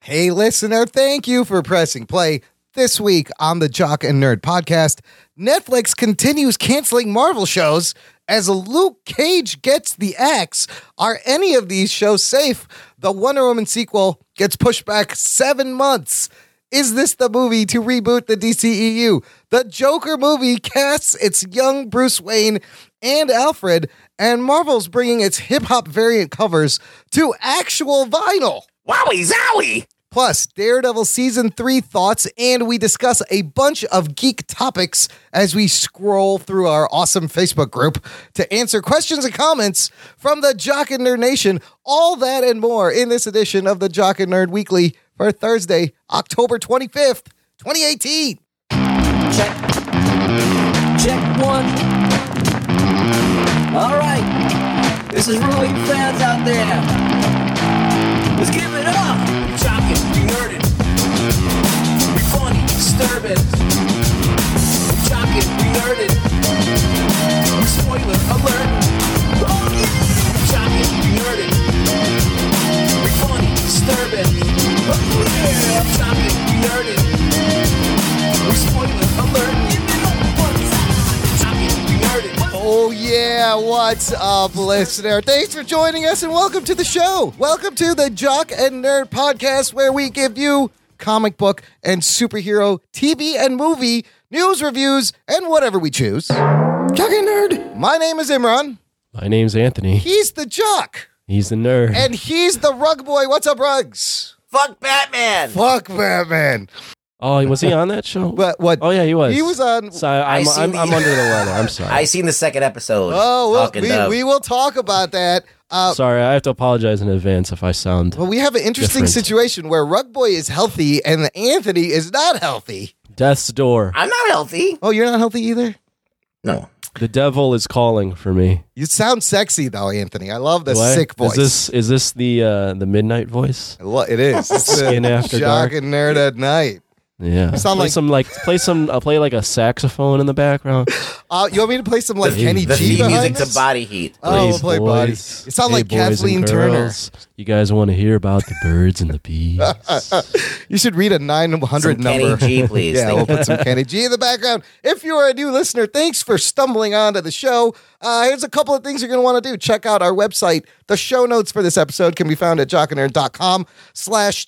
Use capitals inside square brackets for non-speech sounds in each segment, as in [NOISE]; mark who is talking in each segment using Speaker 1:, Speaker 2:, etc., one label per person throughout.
Speaker 1: Hey, listener, thank you for pressing play. This week on the Jock and Nerd podcast, Netflix continues canceling Marvel shows as Luke Cage gets the axe. Are any of these shows safe? The Wonder Woman sequel gets pushed back seven months. Is this the movie to reboot the DCEU? The Joker movie casts its young Bruce Wayne and Alfred, and Marvel's bringing its hip hop variant covers to actual vinyl.
Speaker 2: Wowie zowie!
Speaker 1: Plus, Daredevil Season 3 thoughts, and we discuss a bunch of geek topics as we scroll through our awesome Facebook group to answer questions and comments from the Jock and Nerd Nation. All that and more in this edition of the Jock and Nerd Weekly for Thursday, October 25th, 2018.
Speaker 2: Check. Check one. All right. This is really fans out there. Let's give it up. We talking, we nerding. We funny, disturbing. We talking, we nerding. We spoiler alert. Oh yeah. We talking, we nerding. We funny, disturbing. Oh yeah. We talking, we nerding. We spoiler alert. You know what's up. Talking, we nerding.
Speaker 1: Oh, yeah. What's up, listener? Thanks for joining us and welcome to the show. Welcome to the Jock and Nerd podcast, where we give you comic book and superhero TV and movie news, reviews, and whatever we choose. Jock and Nerd. My name is Imran.
Speaker 3: My name's Anthony.
Speaker 1: He's the Jock.
Speaker 3: He's the nerd.
Speaker 1: And he's the Rug Boy. What's up, Rugs?
Speaker 2: Fuck Batman.
Speaker 1: Fuck Batman.
Speaker 3: oh, was he on
Speaker 1: [LAUGHS]
Speaker 3: that show?
Speaker 1: But what?
Speaker 3: Oh yeah, he was.
Speaker 1: He was on.
Speaker 3: So I'm,
Speaker 2: seen
Speaker 3: I'm,
Speaker 2: the-
Speaker 3: I'm under the weather.
Speaker 1: [LAUGHS]
Speaker 3: I'm sorry.
Speaker 2: I seen the second episode.
Speaker 1: Oh, well,
Speaker 2: Fucking
Speaker 1: we,
Speaker 2: dope.
Speaker 1: we will talk about that. Uh,
Speaker 3: sorry, I have to apologize in advance if I sound.
Speaker 1: Well, we have an interesting
Speaker 3: Different.
Speaker 1: situation where Rug Boy is healthy and Anthony is not healthy.
Speaker 3: Death's door.
Speaker 2: I'm not healthy.
Speaker 1: Oh, you're not healthy either?
Speaker 2: No.
Speaker 3: The devil is calling for me.
Speaker 1: You sound sexy though, Anthony. I love the
Speaker 3: What?
Speaker 1: sick voice.
Speaker 3: Is this is this the uh, the midnight voice?
Speaker 1: I lo- it is. It's the
Speaker 3: Skin after
Speaker 1: jock
Speaker 3: dark.
Speaker 1: and nerd at night.
Speaker 3: Yeah.
Speaker 1: sound
Speaker 3: play
Speaker 1: like-
Speaker 3: some like play some. I'll play like a saxophone in the background.
Speaker 1: Uh, you want me to play some like Kenny
Speaker 2: The
Speaker 1: G
Speaker 2: theme music
Speaker 1: behind
Speaker 2: to
Speaker 1: this?
Speaker 2: body heat.
Speaker 1: [LAUGHS] Oh, we'll
Speaker 3: Please,
Speaker 1: play
Speaker 3: boys.
Speaker 1: body. It sounds
Speaker 3: Hey,
Speaker 1: like
Speaker 3: boys and
Speaker 1: Kathleen Turner.
Speaker 3: girls, You guys want to hear about the birds and
Speaker 1: [LAUGHS]
Speaker 3: the bees?
Speaker 1: You should read a nine
Speaker 2: Some
Speaker 1: hundred
Speaker 2: Kenny
Speaker 1: number.
Speaker 2: G, please.
Speaker 1: Yeah,
Speaker 2: Thank you.
Speaker 1: we'll put some Kenny G in the background. If you are a new listener, thanks for stumbling onto the show. Uh, here's a couple of things you're going to want to do. Check out our website. The show notes for this episode can be found at jockandnerd.com slash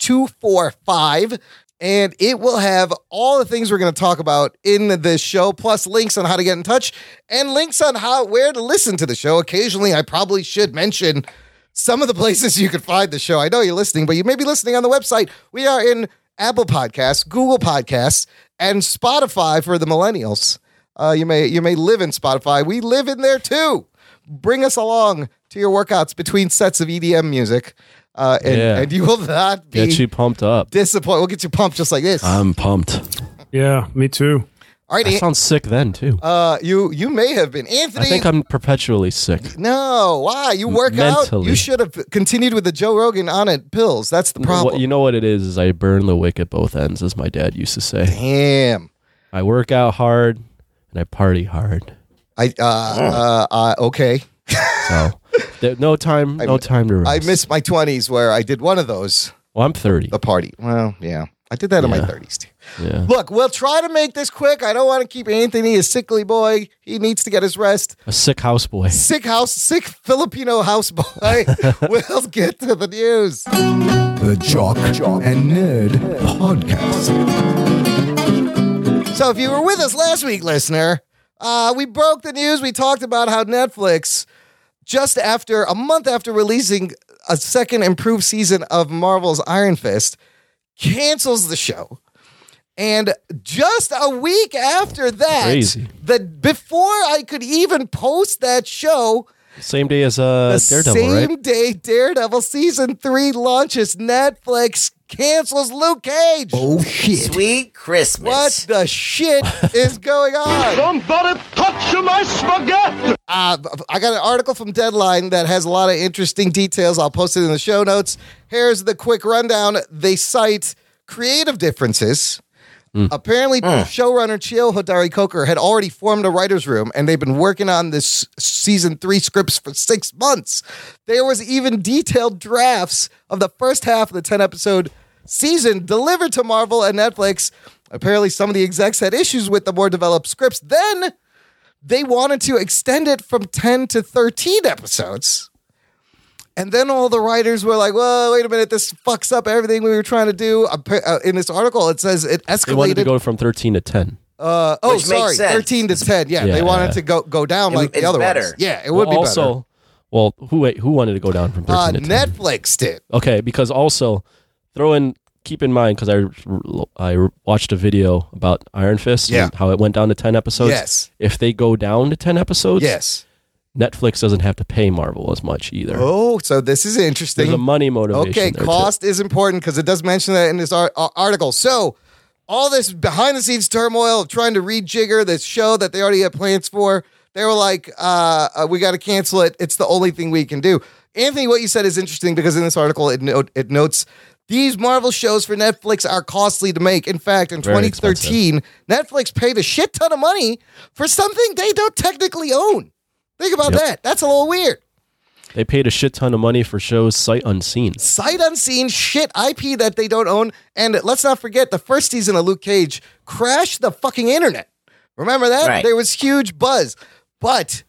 Speaker 1: 245. And it will have all the things we're going to talk about in this show, plus links on how to get in touch and links on how where to listen to the show. Occasionally, I probably should mention some of the places you could find the show. I know you're listening, but you may be listening on the website. We are in Apple Podcasts, Google Podcasts, and Spotify for the millennials. Uh, you may you may live in Spotify. We live in there too. Bring us along to your workouts between sets of EDM music, uh, and,
Speaker 3: Yeah.
Speaker 1: and you will not be
Speaker 3: Get you pumped up.
Speaker 1: disappointed. We'll get you pumped just like this.
Speaker 3: I'm pumped.
Speaker 4: Yeah, me too.
Speaker 1: All right,
Speaker 3: I
Speaker 1: An-
Speaker 3: sound sick then too.
Speaker 1: uh, you you may have been Anthony.
Speaker 3: I think I'm perpetually sick.
Speaker 1: no, why you work out?
Speaker 3: mentally.
Speaker 1: You should have continued with the Joe Rogan on it pills. That's the problem.
Speaker 3: What, you know what it is? Is I burn the wick at both ends, as my dad used to say.
Speaker 1: Damn.
Speaker 3: I work out hard and I party hard.
Speaker 1: I uh, uh, uh okay. [LAUGHS]
Speaker 3: So there, no time, no time to rest.
Speaker 1: I missed my twenties where I did one of those
Speaker 3: Well, I'm 30.
Speaker 1: the party. Well, yeah, I did that in my
Speaker 3: Yeah.
Speaker 1: thirties too.
Speaker 3: Yeah,
Speaker 1: Look, we'll try to make this quick. I don't want to keep Anthony a sickly boy. He needs to get his rest.
Speaker 3: a sick houseboy.
Speaker 1: Sick house, sick Filipino house
Speaker 3: [LAUGHS]
Speaker 1: boy. [LAUGHS] we'll get to the news.
Speaker 5: The Jock, and Nerd Podcast.
Speaker 1: So, if you were with us last week, listener, uh, we broke the news. We talked about how Netflix, just after a month after releasing a second improved season of Marvel's Iron Fist, cancels the show. And just a week after that,
Speaker 3: Crazy.
Speaker 1: the before I could even post that show,
Speaker 3: Same day as uh,
Speaker 1: the
Speaker 3: Daredevil,
Speaker 1: same
Speaker 3: right?
Speaker 1: day Daredevil season three launches, Netflix cancels Luke Cage.
Speaker 5: Oh shit.
Speaker 2: Sweet
Speaker 1: What
Speaker 2: Christmas.
Speaker 1: the shit is going on? Somebody touch my spaghetti! Uh, I got an article from Deadline that has a lot of interesting details. I'll post it in the show notes. Here's the quick rundown. They cite creative differences. Apparently, showrunner Chio Hodari Coker had already formed a writer's room and they've been working on this season three scripts for six months. There was even detailed drafts of the first half of the 10 episode season delivered to Marvel and Netflix. Apparently, some of the execs had issues with the more developed scripts. Then they wanted to extend it from 10 to 13 episodes. And then all the writers were like, "Well, wait a minute, this fucks up everything we were trying to do." Appa- uh, In this article, it says it
Speaker 3: They wanted to
Speaker 1: escalated.
Speaker 3: go from 13 to 10.
Speaker 1: uh, oh,
Speaker 4: Which makes
Speaker 1: sorry,
Speaker 4: sense.
Speaker 1: thirteen to ten. Yeah, they
Speaker 3: Yeah.
Speaker 1: wanted to go go down
Speaker 4: It-
Speaker 1: like the
Speaker 4: it's
Speaker 1: other
Speaker 4: better.
Speaker 1: ones. Yeah, it would
Speaker 3: Well,
Speaker 1: be
Speaker 3: also,
Speaker 1: better.
Speaker 3: well, who wait, who wanted to go down from 13
Speaker 1: Uh,
Speaker 3: to 10?
Speaker 1: Netflix did.
Speaker 3: Okay, because also throw in keep in mind because I I watched a video about Iron Fist
Speaker 1: Yeah.
Speaker 3: and how it went down to ten episodes.
Speaker 1: Yes.
Speaker 3: If they go down to ten episodes,
Speaker 1: Yes.
Speaker 3: Netflix doesn't have to pay Marvel as much either.
Speaker 1: Oh, so this is interesting.
Speaker 3: There's a money motivation.
Speaker 1: Okay,
Speaker 3: there, too.
Speaker 1: cost is important because it does mention that in this ar- ar- article. So, all this behind the scenes turmoil of trying to rejigger this show that they already had plans for, they were like, uh, uh, we got to cancel it. It's the only thing we can do. Anthony, what you said is interesting because in this article, it, note it notes these Marvel shows for Netflix are costly to make. In fact, in
Speaker 3: Very
Speaker 1: 2013, Netflix paid a shit ton of money for something they don't technically own. Think about
Speaker 3: Yep.
Speaker 1: that. That's a little weird.
Speaker 3: They paid a shit ton of money for shows sight unseen.
Speaker 1: sight unseen shit IP that they don't own. And let's not forget the first season of Luke Cage crashed the fucking internet. Remember that?
Speaker 4: Right.
Speaker 1: There was huge buzz. But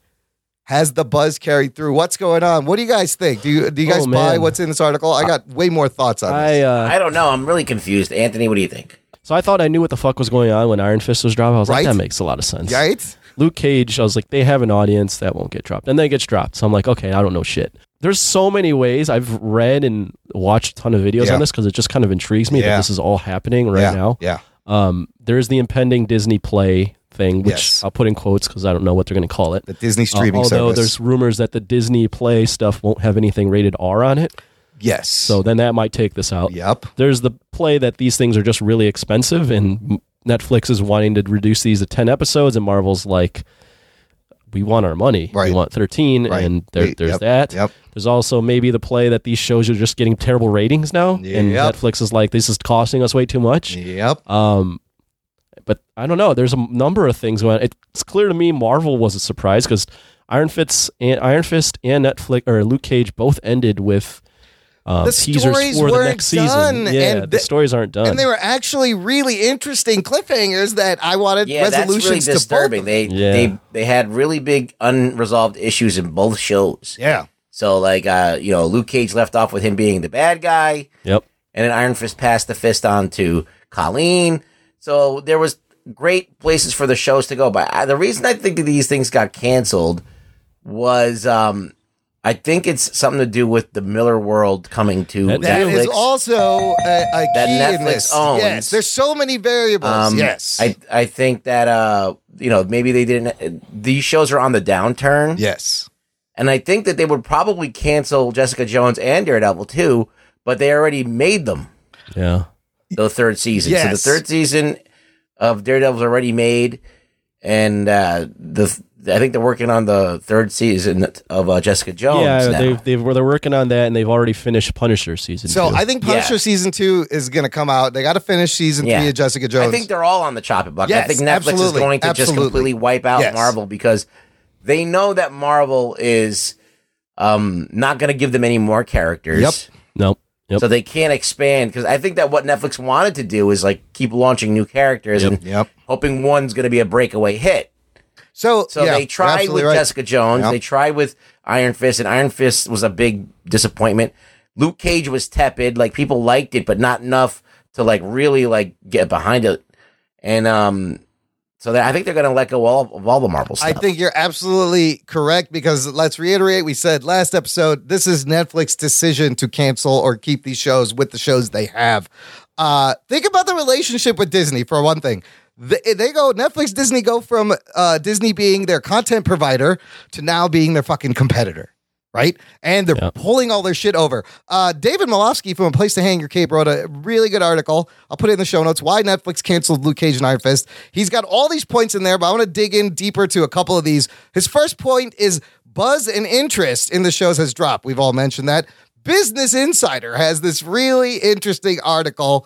Speaker 1: has the buzz carried through? What's going on? What do you guys think? Do you do you guys
Speaker 3: Oh,
Speaker 1: buy
Speaker 3: man.
Speaker 1: what's in this article? I got way more thoughts on this.
Speaker 3: I uh,
Speaker 4: I don't know. I'm really confused. Anthony, what do you think?
Speaker 3: so I thought I knew what the fuck was going on when Iron Fist was dropped. I was
Speaker 1: Right.
Speaker 3: like, that makes a lot of sense.
Speaker 1: Right?
Speaker 3: Luke Cage, I was like, they have an audience that won't get dropped. And then it gets dropped. So I'm like, okay, I don't know shit. There's so many ways I've read and watched a ton of videos
Speaker 1: Yeah.
Speaker 3: on this because it just kind of intrigues me
Speaker 1: Yeah.
Speaker 3: that this is all happening right
Speaker 1: yeah.
Speaker 3: now.
Speaker 1: Yeah.
Speaker 3: Um, there's the impending Disney Play thing, which
Speaker 1: Yes.
Speaker 3: I'll put in quotes because I don't know what they're going to call it.
Speaker 1: The Disney
Speaker 3: Uh,
Speaker 1: streaming
Speaker 3: although
Speaker 1: service.
Speaker 3: there's rumors that the Disney Play stuff won't have anything rated R on it,
Speaker 1: yes.
Speaker 3: so then that might take this out.
Speaker 1: Yep.
Speaker 3: There's the play that these things are just really expensive, and M- Netflix is wanting to reduce these to ten episodes, and Marvel's like, we want our money,
Speaker 1: Right.
Speaker 3: we want thirteen,
Speaker 1: Right.
Speaker 3: and there,
Speaker 1: Yep.
Speaker 3: there's that.
Speaker 1: Yep.
Speaker 3: There's also maybe the play that these shows are just getting terrible ratings now, and
Speaker 1: Yep.
Speaker 3: Netflix is like, this is costing us way too much.
Speaker 1: Yep.
Speaker 3: Um, but I don't know. There's a m- number of things going. It's clear to me Marvel was a surprise because Iron Fist and Iron Fist and Netflix or Luke Cage both ended with um,
Speaker 1: The
Speaker 3: teasers
Speaker 1: stories
Speaker 3: for the
Speaker 1: weren't
Speaker 3: next
Speaker 1: done,
Speaker 3: season. Yeah,
Speaker 1: and
Speaker 3: the
Speaker 1: th-
Speaker 3: stories aren't done.
Speaker 1: And they were actually really interesting cliffhangers that I wanted
Speaker 4: Yeah, that's
Speaker 1: resolutions
Speaker 4: really
Speaker 1: to both of
Speaker 4: disturbing.
Speaker 1: them.
Speaker 4: They
Speaker 3: Yeah.
Speaker 4: they they had really big unresolved issues in both shows.
Speaker 1: Yeah.
Speaker 4: So like uh, you know, Luke Cage left off with him being the bad guy,
Speaker 3: yep.
Speaker 4: and then Iron Fist passed the fist on to Colleen. So there was great places for the shows to go. But I, the reason I think that these things got canceled was um, I think it's something to do with the Miller world coming to
Speaker 3: That-
Speaker 1: That
Speaker 4: Netflix.
Speaker 1: is also a, a
Speaker 4: That
Speaker 1: key in
Speaker 4: Netflix
Speaker 1: this.
Speaker 4: owns.
Speaker 1: Yes, there's so many variables.
Speaker 4: Um,
Speaker 1: yes,
Speaker 4: I I think that uh, you know maybe they didn't. These shows are on the downturn.
Speaker 1: yes,
Speaker 4: And I think that they would probably cancel Jessica Jones and Daredevil too, but they already made them
Speaker 3: Yeah.
Speaker 4: the third season. So the
Speaker 1: Yes.
Speaker 4: third season of Daredevil's already made, and uh, the I think they're working on the third season of uh, Jessica
Speaker 1: Um,
Speaker 4: Jones.
Speaker 3: yeah.
Speaker 4: now.
Speaker 3: They've, they've well, they're working on that, and they've already finished Punisher season.
Speaker 1: So
Speaker 3: two.
Speaker 1: I think Punisher
Speaker 4: Yeah.
Speaker 1: season two is going to come out. They got to finish season
Speaker 4: Yeah.
Speaker 1: three of Jessica Jones.
Speaker 4: I think they're all on the chopping block.
Speaker 1: Yes,
Speaker 4: I think Netflix
Speaker 1: absolutely,
Speaker 4: is going to
Speaker 1: absolutely.
Speaker 4: just completely wipe out
Speaker 1: Yes.
Speaker 4: Marvel because they know that Marvel is um, not going to give them any more characters.
Speaker 1: Yep.
Speaker 3: no. Yep.
Speaker 4: So they can't expand because I think that what Netflix wanted to do is like keep launching new characters and
Speaker 1: Yep.
Speaker 4: hoping one's going to be a breakaway hit.
Speaker 1: so.
Speaker 4: So
Speaker 1: yeah,
Speaker 4: they
Speaker 1: you're
Speaker 4: tried
Speaker 1: absolutely
Speaker 4: with
Speaker 1: right.
Speaker 4: Jessica Jones,
Speaker 1: Yep.
Speaker 4: they tried with Iron Fist, and Iron Fist was a big disappointment. Luke Cage was tepid, like people liked it, but not enough to like really like get behind it. And um, so that, I think they're going to let go all, of all the Marvel stuff.
Speaker 1: I think you're absolutely correct because let's reiterate we said last episode this is Netflix decision to cancel or keep these shows with the shows they have. Uh think about the relationship with Disney for one thing. They, they go Netflix Disney go from uh Disney being their content provider to now being their fucking competitor. Right, and they're pulling all their shit over. Uh, David Malofsky from A Place to Hang Your Cape wrote a really good article. I'll put it in the show notes. Why Netflix canceled Luke Cage and Iron Fist. He's got all these points in there, but I want to dig in deeper to a couple of these. His first point is buzz and interest in the shows has dropped. We've all mentioned that. Business Insider has this really interesting article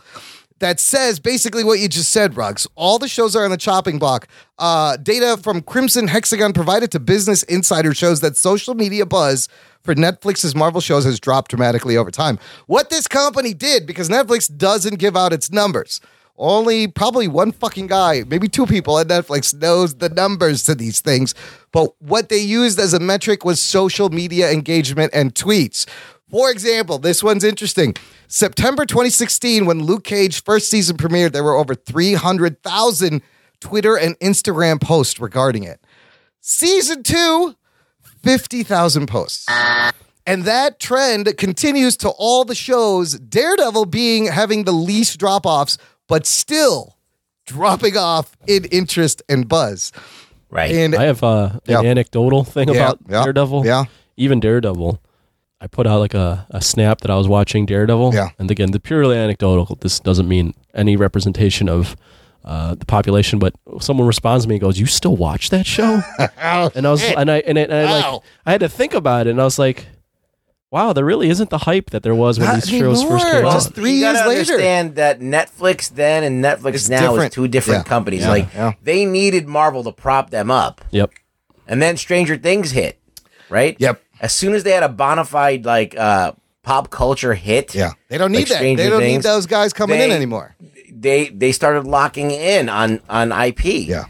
Speaker 1: that says basically what you just said, Ruggs. All the shows are on the chopping block. Uh, data from Crimson Hexagon provided to Business Insider shows that social media buzz for Netflix's Marvel shows has dropped dramatically over time. What this company did, because Netflix doesn't give out its numbers. Only probably one fucking guy, maybe two people at Netflix knows the numbers to these things. But what they used as a metric was social media engagement and tweets. For example, this one's interesting. September 2016, when Luke Cage first season premiered, there were over 300,000 Twitter and Instagram posts regarding it. Season two, 50,000 posts. And that trend continues to all the shows, Daredevil being having the least drop offs, but still dropping off in interest and buzz.
Speaker 4: Right.
Speaker 1: And
Speaker 3: I have uh, an
Speaker 1: Yeah.
Speaker 3: anecdotal thing
Speaker 1: Yeah,
Speaker 3: about
Speaker 1: yeah,
Speaker 3: Daredevil.
Speaker 1: yeah.
Speaker 3: Even Daredevil. I put out like a, a snap that I was watching Daredevil.
Speaker 1: Yeah.
Speaker 3: And again, the purely anecdotal. This doesn't mean any representation of uh, the population, but someone responds to me and goes, "You still watch
Speaker 1: [LAUGHS]
Speaker 3: that show?" and I was and I and I, and I
Speaker 1: Oh, Wow.
Speaker 3: like I had to think about it, and I was like, "Wow, there really isn't the hype that there was when
Speaker 1: Not
Speaker 3: these shows first
Speaker 1: anymore.
Speaker 3: came out."
Speaker 1: Just three
Speaker 4: you gotta
Speaker 1: years later.
Speaker 4: understand that Netflix then and Netflix
Speaker 1: It's
Speaker 4: now
Speaker 1: different.
Speaker 4: is two different
Speaker 1: Yeah.
Speaker 4: companies.
Speaker 1: Yeah.
Speaker 4: Like
Speaker 1: Yeah.
Speaker 4: they needed Marvel to prop them up,
Speaker 3: Yep.
Speaker 4: and then Stranger Things hit, right?
Speaker 1: Yep.
Speaker 4: As soon as they had a bona fide like uh, pop culture hit,
Speaker 1: yeah, they don't need
Speaker 4: Like
Speaker 1: that. They
Speaker 4: Stranger
Speaker 1: don't need
Speaker 4: Things.
Speaker 1: those guys coming in
Speaker 4: They-
Speaker 1: anymore.
Speaker 4: they they started locking in on on IP.
Speaker 1: Yeah.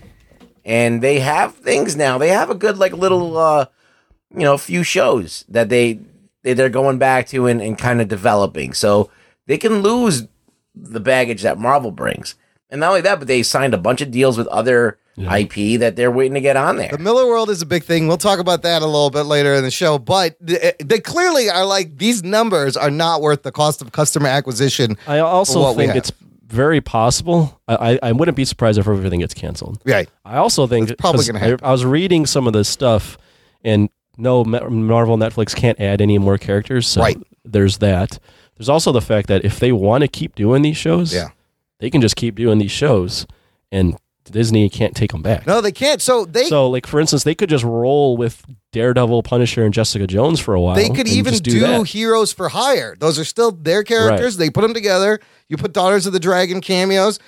Speaker 4: and they have things now. They have a good like little uh, you know few shows that they they- they're going back to and, and kind of developing. So they can lose the baggage that Marvel brings. And not only that, but they signed a bunch of deals with other IP that they're waiting to get on there.
Speaker 1: The Miller world is a big thing. We'll talk about that a little bit later in the show. But th- eh, they clearly are like these numbers are not worth the cost of customer acquisition.
Speaker 3: I
Speaker 1: for
Speaker 3: also
Speaker 1: what we
Speaker 3: think
Speaker 1: have.
Speaker 3: it's very possible. I, I, I wouldn't be surprised if everything gets canceled.
Speaker 1: right.
Speaker 3: I also think
Speaker 1: It's probably
Speaker 3: 'cause
Speaker 1: gonna happen.
Speaker 3: I, I was reading some of this stuff, and no, Ma- Marvel Netflix can't add any more characters. So
Speaker 1: Right.
Speaker 3: There's that. There's also the fact that if they want to keep doing these shows,
Speaker 1: Yeah.
Speaker 3: they can just keep doing these shows, and Disney can't take them back.
Speaker 1: No, they can't. So they
Speaker 3: So, like for instance, they could just roll with Daredevil, Punisher, and Jessica Jones for a while.
Speaker 1: they could
Speaker 3: and
Speaker 1: even
Speaker 3: just
Speaker 1: do,
Speaker 3: do, that.
Speaker 1: heroes for hire. Those are still their characters. They put them together. You put Daughters of the Dragon cameos.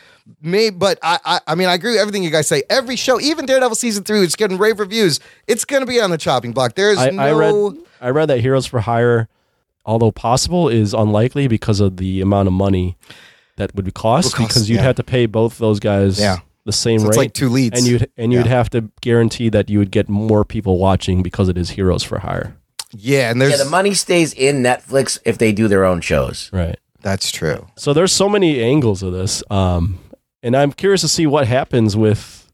Speaker 1: May but I, I I mean I agree with everything you guys say. Every show, even Daredevil season three, it's getting rave reviews. It's going to be on the chopping block. There is
Speaker 3: I,
Speaker 1: no
Speaker 3: I read I read that Heroes for Hire, although possible, is unlikely because of the amount of money that would be
Speaker 1: Would
Speaker 3: cost
Speaker 1: cost,
Speaker 3: because you'd
Speaker 1: yeah.
Speaker 3: have to pay both those guys
Speaker 1: Yeah.
Speaker 3: the same
Speaker 1: So
Speaker 3: rate.
Speaker 1: it's like two leads.
Speaker 3: And you'd and you'd have to guarantee that you would get more people watching because it is Heroes for Hire.
Speaker 1: yeah, and there's
Speaker 4: yeah, the money stays in Netflix if they do their own shows.
Speaker 3: Right.
Speaker 1: that's true.
Speaker 3: So there's so many angles of this. Um and I'm curious to see what happens with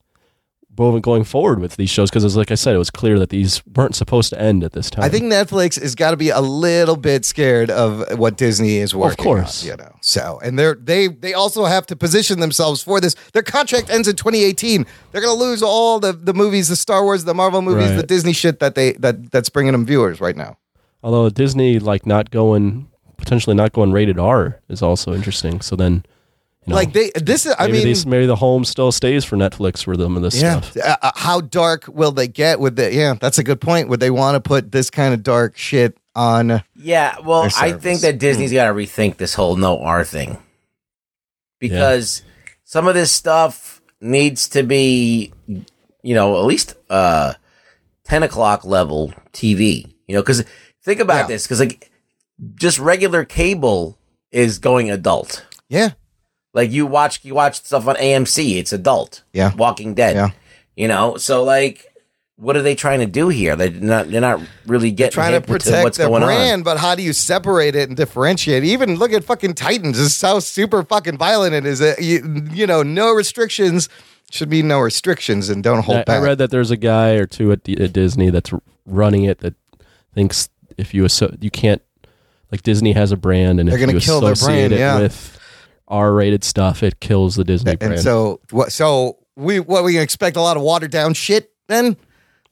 Speaker 3: Bowen going forward with these shows because, like I said, it was clear that these weren't supposed to end at this time.
Speaker 1: I think Netflix has got to be a little bit scared of what Disney is working.
Speaker 3: course.
Speaker 1: on, you know. So, and they're they they also have to position themselves for this. Their contract ends in 2018. They're going to lose all the the movies, the Star Wars, the Marvel movies,
Speaker 3: Right.
Speaker 1: the Disney shit that they that that's bringing them viewers right now.
Speaker 3: Although Disney like not going potentially not going rated R is also interesting. So then, you know,
Speaker 1: Like they this is I
Speaker 3: maybe
Speaker 1: mean
Speaker 3: these, maybe the home still stays for Netflix for them and this
Speaker 1: yeah,
Speaker 3: stuff.
Speaker 1: Uh, uh, how dark will they get with the yeah, that's a good point. Would they want to put this kind of dark shit on
Speaker 4: Yeah, well,
Speaker 1: Their
Speaker 4: I
Speaker 1: service.
Speaker 4: think that Disney's got to rethink this whole no R thing because some of this stuff needs to be, you know, at least uh, ten o'clock level TV. You know, because think about
Speaker 1: Yeah.
Speaker 4: this, because like just regular cable is going adult.
Speaker 1: Yeah.
Speaker 4: Like you watch you watch stuff on AMC, it's adult.
Speaker 1: Yeah.
Speaker 4: Walking Dead.
Speaker 1: Yeah.
Speaker 4: You know, so like. What are they trying to do here? They're not. They're not really getting
Speaker 1: trying to
Speaker 4: hit with
Speaker 1: protect
Speaker 4: what's
Speaker 1: the
Speaker 4: going on.
Speaker 1: brand, but how do you separate it and differentiate? Even look at fucking Titans. This is how super fucking violent it is. Uh, You, you know, no restrictions should be no restrictions, and don't hold
Speaker 3: I, I
Speaker 1: back.
Speaker 3: read that there's a guy or two at, D- at Disney that's r- running it that thinks if you asso- you can't like Disney has a brand and
Speaker 1: They're
Speaker 3: if
Speaker 1: gonna
Speaker 3: you
Speaker 1: kill their
Speaker 3: associate
Speaker 1: brand,
Speaker 3: it
Speaker 1: yeah.
Speaker 3: with R-rated stuff, it kills the Disney brand.
Speaker 1: and so, what? So we what we expect a lot of watered down shit then.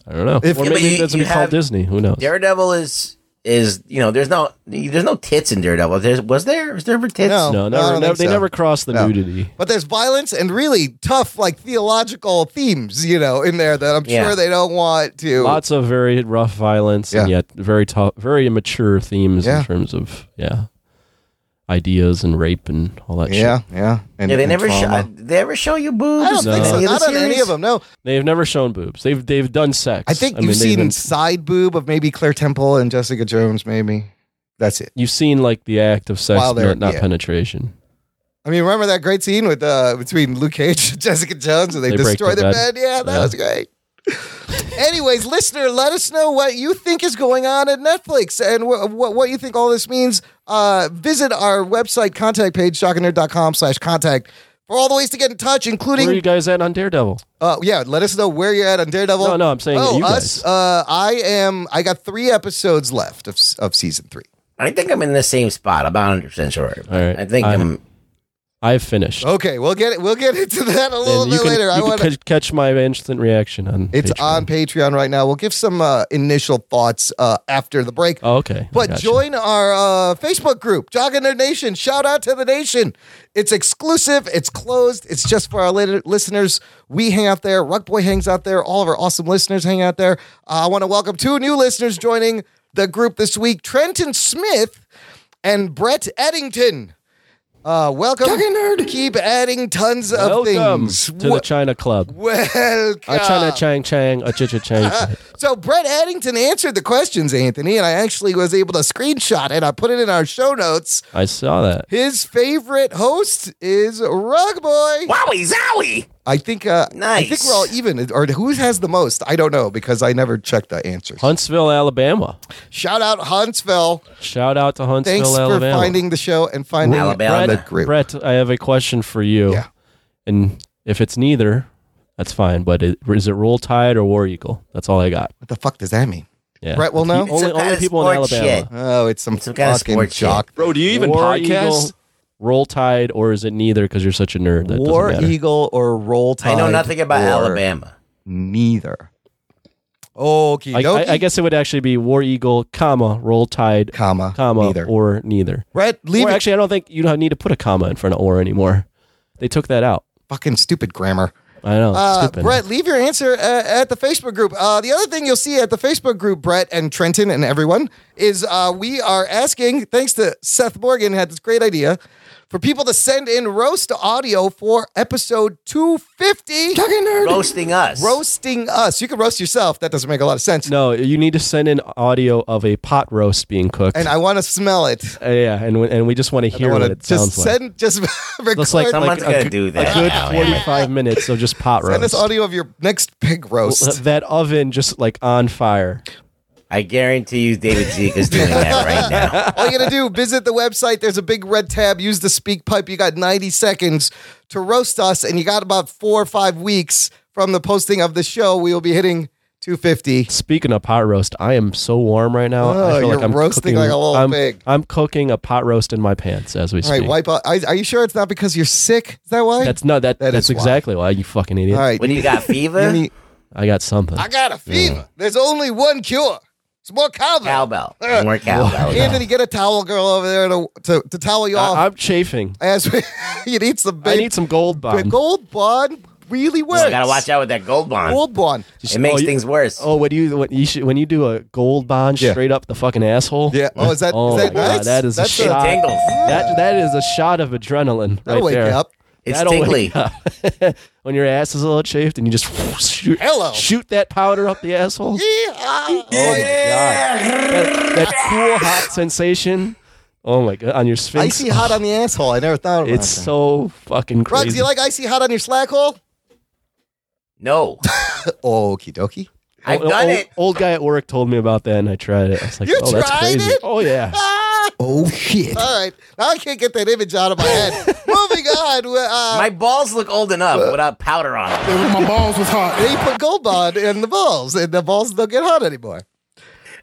Speaker 3: I don't know.
Speaker 1: if-
Speaker 3: or
Speaker 1: Yeah,
Speaker 4: but
Speaker 3: maybe
Speaker 4: you-
Speaker 3: it doesn't
Speaker 4: you
Speaker 3: be called
Speaker 4: have-
Speaker 3: Disney. Who knows?
Speaker 4: Daredevil is is you know there's no there's no tits in Daredevil. There's was there was there ever tits?
Speaker 1: No.
Speaker 3: no, never,
Speaker 1: I don't
Speaker 3: never-
Speaker 1: think
Speaker 3: they
Speaker 1: so.
Speaker 3: never cross the
Speaker 1: No.
Speaker 3: nudity.
Speaker 1: But there's violence and really tough, like theological themes, you know, in there that I'm
Speaker 4: Yeah.
Speaker 1: sure they don't want to.
Speaker 3: lots of very rough violence and
Speaker 1: Yeah.
Speaker 3: yet very tough very immature themes
Speaker 1: Yeah.
Speaker 3: in terms of yeah ideas and rape and all that shit.
Speaker 1: Yeah, yeah. And,
Speaker 4: Yeah, they
Speaker 1: and
Speaker 4: never show.
Speaker 1: trauma.
Speaker 4: Did they ever show you boobs?
Speaker 1: I don't
Speaker 3: No.
Speaker 1: think so.
Speaker 4: Any of
Speaker 1: Not
Speaker 4: the
Speaker 1: on any
Speaker 4: series?
Speaker 1: of them. No,
Speaker 3: They've never shown boobs. They've they've done sex.
Speaker 1: I think
Speaker 3: mean,
Speaker 1: you've
Speaker 3: they've
Speaker 1: seen
Speaker 3: been-
Speaker 1: side boob of maybe Claire Temple and Jessica Jones. Maybe that's it.
Speaker 3: you've seen like the act of sex,
Speaker 1: While they're-
Speaker 3: but not
Speaker 1: yeah.
Speaker 3: penetration.
Speaker 1: I mean, remember that great scene with uh, between Luke Cage and [LAUGHS] Jessica Jones, and they,
Speaker 3: They break
Speaker 1: destroy the
Speaker 3: the
Speaker 1: bed.
Speaker 3: bed.
Speaker 1: Yeah, that
Speaker 3: Yeah.
Speaker 1: was great. [LAUGHS] Anyways, listener, let us know what you think is going on at Netflix and wh- wh- what you think all this means. Uh, visit our website contact page, shockandnerd.com slash contact for all the ways to get in touch,
Speaker 3: Where are you
Speaker 1: including,
Speaker 3: guys at on Daredevil?
Speaker 1: uh, yeah, let us know where you're at on Daredevil.
Speaker 3: No, no, I'm saying
Speaker 1: oh,
Speaker 3: you
Speaker 1: us,
Speaker 3: guys.
Speaker 1: Uh, I am, I got three episodes left of, s- of season three.
Speaker 4: I think I'm in the same spot. I'm 100 percent sure.
Speaker 3: All right.
Speaker 4: I think
Speaker 3: I-
Speaker 4: I'm.
Speaker 3: I've finished.
Speaker 1: Okay, we'll get it. We'll get [LAUGHS] into that Oh, a little
Speaker 3: and you
Speaker 1: bit
Speaker 3: can,
Speaker 1: later.
Speaker 3: you
Speaker 1: I
Speaker 3: can
Speaker 1: want
Speaker 3: ca- catch my instant reaction on.
Speaker 1: It's
Speaker 3: Patreon.
Speaker 1: on Patreon right now. We'll give some uh, initial thoughts uh, after the break.
Speaker 3: Oh, okay. I
Speaker 1: But
Speaker 3: gotcha.
Speaker 1: join our uh, Facebook group, Jogging Their Nation. Shout out to the nation. It's exclusive. It's closed. It's just for our lit- listeners. We hang out there. Ruck Boy hangs out there. All of our awesome listeners hang out there. Uh, I want to welcome two new listeners joining the group this week Trenton Smith and Brett Eddington. Uh, welcome. Keep adding tons of
Speaker 3: Welcome
Speaker 1: things.
Speaker 3: to the China Club.
Speaker 1: Welcome.
Speaker 3: A China Chang Chang, a Cha
Speaker 1: [LAUGHS]
Speaker 3: Cha Chang.
Speaker 1: So Brett Addington answered the questions, Anthony, and I actually was able to screenshot it. I put it in our show notes.
Speaker 3: I saw that.
Speaker 1: His favorite host is Rug Boy.
Speaker 4: Wowie zowie!
Speaker 1: I think. Uh, I think
Speaker 4: Nice.
Speaker 1: we're all even. Or who has the most? I don't know because I never checked the answers.
Speaker 3: Huntsville, Alabama.
Speaker 1: Shout out Huntsville.
Speaker 3: Shout out to Huntsville,
Speaker 1: Thanks for
Speaker 3: Alabama.
Speaker 1: finding the show and finding
Speaker 4: Alabama.
Speaker 1: the group.
Speaker 3: Brett, I have a question for you.
Speaker 1: Yeah.
Speaker 3: And if it's neither, that's fine. But it, is it Roll Tide or War Eagle? That's all I got.
Speaker 1: What the fuck does that mean?
Speaker 3: Yeah.
Speaker 1: Brett will know.
Speaker 4: It's
Speaker 3: only
Speaker 4: some kind
Speaker 3: only
Speaker 4: of
Speaker 3: people in
Speaker 4: sports
Speaker 3: Alabama.
Speaker 4: shit.
Speaker 1: Oh, it's some,
Speaker 4: Some kind of
Speaker 1: fucking
Speaker 4: sports shit.
Speaker 1: jock.
Speaker 6: Bro, do you even
Speaker 3: War
Speaker 6: podcast?
Speaker 3: Eagle, Roll Tide, or is it neither? Because you're such a nerd. That
Speaker 1: War
Speaker 3: doesn't matter.
Speaker 1: Eagle or Roll Tide?
Speaker 4: I know nothing about
Speaker 1: or
Speaker 4: Alabama.
Speaker 1: Neither. Okay,
Speaker 3: I, I, I guess it would actually be War Eagle, comma Roll Tide,
Speaker 1: comma,
Speaker 3: comma
Speaker 1: neither.
Speaker 3: or neither.
Speaker 1: Brett, leave
Speaker 3: or
Speaker 1: it.
Speaker 3: actually, I don't think you don't need to put a comma in front of or anymore. They took that out.
Speaker 1: Fucking stupid grammar.
Speaker 3: I know.
Speaker 1: Uh,
Speaker 3: stupid.
Speaker 1: Brett, leave your answer uh, at the Facebook group. Uh, the other thing you'll see at the Facebook group, Brett and Trenton and everyone, is uh, we are asking, thanks to Seth Morgan, had this great idea for people to send in roast audio for episode 250.
Speaker 4: Roasting us.
Speaker 1: Roasting us. You can roast yourself. That doesn't make a lot of sense.
Speaker 3: No, you need to send in audio of a pot roast being cooked.
Speaker 1: And I want to smell it.
Speaker 3: Uh, yeah, and we- and we just want to
Speaker 1: I
Speaker 3: hear
Speaker 1: want
Speaker 3: what
Speaker 1: to
Speaker 3: it
Speaker 1: just
Speaker 3: sounds like.
Speaker 1: send, just [LAUGHS]
Speaker 3: Just
Speaker 1: record.
Speaker 3: like,
Speaker 1: Send
Speaker 3: like
Speaker 4: Someone's
Speaker 3: a,
Speaker 4: gonna
Speaker 3: good-
Speaker 4: do that
Speaker 3: A good
Speaker 4: now, yeah.
Speaker 3: forty-five minutes of just pot roast.
Speaker 1: us audio of your next pig
Speaker 3: Well,
Speaker 1: roast.
Speaker 3: [LAUGHS] That oven just like on fire.
Speaker 4: I guarantee you, David Zeke is doing that
Speaker 1: [LAUGHS]
Speaker 4: right now.
Speaker 1: All you gotta do, visit the website. There's a big red tab. Use the speak pipe. You got 90 seconds to roast us, and you got about four or five weeks from the posting of the show. We will be hitting 250.
Speaker 3: Speaking of pot roast, I am so warm right now.
Speaker 1: Oh,
Speaker 3: I feel
Speaker 1: you're
Speaker 3: like I'm
Speaker 1: roasting
Speaker 3: cooking,
Speaker 1: like a little
Speaker 3: I'm,
Speaker 1: pig.
Speaker 3: I'm cooking a pot roast in my pants as we
Speaker 1: All right,
Speaker 3: speak.
Speaker 1: wipe out. Are, are you sure it's not because you're sick? Is that why?
Speaker 3: that's not that.
Speaker 1: That
Speaker 3: that's
Speaker 1: is why.
Speaker 3: exactly why. you fucking idiot.
Speaker 1: All right.
Speaker 4: When you got fever,
Speaker 1: you need-
Speaker 3: I got something.
Speaker 1: I got a fever. There's only one cure. It's more cowbell. [LAUGHS]
Speaker 4: cowbell.
Speaker 1: Uh,
Speaker 4: More cowbell.
Speaker 1: Anthony, get a towel girl over there to, to, to towel you off.
Speaker 3: I, am chafing.
Speaker 1: as we, [LAUGHS] you need some big,
Speaker 3: I need some gold
Speaker 1: big
Speaker 3: bond.
Speaker 1: gold bond. Really works.
Speaker 4: You gotta watch out with that gold bond.
Speaker 1: Gold bond.
Speaker 4: It makes
Speaker 3: Oh, you-
Speaker 4: things worse.
Speaker 3: Oh, when you when you should, when you do a gold bond
Speaker 1: Yeah.
Speaker 3: straight up the fucking asshole.
Speaker 1: Yeah. Oh, is that,
Speaker 3: Oh
Speaker 1: is
Speaker 3: my
Speaker 1: that nice?
Speaker 3: god, that is
Speaker 1: That's
Speaker 3: a
Speaker 4: It
Speaker 3: shot.
Speaker 4: tingles.
Speaker 3: That that is a shot of adrenaline right
Speaker 1: That'll wake
Speaker 3: there.
Speaker 1: you up.
Speaker 4: It's
Speaker 3: That'll
Speaker 4: tingly.
Speaker 3: wake [LAUGHS] up. when your ass is a little chafed and you just shoot,
Speaker 1: Hello.
Speaker 3: shoot that powder up the asshole.
Speaker 1: Yeah.
Speaker 3: Oh my god, that, that cool hot sensation. Oh my god, on your sphinx.
Speaker 1: Icy hot on the asshole. I never thought about
Speaker 3: It's
Speaker 1: that.
Speaker 3: so fucking
Speaker 1: Rugs,
Speaker 3: crazy.
Speaker 1: you like icy hot on your slack hole?
Speaker 4: No.
Speaker 1: Okie dokie.
Speaker 4: I've
Speaker 3: Old-
Speaker 4: done
Speaker 3: old,
Speaker 4: it.
Speaker 3: Old guy at work told me about that, and I tried it. I was like,
Speaker 1: You
Speaker 3: "Oh, that's
Speaker 1: tried
Speaker 3: crazy."
Speaker 1: it?
Speaker 3: Oh yeah.
Speaker 1: Ah!
Speaker 5: Oh shit.
Speaker 1: All right. Now I can't get that image out of my [LAUGHS] head. Moving on. Uh, [LAUGHS]
Speaker 4: My balls look old enough without powder on them.
Speaker 7: My balls was hot.
Speaker 1: they put gold bond in the balls, and the balls don't get hot anymore.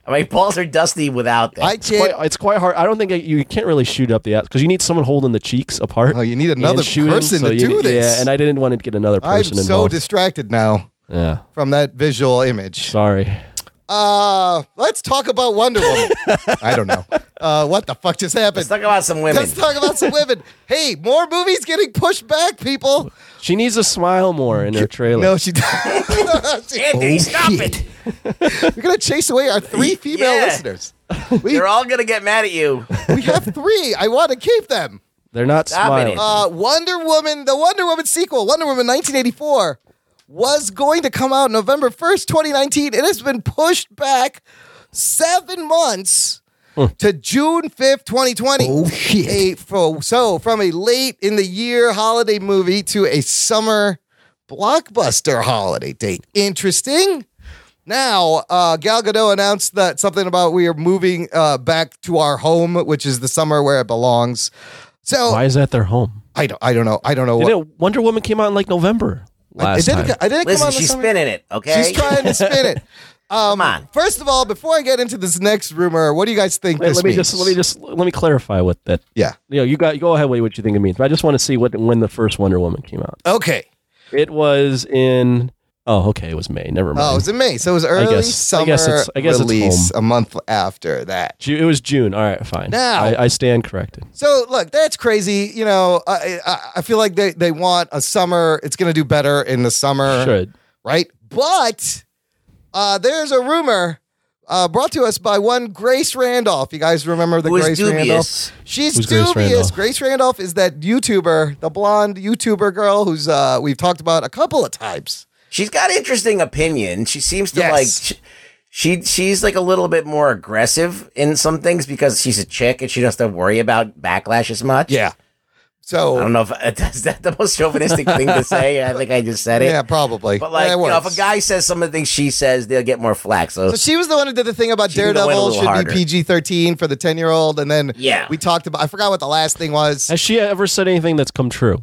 Speaker 4: My balls are dusty without them.
Speaker 1: I
Speaker 3: Quite,
Speaker 1: can't.
Speaker 3: it's quite hard. I don't think you can't really shoot up the ass because you need someone holding the cheeks apart.
Speaker 1: Oh, you need
Speaker 3: and
Speaker 1: another
Speaker 3: shooting,
Speaker 1: person
Speaker 3: so
Speaker 1: to
Speaker 3: you-
Speaker 1: do this.
Speaker 3: Yeah, and I didn't want to get another
Speaker 1: I'm
Speaker 3: person
Speaker 1: so
Speaker 3: involved.
Speaker 1: distracted now
Speaker 3: yeah,
Speaker 1: from that visual image.
Speaker 3: sorry.
Speaker 1: Uh, let's talk about Wonder
Speaker 4: [LAUGHS]
Speaker 1: Woman. I don't know. Uh, what the fuck just happened?
Speaker 4: Let's talk about some women.
Speaker 1: Let's talk about some women. Hey, more movies getting pushed back, people.
Speaker 3: She needs to smile more in her trailer.
Speaker 1: No, [LAUGHS] she. she
Speaker 4: Anthony, stop it.
Speaker 1: We're gonna chase away our three female
Speaker 4: Yeah.
Speaker 1: listeners.
Speaker 4: They're all gonna get mad at you.
Speaker 1: We have three. I want to keep them.
Speaker 3: They're not
Speaker 4: Stop it.
Speaker 3: smiling.
Speaker 1: Uh, Wonder Woman, the Wonder Woman sequel, Wonder Woman 1984, was going to come out November 1st, 2019. It has been pushed back seven months to June 5th, 2020.
Speaker 5: Oh, shit.
Speaker 1: A- fo- so, from a late in the year holiday movie to a summer blockbuster holiday date. Interesting. Now, uh, Gal Gadot announced that something about we are moving uh, back to our home, which is the summer where it belongs. So
Speaker 3: Why is that their home?
Speaker 1: I don't, I don't know. I don't know what.
Speaker 3: Didn't it- Wonder Woman came out in like November
Speaker 1: I
Speaker 3: last
Speaker 1: didn't,
Speaker 3: time.
Speaker 1: I didn't come
Speaker 4: Listen,
Speaker 1: on the
Speaker 4: she's
Speaker 1: summer-
Speaker 4: spinning eh? it. Okay,
Speaker 1: She's trying to spin
Speaker 4: [LAUGHS]
Speaker 1: it.
Speaker 4: Come on.
Speaker 1: First of all, before I get into this next rumor, what do you guys think
Speaker 3: Wait,
Speaker 1: this
Speaker 3: let me
Speaker 1: means?
Speaker 3: just let me just let me clarify what that.
Speaker 1: Yeah.
Speaker 3: You know, you got go ahead with what you think it means. But I just want to see what when the first Wonder Woman came out.
Speaker 1: Okay.
Speaker 3: It was in oh okay, it was May. Never mind.
Speaker 1: Oh, it was in May, so it was early
Speaker 3: guess- I
Speaker 1: summer
Speaker 3: guess it's- I guess it's
Speaker 1: release a month after that.
Speaker 3: Ju- it was June. All right, fine.
Speaker 1: Now-
Speaker 3: I, I stand corrected.
Speaker 1: So look, that's crazy. You know, I I, I feel like they, they want a summer. It's going to do better in the summer.
Speaker 3: Should
Speaker 1: right? But uh, there's a rumor uh, brought to us by one Grace Randolph. You guys remember the
Speaker 4: Who is
Speaker 1: Grace
Speaker 4: dubious.
Speaker 1: Randolph? She's
Speaker 3: Who's Grace
Speaker 1: dubious.
Speaker 3: Randolph?
Speaker 1: Grace Randolph is that YouTuber, the blonde YouTuber girl who's uh, we've talked about a couple of times.
Speaker 4: she's got interesting opinion. She seems to
Speaker 1: Yes.
Speaker 4: like she, she she's like a little bit more aggressive in some things because she's a chick and she doesn't have to worry about backlash as much. I
Speaker 1: So
Speaker 4: don't know if [LAUGHS] is that the most chauvinistic thing to say. I think I just said it.
Speaker 1: yeah, probably.
Speaker 4: But like,
Speaker 1: Yeah, it
Speaker 4: you know, if a
Speaker 1: works.
Speaker 4: guy says some of the things she says, they'll get more flack. So,
Speaker 1: So she was the one who did the thing about
Speaker 4: could've went a
Speaker 1: Daredevil
Speaker 4: little
Speaker 1: should
Speaker 4: harder.
Speaker 1: be PG thirteen for the ten year old, and then
Speaker 4: Yeah.
Speaker 1: we talked about. I forgot what the last thing was. Uh,
Speaker 3: has she ever said anything that's come true?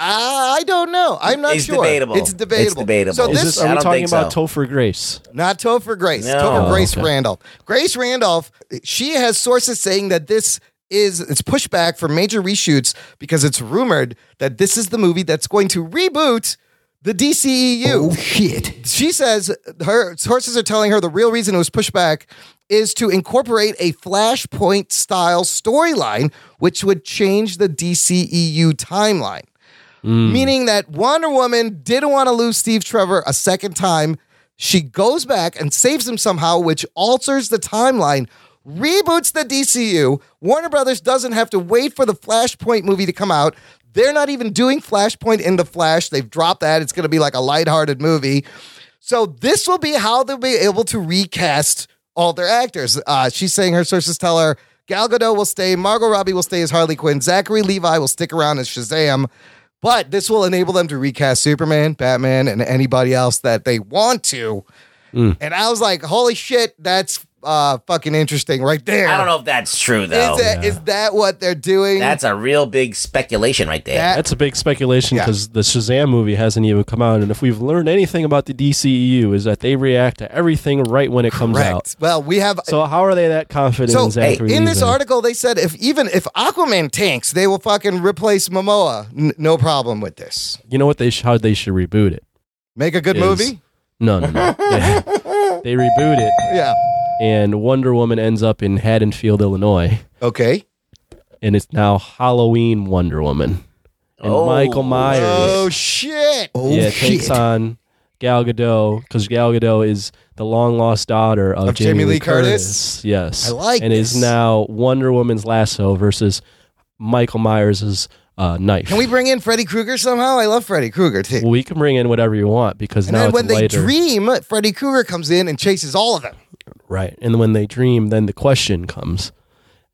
Speaker 1: I don't know. I'm not
Speaker 4: It's
Speaker 1: sure.
Speaker 4: debatable.
Speaker 1: It's
Speaker 4: It's
Speaker 1: debatable.
Speaker 4: debatable.
Speaker 1: So
Speaker 4: Is
Speaker 1: this,
Speaker 3: Is
Speaker 4: This-
Speaker 3: this, are
Speaker 4: I
Speaker 3: we
Speaker 4: don't
Speaker 3: talking
Speaker 4: think
Speaker 3: about
Speaker 4: so.
Speaker 3: Topher Grace?
Speaker 1: Not Topher Grace.
Speaker 4: No.
Speaker 1: Topher
Speaker 4: Oh,
Speaker 1: Grace
Speaker 3: okay.
Speaker 1: Randolph. Grace Randolph, she has sources saying that this is it's pushback for major reshoots because it's rumored that this is the movie that's going to reboot the DCEU.
Speaker 5: Oh, shit.
Speaker 1: She says her sources are telling her the real reason it was pushed back is to incorporate a flashpoint style storyline which would change the DCEU timeline. Meaning that Wonder Woman didn't want to lose Steve Trevor a second time. She goes back and saves him somehow, which alters the timeline, reboots the DCU. Warner Brothers doesn't have to wait for the Flashpoint movie to come out. They're not even doing Flashpoint in the Flash. They've dropped that. It's going to be like a lighthearted movie. So this will be how they'll be able to recast all their actors. Uh, she's saying her sources tell her Gal Gadot will stay, Margot Robbie will stay as Harley Quinn, Zachary Levi will stick around as Shazam. But this will enable them to recast Superman, Batman, and anybody else that they want to.
Speaker 3: Hmm.
Speaker 1: And I was like, holy shit, that's uh, fucking interesting right there.
Speaker 4: I don't know if that's true though.
Speaker 1: Is that, is that what they're doing?
Speaker 4: That's a real big speculation right there.
Speaker 1: That-
Speaker 3: That's a big speculation
Speaker 1: Yeah.
Speaker 3: because the Shazam movie hasn't even come out, and if we've learned anything about the DCEU is that they react to everything right when it comes out.
Speaker 1: correct. Well, we have
Speaker 3: So how are they that confident?
Speaker 1: So
Speaker 3: in Zachary
Speaker 1: in this
Speaker 3: Levi?
Speaker 1: article, they said if even if Aquaman tanks, they will fucking replace Momoa. N- no problem with this.
Speaker 3: you know what they sh- how they should reboot it.
Speaker 1: Make a good
Speaker 3: is-
Speaker 1: movie.
Speaker 3: No,
Speaker 1: [LAUGHS]
Speaker 3: no, no. they reboot it,
Speaker 1: Yeah.
Speaker 3: and Wonder Woman ends up in Haddonfield, Illinois,
Speaker 1: Okay.
Speaker 3: and it's now Halloween Wonder Woman, and
Speaker 4: Oh.
Speaker 3: Michael Myers.
Speaker 1: Oh shit.
Speaker 5: Oh,
Speaker 3: yeah,
Speaker 5: shit.
Speaker 3: takes on Gal Gadot because Gal Gadot is the long lost daughter of, Jamie, Lee Curtis. Yes,
Speaker 1: I like
Speaker 3: and
Speaker 1: this.
Speaker 3: is now Wonder Woman's lasso versus Michael Myers' uh, knife.
Speaker 1: Can we bring in Freddy Krueger somehow? I love Freddy Krueger too.
Speaker 3: Well, we can bring in whatever you want because
Speaker 1: and
Speaker 3: now
Speaker 1: then
Speaker 3: it's
Speaker 1: when they
Speaker 3: later,
Speaker 1: dream, Freddy Krueger comes in and chases all of them.
Speaker 3: right? And when they dream, then the question comes,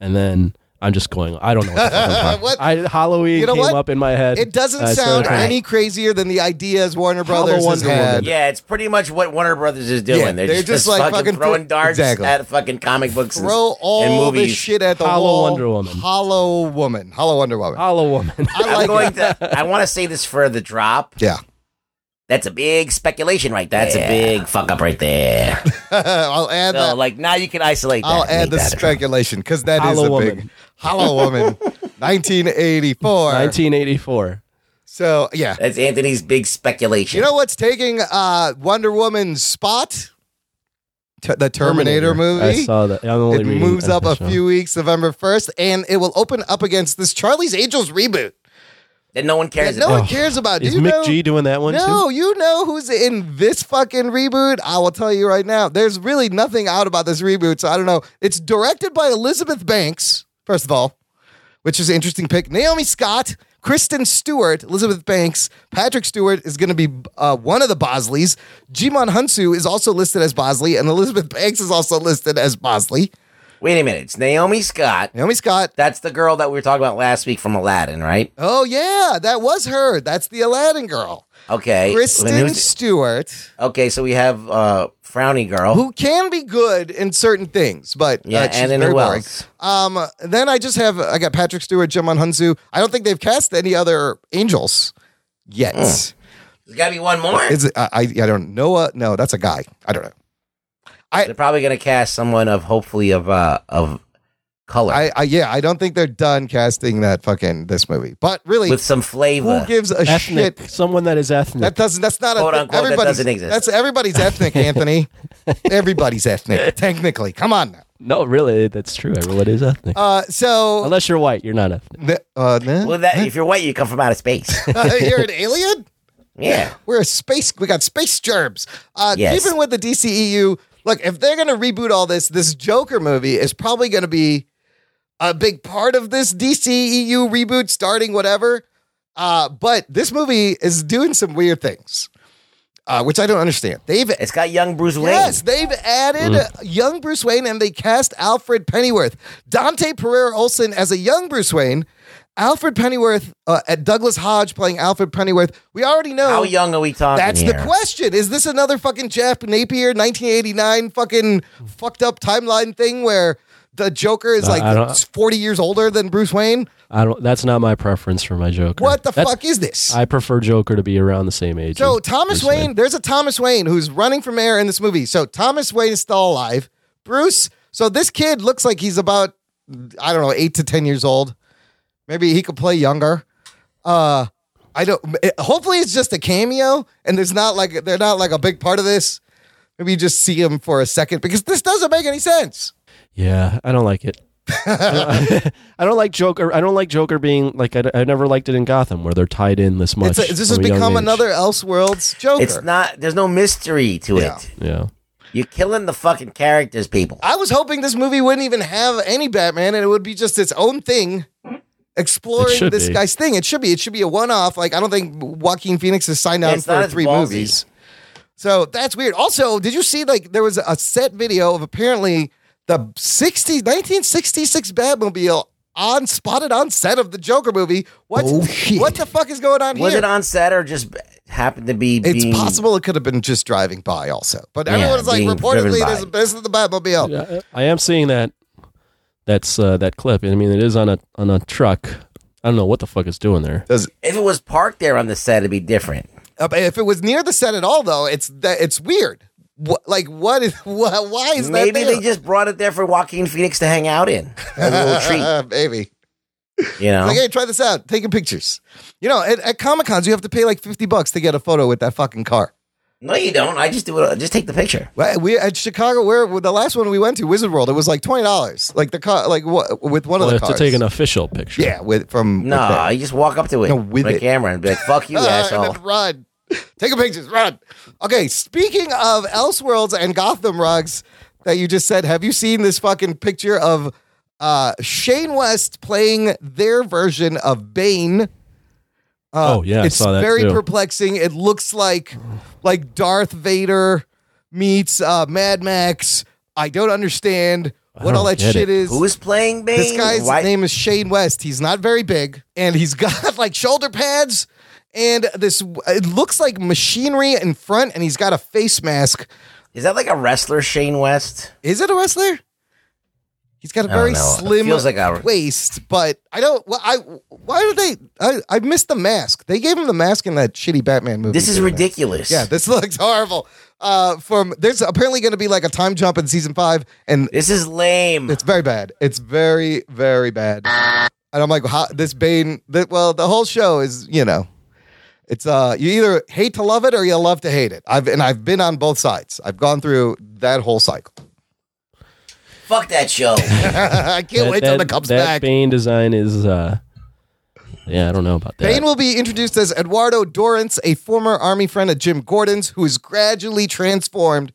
Speaker 3: and then I'm just going. I don't know. What the fuck I'm
Speaker 1: [LAUGHS]
Speaker 3: talking-
Speaker 1: What?
Speaker 3: I, Halloween
Speaker 1: You know
Speaker 3: came
Speaker 1: what?
Speaker 3: up in my head.
Speaker 1: It doesn't
Speaker 3: I started
Speaker 1: sound
Speaker 3: thinking,
Speaker 1: any crazier than the ideas Warner
Speaker 3: How the
Speaker 1: Brothers has
Speaker 3: Wonder Woman.
Speaker 1: had.
Speaker 4: Yeah, it's pretty much what Warner Brothers is doing.
Speaker 1: Yeah,
Speaker 4: they're, just, like fucking, throwing darts
Speaker 1: Exactly.
Speaker 4: at fucking comic books and-
Speaker 1: Throw
Speaker 4: and
Speaker 1: all
Speaker 4: movies.
Speaker 1: this shit at the
Speaker 3: Hollow
Speaker 1: wall.
Speaker 3: Wonder Woman.
Speaker 1: Hollow woman. Hollow Wonder Woman. [LAUGHS]
Speaker 3: Hollow Woman.
Speaker 1: I
Speaker 4: I'm
Speaker 1: like
Speaker 4: going
Speaker 1: it.
Speaker 4: to. I want to say this for the drop.
Speaker 1: Yeah. [LAUGHS]
Speaker 4: That's a big speculation right there. That's a big fuck up right [LAUGHS] there.
Speaker 1: I'll add that.
Speaker 4: So, like now you can isolate. That
Speaker 1: I'll
Speaker 4: and
Speaker 1: add
Speaker 4: make
Speaker 1: the
Speaker 4: that a drop.
Speaker 1: speculation because that is
Speaker 3: Hollow
Speaker 1: a big
Speaker 3: Woman.
Speaker 1: Hollow
Speaker 3: [LAUGHS]
Speaker 1: Woman, 1984.
Speaker 3: 1984.
Speaker 1: So yeah,
Speaker 4: That's Anthony's big speculation.
Speaker 1: you know what's taking uh, Wonder Woman's spot? T- the Terminator, movie.
Speaker 3: I saw that. I'm only
Speaker 1: it
Speaker 3: reading
Speaker 1: moves up a
Speaker 3: unofficial.
Speaker 1: few weeks, November 1st, and it will open up against this Charlie's Angels reboot.
Speaker 4: that no one cares
Speaker 1: that no
Speaker 4: about.
Speaker 1: one cares about. Uh, Do
Speaker 3: Is
Speaker 1: you
Speaker 3: Mick
Speaker 1: know-
Speaker 3: G doing that one
Speaker 1: No, you know who's in this fucking reboot? I will tell you right now. There's really nothing out about this reboot, so I don't know. It's directed by Elizabeth Banks, first of all, which is an interesting pick. Naomi Scott, Kristen Stewart, Elizabeth Banks, Patrick Stewart is going to be uh, one of the Bosleys. Jimon Hunsu is also listed as Bosley, and Elizabeth Banks is also listed as Bosley.
Speaker 4: Wait a minute, it's Naomi Scott.
Speaker 1: Naomi Scott.
Speaker 4: That's the girl that we were talking about last week from Aladdin, right?
Speaker 1: Oh yeah, that was her. That's the Aladdin girl,
Speaker 4: Okay. And
Speaker 1: Kristen
Speaker 4: who's-
Speaker 1: Stewart.
Speaker 4: Okay, so we have uh, Frowny Girl.
Speaker 1: who can be good in certain things, but
Speaker 4: Yeah,
Speaker 1: uh, she's
Speaker 4: and in
Speaker 1: very
Speaker 4: who
Speaker 1: boring.
Speaker 4: else?
Speaker 1: Um, then I just have I got Patrick Stewart, Jim on Hunsu. I don't think they've cast any other angels yet.
Speaker 4: Hmm. There's got to be one more.
Speaker 1: Is it, I, I I don't Noah? No, that's a guy. I don't know.
Speaker 4: They're probably going to cast someone of hopefully of uh, of color
Speaker 1: I, I yeah, I don't think they're done casting that fucking this movie. But really,
Speaker 4: with some
Speaker 1: who
Speaker 4: flavor.
Speaker 1: gives a
Speaker 3: Ethnic.
Speaker 1: shit?
Speaker 3: Someone that is ethnic.
Speaker 1: That doesn't. That's not
Speaker 4: Quote,
Speaker 1: a.
Speaker 4: unquote, that
Speaker 1: everybody's-
Speaker 4: doesn't exist.
Speaker 1: That's everybody's ethnic, Anthony. everybody's
Speaker 4: [LAUGHS]
Speaker 1: ethnic, technically. Come on now.
Speaker 3: no, really, that's true. Everyone is ethnic.
Speaker 1: Uh, so,
Speaker 3: Unless you're white, you're not ethnic.
Speaker 1: uh, nah.
Speaker 4: well, that if you're white, you come from
Speaker 1: [LAUGHS]
Speaker 4: outer space.
Speaker 1: Uh,
Speaker 4: [LAUGHS]
Speaker 1: you're an alien.
Speaker 4: yeah.
Speaker 1: We're a space. We got space germs. Uh,
Speaker 4: Yes.
Speaker 1: Keeping with the DCEU, look, if they're going to reboot all this, this Joker movie is probably going to be a big part of this DCEU reboot, starting whatever. Uh, but this movie is doing some weird things, uh, which I don't understand. They've
Speaker 4: It's got young Bruce Wayne.
Speaker 1: Yes, they've added
Speaker 3: Mm.
Speaker 1: uh, young Bruce Wayne and they cast Alfred Pennyworth. Dante Pereira Olson as a young Bruce Wayne, Alfred Pennyworth uh, at Douglas Hodge playing Alfred Pennyworth. We already know
Speaker 4: How young are we talking
Speaker 1: that's
Speaker 4: here?
Speaker 1: the question. Is this another fucking Jeff Napier 1989 fucking fucked up timeline thing where the Joker is
Speaker 3: Uh, I
Speaker 1: like
Speaker 3: don't-
Speaker 1: 40 years older than Bruce Wayne?
Speaker 3: I don't. That's not my preference for my Joker.
Speaker 1: What the
Speaker 3: That's-
Speaker 1: fuck is this?
Speaker 3: I prefer Joker to be around the same age.
Speaker 1: So
Speaker 3: as
Speaker 1: Thomas
Speaker 3: Bruce
Speaker 1: Wayne, there's a Thomas Wayne who's running for mayor in this movie. So Thomas Wayne is still alive. Bruce, so this kid looks like he's about I don't know, 8 to 10 years old. Maybe he could play younger. Uh I don't it- hopefully it's just a cameo and there's not like they're not like a big part of this. Maybe you just see him for a second because this doesn't make any sense.
Speaker 3: Yeah, I
Speaker 1: [LAUGHS]
Speaker 3: don't like it. I don't like Joker. I don't like Joker being like I, I never liked it in Gotham where they're tied in this much.
Speaker 1: It's a, this has
Speaker 3: from a young
Speaker 1: become
Speaker 3: age.
Speaker 1: another Elseworlds Joker.
Speaker 4: It's not. There's no mystery to
Speaker 1: Yeah.
Speaker 4: it.
Speaker 3: Yeah,
Speaker 4: You're killing the fucking characters, people.
Speaker 1: I was hoping this movie wouldn't even have any Batman and it would be just its own thing
Speaker 3: It
Speaker 1: exploring
Speaker 3: should
Speaker 1: this
Speaker 3: be.
Speaker 1: guy's thing. It should be. It should be a one off. Like, I don't think Joaquin Phoenix has signed on
Speaker 4: it's not
Speaker 1: for
Speaker 4: as
Speaker 1: three
Speaker 4: ballsy.
Speaker 1: movies. So that's weird. Also, did you see, like, there was a set video of apparently the 60, 1966 Batmobile on spotted on set of the Joker movie? What,
Speaker 5: Oh, shit.
Speaker 1: what the fuck is going on
Speaker 4: Was
Speaker 1: here?
Speaker 4: it on set or just b- happened to be?
Speaker 1: it's
Speaker 4: being,
Speaker 1: possible it could have been just driving by, also. But
Speaker 4: Yeah,
Speaker 1: everyone's like,
Speaker 4: being driven
Speaker 1: reportedly,
Speaker 4: by.
Speaker 1: this, this is the Batmobile.
Speaker 3: Yeah, uh, I am seeing that. That's uh, that clip. I mean, it is on a on a truck. I don't know what the fuck it's doing there.
Speaker 1: Does,
Speaker 4: If it was parked there on the set, it'd be different.
Speaker 1: Uh, but if it was near the set at all, though, it's that it's weird. What, like, what is [LAUGHS] wh- why is
Speaker 4: Maybe
Speaker 1: that? there?
Speaker 4: they just brought it there for Joaquin Phoenix to hang out in as
Speaker 1: [LAUGHS]
Speaker 4: a little treat.
Speaker 1: Uh, maybe.
Speaker 4: You know,
Speaker 1: Like, hey, try this out. Taking pictures. You know, at, at Comic Cons, you have to pay like fifty bucks to get a photo with that fucking car.
Speaker 4: no, you don't. I just do it. Just take the picture.
Speaker 1: Right? We at Chicago, where the last one we went to, Wizard World, it was like twenty dollars. Like the car, like what with one
Speaker 3: Well,
Speaker 1: of
Speaker 3: they
Speaker 1: the
Speaker 3: have to
Speaker 1: cars.
Speaker 3: take an official picture.
Speaker 1: yeah, with from
Speaker 4: No,
Speaker 1: with
Speaker 4: you just walk up to it
Speaker 1: No,
Speaker 4: with,
Speaker 1: with
Speaker 4: a
Speaker 1: it.
Speaker 4: camera and be like,
Speaker 1: [LAUGHS]
Speaker 4: "Fuck you,
Speaker 1: that. Ah,
Speaker 4: asshole."
Speaker 1: and then run. Taking pictures, run. Okay, speaking of Elseworlds and Gotham rugs that you just said, have you seen this fucking picture of uh, Shane West playing their version of Bane? Uh,
Speaker 3: Oh, yeah, I
Speaker 1: it's
Speaker 3: saw that
Speaker 1: very
Speaker 3: too.
Speaker 1: perplexing. It looks like like Darth Vader meets uh, Mad Max. I don't understand what
Speaker 3: don't
Speaker 1: all that
Speaker 3: get
Speaker 1: shit
Speaker 3: it.
Speaker 1: is.
Speaker 4: Who's playing Bane?
Speaker 1: This guy's
Speaker 4: Why-
Speaker 1: name is Shane West. He's not very big, and he's [LAUGHS] got like shoulder pads and this. It looks like machinery in front, and he's got a face mask.
Speaker 4: Is that like a wrestler, Shane West?
Speaker 1: Is it a wrestler? He's got a
Speaker 4: don't
Speaker 1: very
Speaker 4: know. It
Speaker 1: slim
Speaker 4: feels like a-
Speaker 1: waist, but I don't. wh- I why did they? I, I missed the mask. They gave him the mask in that shitty Batman movie.
Speaker 4: This is
Speaker 1: didn't they?
Speaker 4: ridiculous.
Speaker 1: Yeah, this [LAUGHS] looks horrible. Uh, from there's apparently going to be like a time jump in season five, and
Speaker 4: this is lame.
Speaker 1: It's very bad. It's very, very bad. And I'm like, how, this Bane. That, well, the whole show is, you know, it's uh, you either hate to love it or you love to hate it. I've and I've been on both sides. I've gone through that whole cycle. [LAUGHS]
Speaker 4: Fuck that show.
Speaker 1: I can't [LAUGHS]
Speaker 3: That-
Speaker 1: wait till
Speaker 3: that,
Speaker 1: it comes
Speaker 3: that
Speaker 1: back.
Speaker 3: Bane design is uh, Yeah, I don't know about that.
Speaker 1: Bane will be introduced as Eduardo Dorrance, a former army friend of Jim Gordon's, who is gradually transformed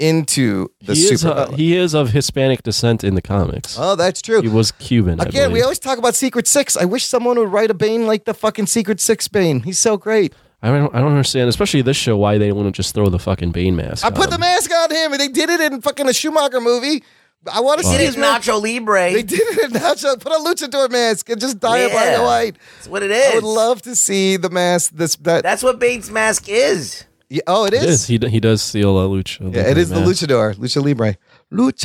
Speaker 1: into the
Speaker 3: he, is,
Speaker 1: super.
Speaker 3: uh, he is of Hispanic descent in the comics.
Speaker 1: oh, that's true.
Speaker 3: he was Cuban. I
Speaker 1: Again, we
Speaker 3: believe.
Speaker 1: always talk about Secret Six. I wish someone would write a Bane like the fucking Secret Six Bane. He's so great.
Speaker 3: I don't, I don't understand, especially this show, why they want to just throw the fucking Bane mask.
Speaker 1: I
Speaker 3: on
Speaker 1: put the
Speaker 3: him.
Speaker 1: mask on him, and they did it in fucking a Schumacher movie. I want to see
Speaker 4: It
Speaker 1: this.
Speaker 4: is Nacho Libre.
Speaker 1: They did it in Nacho. Put a luchador mask and just dye it black
Speaker 4: Yeah.
Speaker 1: and white.
Speaker 4: That's what it
Speaker 1: I
Speaker 4: is.
Speaker 1: would love to see the mask. This that.
Speaker 4: That's what Bane's mask is.
Speaker 1: yeah, oh,
Speaker 3: It is. He, d- he does steal a lucha.
Speaker 1: Yeah, it is the luchador, lucha libre,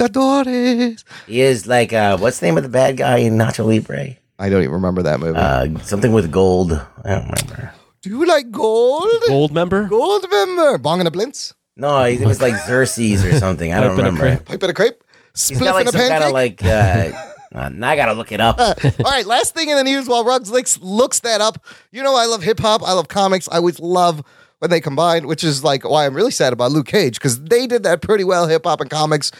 Speaker 1: luchadores.
Speaker 4: He is like uh, what's the name of the bad guy in Nacho Libre?
Speaker 1: I don't even remember that movie.
Speaker 4: Uh, something with gold. I don't remember.
Speaker 1: Do you like gold?
Speaker 3: Gold member?
Speaker 1: Gold member, bong in a blintz,
Speaker 4: No, it was like Xerxes or something. I don't
Speaker 3: Pipe and a
Speaker 4: remember.
Speaker 3: crepe.
Speaker 1: pipe in a crepe,
Speaker 4: He's
Speaker 1: spliff
Speaker 4: got like
Speaker 1: in a
Speaker 4: some kind of
Speaker 1: pancake.
Speaker 4: like. Uh, uh, now I gotta look it
Speaker 1: [LAUGHS]
Speaker 4: up.
Speaker 1: All right, last thing in the news while Ruggs licks, looks that up. You know, I love hip hop. I love comics. I always love when they combine, which is like why I'm really sad about Luke Cage because they did that pretty well, hip hop and comics.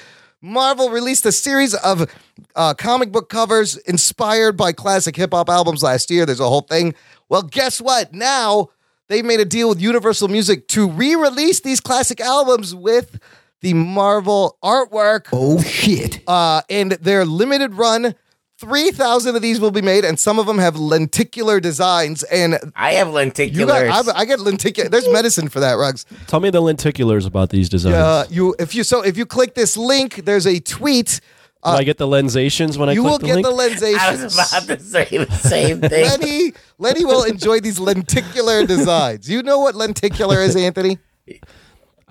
Speaker 1: Marvel released a series of uh, comic book covers inspired by classic hip hop albums last year. There's a whole thing. Well, guess what? Now they made a deal with Universal Music to re release these classic albums with the Marvel artwork
Speaker 5: Oh shit.
Speaker 1: uh, and they're limited run. 3,000 of these will be made, and some of them have lenticular designs. And
Speaker 4: I have
Speaker 1: you got,
Speaker 4: lenticulars.
Speaker 1: I, I get lenticular. There's medicine for that, Rugs.
Speaker 3: Tell me the lenticulars about these designs.
Speaker 1: Uh, you, if you, so if you click this link, there's a tweet.
Speaker 3: Will I get the lensations when I
Speaker 1: uh, you
Speaker 3: click
Speaker 1: will
Speaker 3: the
Speaker 1: get
Speaker 3: link?
Speaker 1: the
Speaker 4: [LAUGHS] I was
Speaker 1: lensations.
Speaker 4: about to say the same thing.
Speaker 1: Lenny, Lenny will enjoy these lenticular designs. You know what lenticular is, Anthony?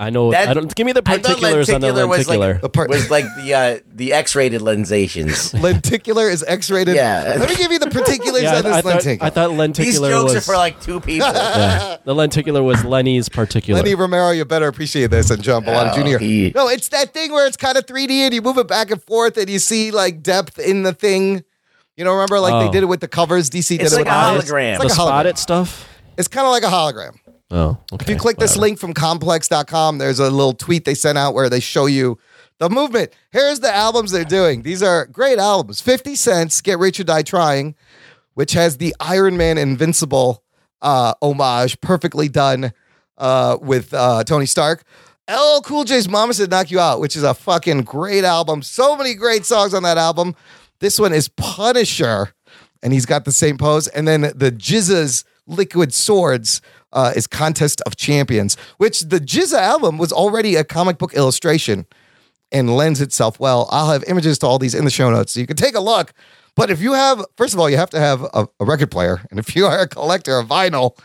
Speaker 3: I know.
Speaker 4: That-
Speaker 3: I don't. Give me the
Speaker 4: I thought
Speaker 3: particulars on the
Speaker 4: lenticular was
Speaker 3: lenticular.
Speaker 4: like,
Speaker 1: The part-
Speaker 4: was like the uh, the X-rated lensations.
Speaker 1: Lenticular is X-rated.
Speaker 4: Yeah.
Speaker 1: Let me give you the particulars
Speaker 3: yeah, I,
Speaker 1: on this
Speaker 3: I thought,
Speaker 1: lenticular.
Speaker 3: I thought
Speaker 4: These
Speaker 3: lenticular
Speaker 4: jokes
Speaker 3: was
Speaker 4: are for like two people.
Speaker 3: [LAUGHS] yeah, the lenticular was Lenny's particular.
Speaker 1: Lenny Romero, you better appreciate this, and John Bolano
Speaker 4: Oh,
Speaker 1: Jr.
Speaker 4: he-
Speaker 1: No, it's that thing where it's kind of 3D and you move it back and forth and you see like depth in the thing. You know, remember like they
Speaker 3: Oh.
Speaker 1: did it with the covers. DC did
Speaker 4: It's
Speaker 1: it
Speaker 4: like
Speaker 1: with the
Speaker 4: a
Speaker 1: covers.
Speaker 4: hologram.
Speaker 1: It's
Speaker 3: the
Speaker 1: like a hologram.
Speaker 3: spotted stuff.
Speaker 1: It's kind of like a hologram.
Speaker 3: Oh, okay.
Speaker 1: If you click this
Speaker 3: whatever.
Speaker 1: link from complex.com, there's a little tweet they sent out where they show you the movement. Here's the albums they're doing. These are great albums 50 Cents, Get Rich or Die Trying, which has the Iron Man Invincible uh, homage perfectly done uh, with uh, Tony Stark. LL Cool J's Mama Said Knock You Out, which is a fucking great album. So many great songs on that album. This one is Punisher, and he's got the same pose. And then the Jizza's Liquid Swords uh, is Contest of Champions, which the Jizza album was already a comic book illustration and lends itself well. I'll have images to all these in the show notes so you can take a look. But if you have, first of all, you have to have a, a record player. And if you [LAUGHS] are a collector of vinyl,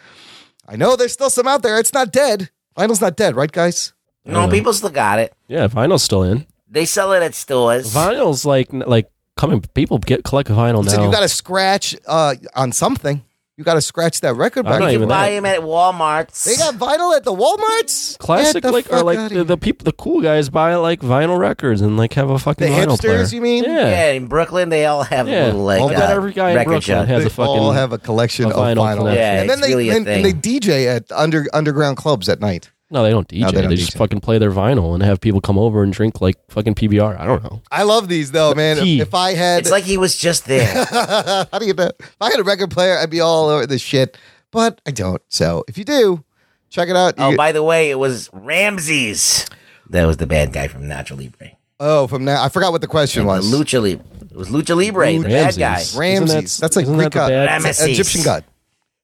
Speaker 1: I know there's still some out there. It's not dead. Vinyl's not dead, right, guys?
Speaker 4: no, people still got it.
Speaker 3: Yeah, vinyl's still in.
Speaker 4: They sell it at stores.
Speaker 3: Vinyl's like like coming. People get collect vinyl
Speaker 1: So
Speaker 3: now.
Speaker 1: you got to scratch uh, on something. You got to scratch that record
Speaker 3: I'm
Speaker 1: back.
Speaker 3: not
Speaker 4: you
Speaker 3: even
Speaker 4: can buy them at Walmart.
Speaker 1: They got vinyl at the WalMarts.
Speaker 3: Classic,
Speaker 1: Get the
Speaker 3: like, or
Speaker 1: fuck
Speaker 3: like
Speaker 1: outta
Speaker 3: the,
Speaker 1: here.
Speaker 3: the people, the cool guys buy like vinyl records and like have a fucking
Speaker 1: The
Speaker 3: vinyl
Speaker 1: hipsters,
Speaker 3: player.
Speaker 1: you mean?
Speaker 3: Yeah,
Speaker 4: yeah, in Brooklyn they all have
Speaker 3: Yeah.
Speaker 4: little like
Speaker 3: Well,
Speaker 4: uh,
Speaker 3: but every guy in
Speaker 4: record
Speaker 3: Brooklyn
Speaker 4: shop.
Speaker 3: has
Speaker 1: they
Speaker 3: a fucking.
Speaker 1: all have a collection
Speaker 3: a
Speaker 1: of
Speaker 3: vinyl
Speaker 1: vinyl.
Speaker 3: collection.
Speaker 4: Yeah,
Speaker 1: and then
Speaker 4: it's
Speaker 1: they
Speaker 4: really a
Speaker 1: and, and they
Speaker 4: thing.
Speaker 1: DJ at under underground clubs at night.
Speaker 3: no, they don't DJ.
Speaker 1: No, they
Speaker 3: they
Speaker 1: don't
Speaker 3: just
Speaker 1: DJ.
Speaker 3: fucking play their vinyl and have people come over and drink like fucking PBR. I don't know.
Speaker 1: I love these though, man.
Speaker 3: key.
Speaker 1: If I had
Speaker 4: It's like he was just
Speaker 3: [LAUGHS]
Speaker 4: there.
Speaker 1: How do you know? If I had a record player, I'd be all over this shit. But I don't. So if you do, check it out. You
Speaker 4: oh,
Speaker 1: get-
Speaker 4: by the way, it was Ramses. That was the bad guy from Nacho Libre.
Speaker 1: oh, from now I forgot what the question was.
Speaker 4: Lucha Libre. It was Lucha Libre, the bad
Speaker 3: Ramses.
Speaker 1: Ramses.
Speaker 4: guy.
Speaker 3: Isn't that-
Speaker 1: That's like
Speaker 3: isn't
Speaker 1: Greek
Speaker 3: that the
Speaker 1: god.
Speaker 3: bad-
Speaker 1: It's
Speaker 4: Ramesses.
Speaker 1: an Egyptian god.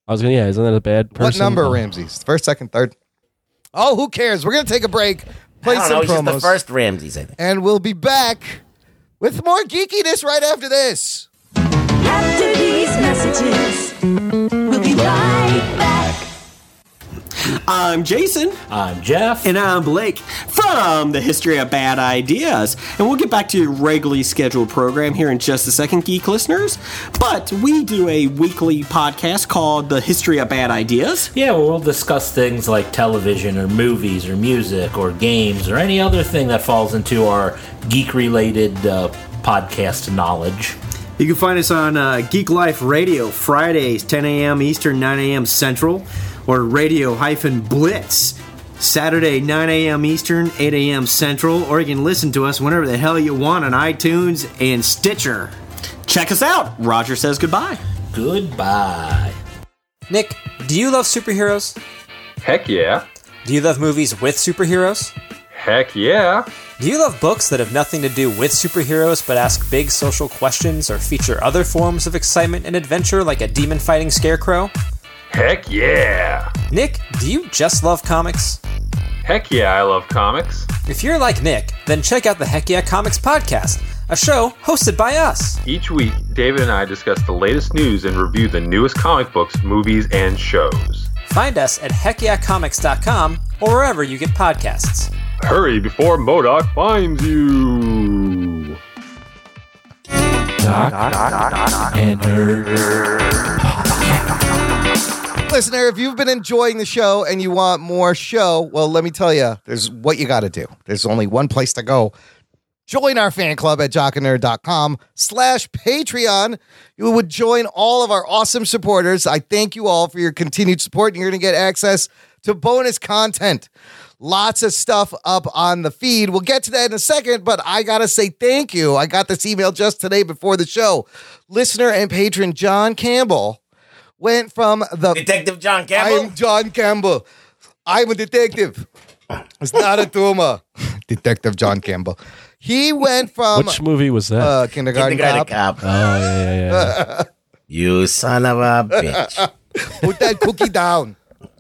Speaker 3: I was gonna. Yeah, isn't that a bad person?
Speaker 1: What number,
Speaker 3: Oh.
Speaker 1: Ramses? First, second, third. Oh, who cares? We're gonna take a break. Play
Speaker 4: I don't
Speaker 1: some
Speaker 4: know. He's just
Speaker 1: promos,
Speaker 4: the first Ramses, I think.
Speaker 1: and we'll be back with more geekiness right after this.
Speaker 6: After these messages, we'll be right back.
Speaker 7: I'm Jason.
Speaker 8: I'm Jeff.
Speaker 7: And I'm Blake from the History of Bad Ideas. And we'll get back to your regularly scheduled program here in just a second, geek listeners. But we do a weekly podcast called The History of Bad Ideas.
Speaker 8: yeah, well, we'll discuss things like television or movies or music or games or any other thing that falls into our geek related uh, podcast knowledge.
Speaker 9: You can find us on uh, Geek Life Radio Fridays, 10 a.m. Eastern, 9 a.m. Central, or Radio Hyphen Blitz Saturday, 9 a.m. Eastern, 8 a.m. Central, or you can listen to us whenever the hell you want on iTunes and Stitcher.
Speaker 7: Check us out. Roger says goodbye.
Speaker 8: Goodbye.
Speaker 10: Nick, do you love superheroes?
Speaker 11: Heck yeah.
Speaker 10: Do you love movies with superheroes?
Speaker 11: Heck yeah.
Speaker 10: Do you love books that have nothing to do with superheroes but ask big social questions or feature other forms of excitement and adventure like a demon fighting scarecrow?
Speaker 11: Heck yeah.
Speaker 10: Nick, do you just love comics?
Speaker 11: Heck yeah, I love comics.
Speaker 10: If you're like Nick, then check out the Heck Yeah Comics podcast, a show hosted by us.
Speaker 11: Each week, David and I discuss the latest news and review the newest comic books, movies, and shows.
Speaker 10: Find us at heckyacomics.com or wherever you get podcasts.
Speaker 11: Hurry before Modoc finds you.
Speaker 2: Doc, and
Speaker 1: Listener, if you've been enjoying the show and you want more show, well, let me tell you, there's what you got to do. There's only one place to go. Join our fan club at jockandnerd.com slash Patreon. You would join all of our awesome supporters. I thank you all for your continued support, and you're going to get access to bonus content. Lots of stuff up on the feed. We'll get to that in a second, but I got to say thank you. I got this email just today before the show. Listener and patron John Campbell went from the
Speaker 4: Detective John Campbell?
Speaker 1: I'm John Campbell. I'm a detective. It's not a tumor. [LAUGHS] Detective John Campbell. He went from
Speaker 3: Which movie was that?
Speaker 1: uh, kindergarten,
Speaker 4: Kindergarten
Speaker 1: Cop.
Speaker 4: cop.
Speaker 3: oh yeah, yeah, yeah.
Speaker 4: you son of a
Speaker 3: [LAUGHS]
Speaker 4: bitch.
Speaker 1: Put that cookie down.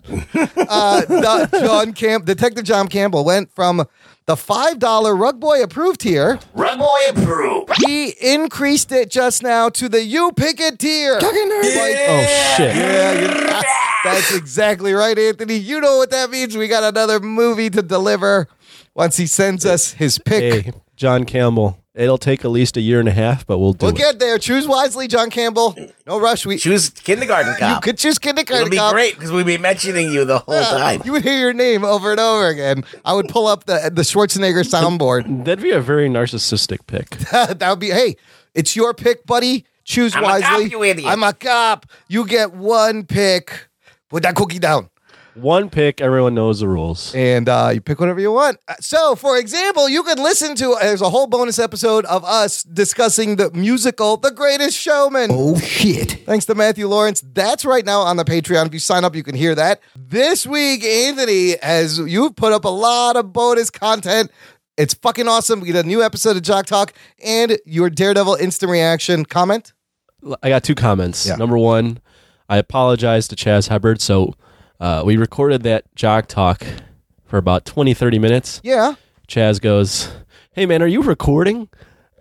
Speaker 1: Uh, the- John Camp, Detective John Campbell went from the five dollar Rug Boy approved tier.
Speaker 4: Run boy approved.
Speaker 1: He increased it just now to the you pick it tier.
Speaker 3: Oh shit.
Speaker 1: Yeah, you- that's exactly right, Anthony. You know what that means. We got another movie to deliver once he sends us his pick.
Speaker 3: Hey, John Campbell. It'll take at least a year and a half, but we'll do
Speaker 1: We'll
Speaker 3: it.
Speaker 1: get there. Choose wisely, John Campbell. No rush. We
Speaker 4: Choose kindergarten
Speaker 1: you
Speaker 4: cop.
Speaker 1: could choose kindergarten.
Speaker 4: It'll be
Speaker 1: Cop.
Speaker 4: great because we'll be mentioning you
Speaker 3: [LAUGHS]
Speaker 4: the whole time.
Speaker 1: You would hear your name over and over again. I would pull up the the Schwarzenegger soundboard. [LAUGHS]
Speaker 3: That'd be a very narcissistic pick. [LAUGHS]
Speaker 1: that would be, hey, it's your pick, buddy. Choose
Speaker 4: I'm a cop,
Speaker 1: wisely.
Speaker 4: you idiot.
Speaker 1: I'm a cop. You get one pick. Put that cookie down,
Speaker 3: One pick, everyone knows the rules.
Speaker 1: and uh, you pick whatever you want. Uh, So, for example, you can listen to uh, there's a whole bonus episode of us discussing the musical The Greatest Showman.
Speaker 5: Oh shit.
Speaker 1: Thanks to Matthew Lawrence. That's right now on the Patreon. If you sign up, you can hear that. This week, Anthony, as you've put up a lot of bonus content. It's fucking awesome. We get a new episode of Jock Talk and your Daredevil instant reaction comment.
Speaker 3: I got two comments.
Speaker 1: Yeah.
Speaker 3: Number one, I apologize to Chaz Hubbard. So uh, we recorded that jock talk for about 20, 30 minutes.
Speaker 1: Yeah.
Speaker 3: Chaz goes, Hey, man, are you recording?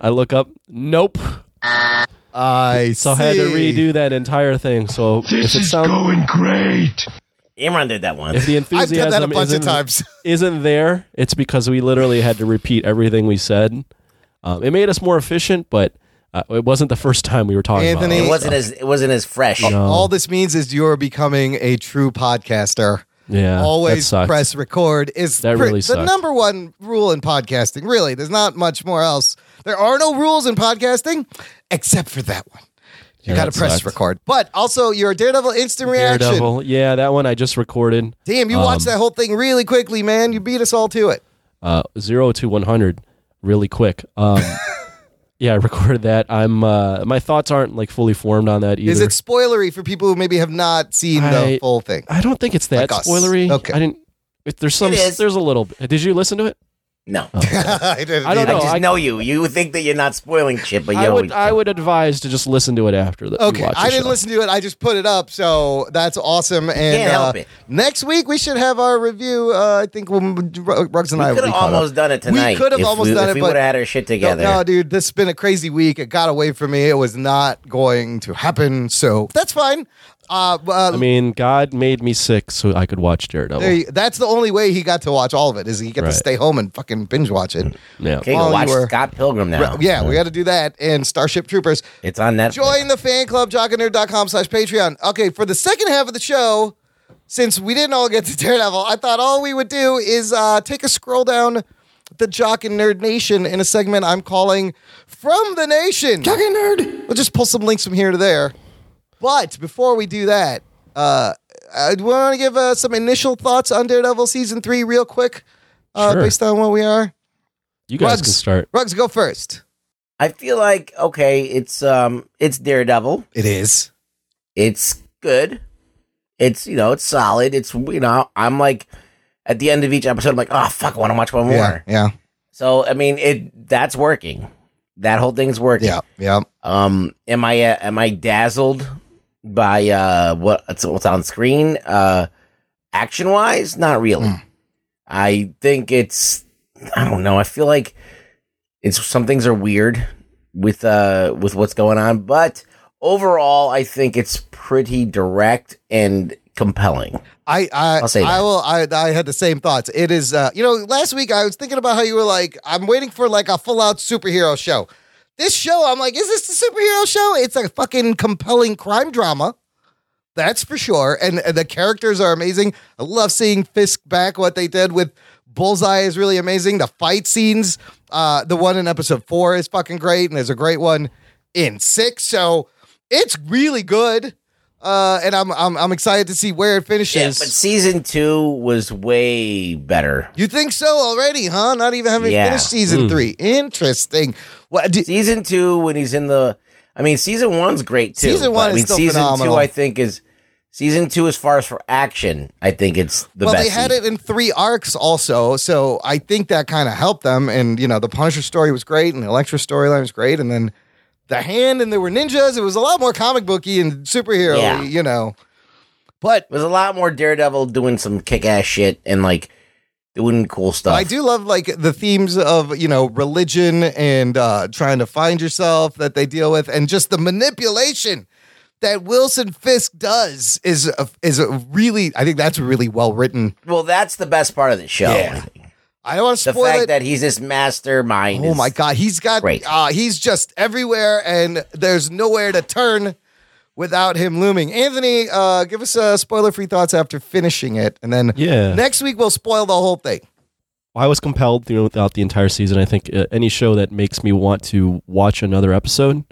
Speaker 3: I look up, Nope.
Speaker 1: I
Speaker 3: So I had to redo that entire thing. So if it sounds.
Speaker 4: Imran did that once.
Speaker 3: If
Speaker 1: [LAUGHS]
Speaker 3: the
Speaker 1: I've
Speaker 3: enthusiasm
Speaker 1: done that a bunch
Speaker 3: isn't,
Speaker 1: of times.
Speaker 3: [LAUGHS] isn't there, it's because we literally had to repeat everything we said. Um, it made us more efficient, but uh, it wasn't the first time we were talking
Speaker 1: Anthony-
Speaker 3: about
Speaker 4: It wasn't as it wasn't as fresh.
Speaker 3: Um,
Speaker 1: All this means is you're becoming a true podcaster.
Speaker 3: Yeah, that
Speaker 1: Always
Speaker 3: sucked.
Speaker 1: press record is
Speaker 3: That
Speaker 1: pre-
Speaker 3: really
Speaker 1: the
Speaker 3: sucked.
Speaker 1: number one rule in podcasting. Really, there's not much more else. There are no rules in podcasting except for that one. You
Speaker 3: Yeah,
Speaker 1: got to
Speaker 3: that
Speaker 1: press
Speaker 3: sucked.
Speaker 1: record. But also your Daredevil instant reaction.
Speaker 3: Daredevil. Um, Yeah, that one I just recorded.
Speaker 1: Damn, you watched that whole thing really quickly, man. You beat us all to it.
Speaker 3: uh, zero to one hundred really quick.
Speaker 1: [LAUGHS]
Speaker 3: Um, yeah, I recorded that. I'm uh, my thoughts aren't like fully formed on that either.
Speaker 1: Is it spoilery for people who maybe have not seen the
Speaker 3: I-
Speaker 1: full thing? [LAUGHS]
Speaker 3: I don't think it's that
Speaker 1: Like us.
Speaker 3: spoilery.
Speaker 1: Okay.
Speaker 3: I didn't. If there's some,
Speaker 4: It is.
Speaker 3: there's a little. bit. Did you listen to it?
Speaker 4: No.
Speaker 3: Oh.
Speaker 1: I, didn't
Speaker 3: I
Speaker 1: either.
Speaker 3: don't
Speaker 4: I
Speaker 3: know.
Speaker 4: just
Speaker 3: I-
Speaker 4: know you. You think that you're not spoiling shit, but you
Speaker 3: I
Speaker 4: always
Speaker 3: would. I would advise to just listen to it after the.
Speaker 1: Okay,
Speaker 3: you watch the
Speaker 1: I didn't
Speaker 3: show.
Speaker 1: listen to it. I just put it up, so that's awesome. And
Speaker 4: can't help
Speaker 1: uh,
Speaker 4: it.
Speaker 1: next week we should have our review. Uh, I think we'll, Rugs and I
Speaker 4: We
Speaker 1: will
Speaker 4: could
Speaker 1: be
Speaker 4: have
Speaker 1: caught
Speaker 4: almost
Speaker 1: up.
Speaker 4: done it tonight.
Speaker 1: We could have
Speaker 4: if
Speaker 1: almost
Speaker 4: we,
Speaker 1: done
Speaker 4: if
Speaker 1: it,
Speaker 4: we
Speaker 1: but
Speaker 4: would have had our shit
Speaker 1: no,
Speaker 4: together.
Speaker 1: no, dude, this has been a crazy week. It got away from me. It was not going to happen, so that's fine. Uh, uh,
Speaker 3: I mean, God made me sick so I could watch Daredevil.
Speaker 1: there you- that's the only way he got to watch all of it is he got
Speaker 3: Right.
Speaker 1: to stay home and fucking binge watch it.
Speaker 3: yeah.
Speaker 4: okay,
Speaker 1: while
Speaker 4: go
Speaker 1: you
Speaker 4: watch
Speaker 1: were-
Speaker 4: Scott Pilgrim now.
Speaker 1: Yeah, we got to do that. And Starship Troopers.
Speaker 4: It's on Netflix.
Speaker 1: Join the fan club, jockandnerd.com slash Patreon. Okay, for the second half of the show, since we didn't all get to Daredevil, I thought all we would do is uh, take a scroll down the Jock and Nerd Nation in a segment I'm calling From the Nation. Jock and Nerd. We'll just pull some links from here to there. But before we do that, uh, I want to give uh, some initial thoughts on Daredevil Season 3 real quick, uh,
Speaker 3: Sure.
Speaker 1: based on what we are.
Speaker 3: You guys
Speaker 1: Rugs.
Speaker 3: can start.
Speaker 1: Rugs, go first.
Speaker 4: I feel like okay, it's um, it's Daredevil.
Speaker 1: It is.
Speaker 4: It's good. It's you know, it's solid. It's you know, I'm like at the end of each episode, I'm like, oh fuck, I want to watch one more.
Speaker 1: Yeah, yeah.
Speaker 4: So I mean, it that's working. That whole thing's working. Yeah,
Speaker 1: yeah.
Speaker 4: Um, am I uh, am I dazzled by uh what what's on screen? Uh, action wise, not really. I think it's I don't know. I feel like it's some things are weird with uh with what's going on, but overall, I think it's pretty direct and compelling.
Speaker 1: I I
Speaker 4: I'll say that.
Speaker 1: I will I I had the same thoughts. It is uh you know last week I was thinking about how you were like I'm waiting for like a full out superhero show. This show I'm like is this a superhero show? It's a fucking compelling crime drama. That's for sure. And, and the characters are amazing. I love seeing Fisk back. What they did with Bullseye is really amazing. The fight scenes, uh, the one in episode four is fucking great, and there's a great one in six. So it's really good. Uh, and I'm, I'm I'm excited to see where it finishes.
Speaker 4: But season two was way better.
Speaker 1: You think so already, huh? Not even having
Speaker 4: Yeah.
Speaker 1: finished season
Speaker 4: Mm.
Speaker 1: three. Interesting. What
Speaker 4: season two when he's in the? I mean, season one's great too.
Speaker 1: Season
Speaker 4: but,
Speaker 1: one
Speaker 4: I
Speaker 1: is
Speaker 4: mean,
Speaker 1: still
Speaker 4: season
Speaker 1: phenomenal.
Speaker 4: two, I think is season two as far as for action. I think it's the
Speaker 1: well,
Speaker 4: best.
Speaker 1: they had it in three arcs also, so I think that kind of helped them. And you know, the Punisher story was great, and the Elektra storyline was great, and then the Hand, and there were ninjas. It was a lot more comic booky and superhero.
Speaker 4: Yeah.
Speaker 1: You know,
Speaker 4: but there's a lot more Daredevil doing some kick ass shit and like doing cool stuff.
Speaker 1: I do love like the themes of you know religion and uh, trying to find yourself that they deal with, and just the manipulation that Wilson Fisk does is a, is a really I think that's really well written.
Speaker 4: Well, that's the best part of the show.
Speaker 1: Yeah. I don't want to
Speaker 4: The
Speaker 1: spoil
Speaker 4: fact
Speaker 1: it.
Speaker 4: that he's this mastermind.
Speaker 1: Oh
Speaker 4: is-
Speaker 1: my god, he's got
Speaker 4: Great.
Speaker 1: uh, he's just everywhere and there's nowhere to turn without him looming. Anthony, uh, give us uh, spoiler-free thoughts after finishing it and then
Speaker 3: Yeah.
Speaker 1: next week we'll spoil the whole thing.
Speaker 3: I was compelled throughout the entire season. I think uh, any show that makes me want to watch another episode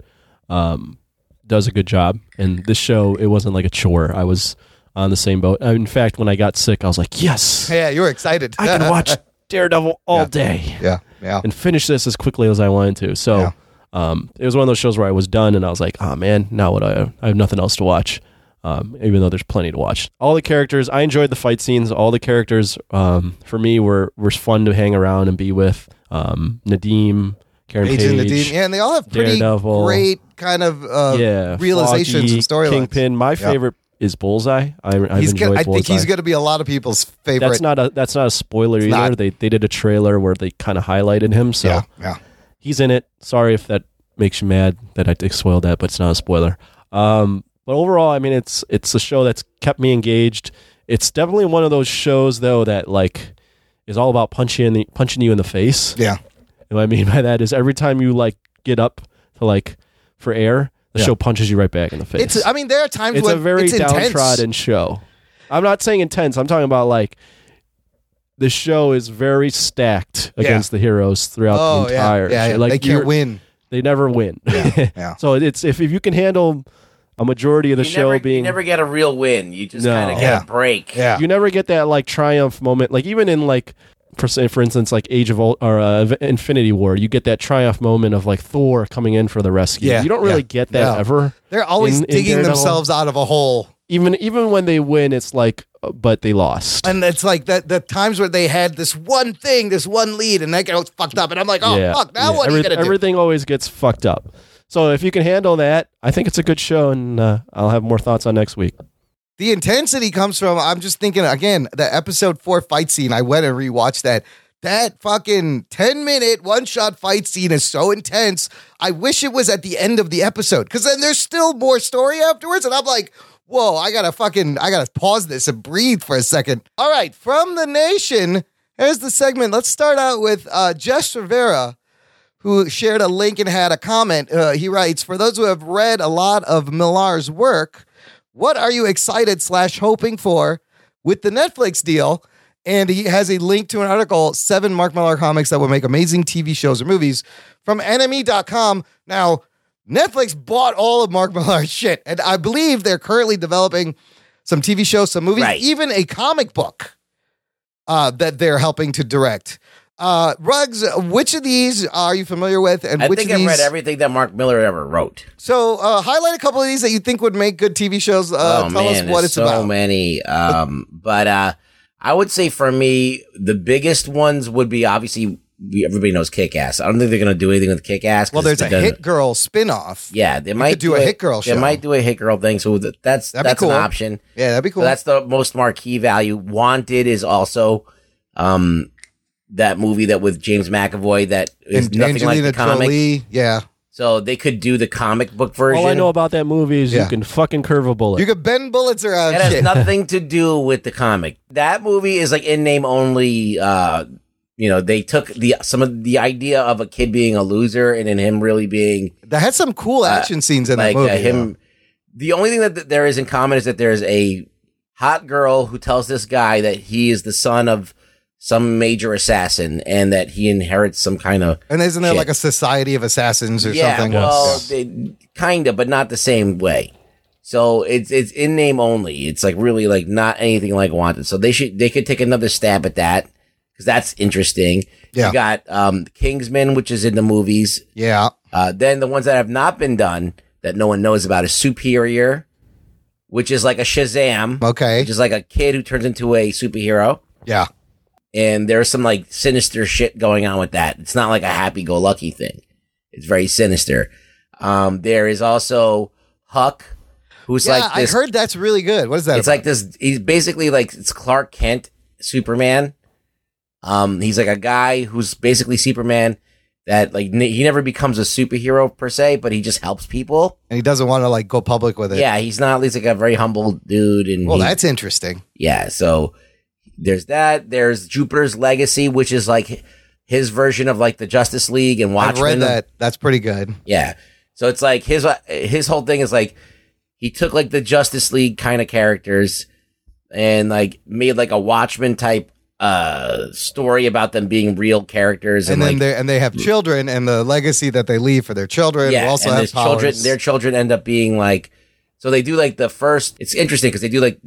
Speaker 3: um, does a good job. And this show, it wasn't like a chore. I was on the same boat. Uh, In fact, when I got sick, I was like, yes,
Speaker 1: Yeah, you're excited.
Speaker 3: I
Speaker 1: [LAUGHS]
Speaker 3: can watch Daredevil all day.
Speaker 1: Yeah, yeah.
Speaker 3: and finish this as quickly as I wanted to. So um, it was one of those shows where I was done and I was like, oh man, now what? do I, I have nothing else to watch. Um, even though there's plenty to watch, all the characters I enjoyed the fight scenes. All the characters um, for me were were fun to hang around and be with. Um, Nadim, Karen Page,
Speaker 1: Agent Nadim. Yeah, and they all have pretty
Speaker 3: Daredevil.
Speaker 1: great kind of uh,
Speaker 3: yeah,
Speaker 1: realizations and
Speaker 3: Foggy,
Speaker 1: storylines.
Speaker 3: Kingpin. My
Speaker 1: Yeah.
Speaker 3: favorite is Bullseye. I, I've
Speaker 1: He's
Speaker 3: enjoyed
Speaker 1: gonna, I
Speaker 3: Bullseye.
Speaker 1: think he's going to be a lot of people's favorite.
Speaker 3: That's not a that's not a spoiler either.
Speaker 1: not.
Speaker 3: They they did a trailer where they kind of highlighted him. So
Speaker 1: Yeah, yeah.
Speaker 3: he's in it. Sorry if that makes you mad that I did spoil that, but it's not a spoiler. Um, but overall, I mean, it's it's a show that's kept me engaged. It's definitely one of those shows though that like is all about punching in the, punching you in the face.
Speaker 1: Yeah.
Speaker 3: And what I mean by that is every time you like get up to like for air, the
Speaker 1: Yeah.
Speaker 3: show punches you right back in the face.
Speaker 1: It's I mean there are times
Speaker 3: it's
Speaker 1: when
Speaker 3: a very
Speaker 1: it's intense.
Speaker 3: downtrodden show. I'm not saying intense. I'm talking about like the show is very stacked
Speaker 1: Yeah.
Speaker 3: against the heroes throughout
Speaker 1: Oh,
Speaker 3: the
Speaker 1: yeah,
Speaker 3: entire.
Speaker 1: yeah,
Speaker 3: show.
Speaker 1: yeah.
Speaker 3: Like
Speaker 1: They can't
Speaker 3: you're-
Speaker 1: win.
Speaker 3: They never win. [LAUGHS]
Speaker 1: yeah.
Speaker 3: so it's if, if you can handle a majority of the
Speaker 4: you
Speaker 3: show
Speaker 4: never,
Speaker 3: being
Speaker 4: you never get a real win. You just
Speaker 3: No.
Speaker 4: kind of get
Speaker 3: Yeah.
Speaker 4: a break.
Speaker 3: you never get that like triumph moment. Like even in like for say, for instance, like Age of Ult- or uh, Infinity War, you get that triumph moment of like Thor coming in for the rescue.
Speaker 1: Yeah,
Speaker 3: you don't really
Speaker 1: yeah.
Speaker 3: get that
Speaker 1: No.
Speaker 3: ever.
Speaker 1: They're always
Speaker 3: in- in
Speaker 1: digging
Speaker 3: Daredevil.
Speaker 1: themselves out of a hole.
Speaker 3: Even even when they win, it's like, uh, but they lost.
Speaker 1: And it's like that the times where they had this one thing, this one lead, and that got fucked up. And I'm like, oh fuck, now what
Speaker 3: Every-
Speaker 1: are you gonna
Speaker 3: Everything always gets fucked up. So if you can handle that, I think it's a good show, and uh, I'll have more thoughts on next week.
Speaker 1: do? The intensity comes from I'm just thinking again, the episode four fight scene, I went and rewatched that. That fucking 10 minute one shot fight scene is so intense. I wish it was at the end of the episode. Cause then there's still more story afterwards. And I'm like, whoa, I gotta fucking I gotta pause this and breathe for a second. All right, from the nation, here's the segment. Let's start out with uh Jess Rivera. who shared a link and had a comment. Uh, he writes, "For those who have read a lot of Millar's work, what are you excited slash hoping for with the Netflix deal?" And he has a link to an article, seven Mark Millar comics that will make amazing TV shows or movies from enemy.com. Now, Netflix bought all of Mark Millar's [LAUGHS] shit. And I believe they're currently developing some TV shows, some movies, even a comic book uh, that they're helping to direct. Uh, Rugs, which of these are you familiar with? And
Speaker 4: I
Speaker 1: which
Speaker 4: think
Speaker 1: of
Speaker 4: I've
Speaker 1: these?
Speaker 4: read everything that Mark Miller ever wrote.
Speaker 1: So uh, highlight a couple of these that you think would make good TV shows. Uh,
Speaker 4: oh
Speaker 1: tell
Speaker 4: man,
Speaker 1: us what
Speaker 4: there's
Speaker 1: it's
Speaker 4: so
Speaker 1: about.
Speaker 4: many. Um, but uh, I would say for me, the biggest ones would be obviously we, everybody knows Kick Ass. I don't think they're going to do anything with Kick Ass.
Speaker 1: Well, there's a Hit Girl spinoff.
Speaker 4: Yeah, they
Speaker 1: You
Speaker 4: might
Speaker 1: could do a Hit Girl
Speaker 4: They
Speaker 1: show.
Speaker 4: might do a Hit Girl thing. So th- that's
Speaker 1: That'd be
Speaker 4: that's
Speaker 1: cool.
Speaker 4: an option.
Speaker 1: Yeah, that'd be
Speaker 4: So
Speaker 1: cool.
Speaker 4: that's the most marquee value. Wanted is also um, that movie that with James McAvoy that is
Speaker 1: and
Speaker 4: nothing
Speaker 1: Angelina
Speaker 4: like the comic.
Speaker 1: Jolie. Yeah,
Speaker 4: So they could do the comic book version.
Speaker 3: All I know about that movie is
Speaker 4: Yeah.
Speaker 3: you can fucking curve a bullet.
Speaker 1: you could bend bullets around.
Speaker 4: That has
Speaker 1: shit.
Speaker 4: nothing to do with the comic. That movie is like in name only. Uh, you know, they took the some of the idea of a kid being a loser and then him really being
Speaker 1: that had some cool action scenes in
Speaker 4: Uh, like
Speaker 1: that movie.
Speaker 4: uh, him. The only thing that th- there is in common is that there is a hot girl who tells this guy that he is the son of some major assassin and that he inherits some kind of
Speaker 1: though. And isn't there
Speaker 4: shit.
Speaker 1: like a society of assassins or
Speaker 4: yeah,
Speaker 1: something?
Speaker 4: Well, they, kinda, but not the same way. So it's it's in name only. It's like really like not anything like wanted. So they should they could take another stab at that because that's interesting.
Speaker 1: Yeah.
Speaker 4: You got um Kingsman, which is in the movies.
Speaker 1: Yeah.
Speaker 4: Uh, then the ones that have not been done that no one knows about is Superior, which is like a Shazam.
Speaker 1: Okay.
Speaker 4: Which is like a kid who turns into a superhero.
Speaker 1: Yeah.
Speaker 4: And there's some like sinister shit going on with that. It's not like a happy go lucky thing. It's very sinister. Um, there is also Huck, who's
Speaker 1: Yeah,
Speaker 4: like this.
Speaker 1: I heard that's really good. What is that?
Speaker 4: it's like this. He's basically like it's Clark Kent, Superman. Um, he's like a guy who's basically Superman. That like n- he never becomes a superhero per se, but he just helps people.
Speaker 1: and he doesn't want to like go public with it.
Speaker 4: Yeah, he's not. He's like a very humble dude, and
Speaker 1: Well,
Speaker 4: he-
Speaker 1: that's interesting.
Speaker 4: yeah. So there's that. There's Jupiter's Legacy, which is like his version of like the Justice League and Watchmen.
Speaker 1: I've read that. That's pretty good.
Speaker 4: Yeah. So it's like his uh, his whole thing is like he took like the Justice League kind of characters and like made like a Watchmen type uh story about them being real characters
Speaker 1: And
Speaker 4: and,
Speaker 1: then
Speaker 4: like Mm.
Speaker 1: they and they have children, and the legacy that they leave for their children will also
Speaker 4: and
Speaker 1: have
Speaker 4: his children
Speaker 1: powers.
Speaker 4: their children end up being like so they do like the first it's interesting because they do like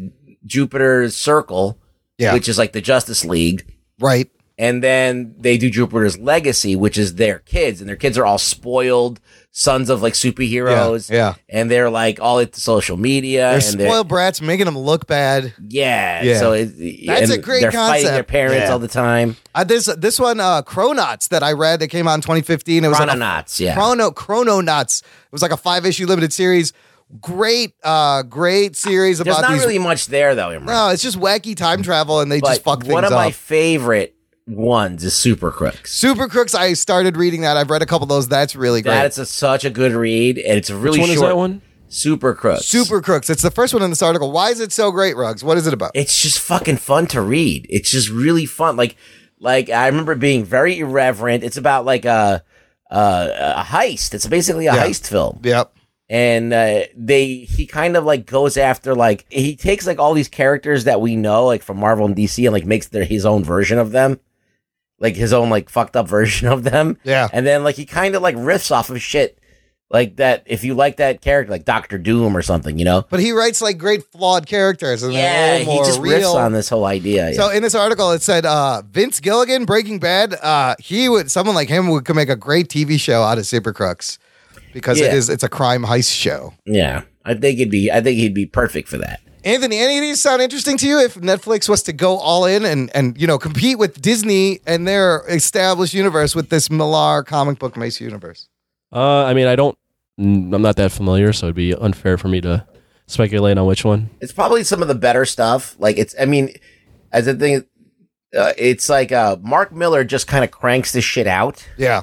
Speaker 4: Jupiter's circle
Speaker 1: Yeah.
Speaker 4: which is like the Justice League
Speaker 1: right.
Speaker 4: and then they do Jupiter's legacy which is their kids and their kids are all spoiled sons of like superheroes
Speaker 1: yeah.
Speaker 4: and they're like all into social media
Speaker 1: They're
Speaker 4: and they're
Speaker 1: spoiled brats, making them look bad.
Speaker 4: yeah,
Speaker 1: Yeah.
Speaker 4: so it,
Speaker 1: That's
Speaker 4: and
Speaker 1: a great
Speaker 4: they're fighting their
Speaker 1: concept.
Speaker 4: parents
Speaker 1: Yeah.
Speaker 4: all the time
Speaker 1: Uh, this this one, uh, Chronauts, that I read that came out in 2015. It was
Speaker 4: Chrononauts,
Speaker 1: like a,
Speaker 4: yeah.
Speaker 1: Chrono Chrononauts. It was like a five issue limited series. Great, uh, great series
Speaker 4: there's
Speaker 1: about
Speaker 4: not
Speaker 1: these. [LAUGHS]
Speaker 4: really much there though Imran.
Speaker 1: no, it's just wacky time travel, and they just fuck
Speaker 4: but
Speaker 1: things
Speaker 4: one of
Speaker 1: up.
Speaker 4: my favorite ones is Super Crooks
Speaker 1: Super Crooks. I started reading that. I've read a couple of those. That's really great.
Speaker 4: That's a, such a good read, and it's a really
Speaker 1: one is
Speaker 4: short
Speaker 1: that one?
Speaker 4: Super Crooks.
Speaker 1: Super Crooks. It's the first one in this article. Why is it so great, Rugs? What is it about?
Speaker 4: It's just fucking fun to read. It's just really fun. Like, like I remember being very irreverent. It's about like a a, a heist. It's basically a
Speaker 1: Yeah.
Speaker 4: heist film.
Speaker 1: Yep.
Speaker 4: And uh, they he kind of like goes after like he takes like all these characters that we know like from Marvel and DC and like makes their his own version of them. Like his own like fucked up [LAUGHS] version of them.
Speaker 1: Yeah.
Speaker 4: And then like he kind of like riffs off of shit like that if you like that character like Doctor Doom or something, you know.
Speaker 1: But he writes like great flawed characters, and
Speaker 4: Yeah,
Speaker 1: they're all
Speaker 4: he
Speaker 1: more
Speaker 4: just
Speaker 1: real.
Speaker 4: riffs on this whole idea.
Speaker 1: So in this article, it said uh, Vince Gilligan, Breaking Bad. Uh, he would someone like him would could make a great TV show out of Super Crooks because it
Speaker 4: Yeah.
Speaker 1: is it's a crime heist show.
Speaker 4: yeah, I think it'd be I think he'd be perfect for that.
Speaker 1: Anthony, any of these sound interesting to you? If Netflix was to go all in and and you know compete with Disney and their established universe with this Millar comic book Mace universe,
Speaker 3: Uh, I mean, I don't. mm, I'm not that familiar, so it'd be unfair for me to speculate on which one.
Speaker 4: It's probably some of the better stuff. Like it's I mean, as a thing, uh, it's like uh, Mark Miller just kind of cranks this shit out.
Speaker 1: Yeah,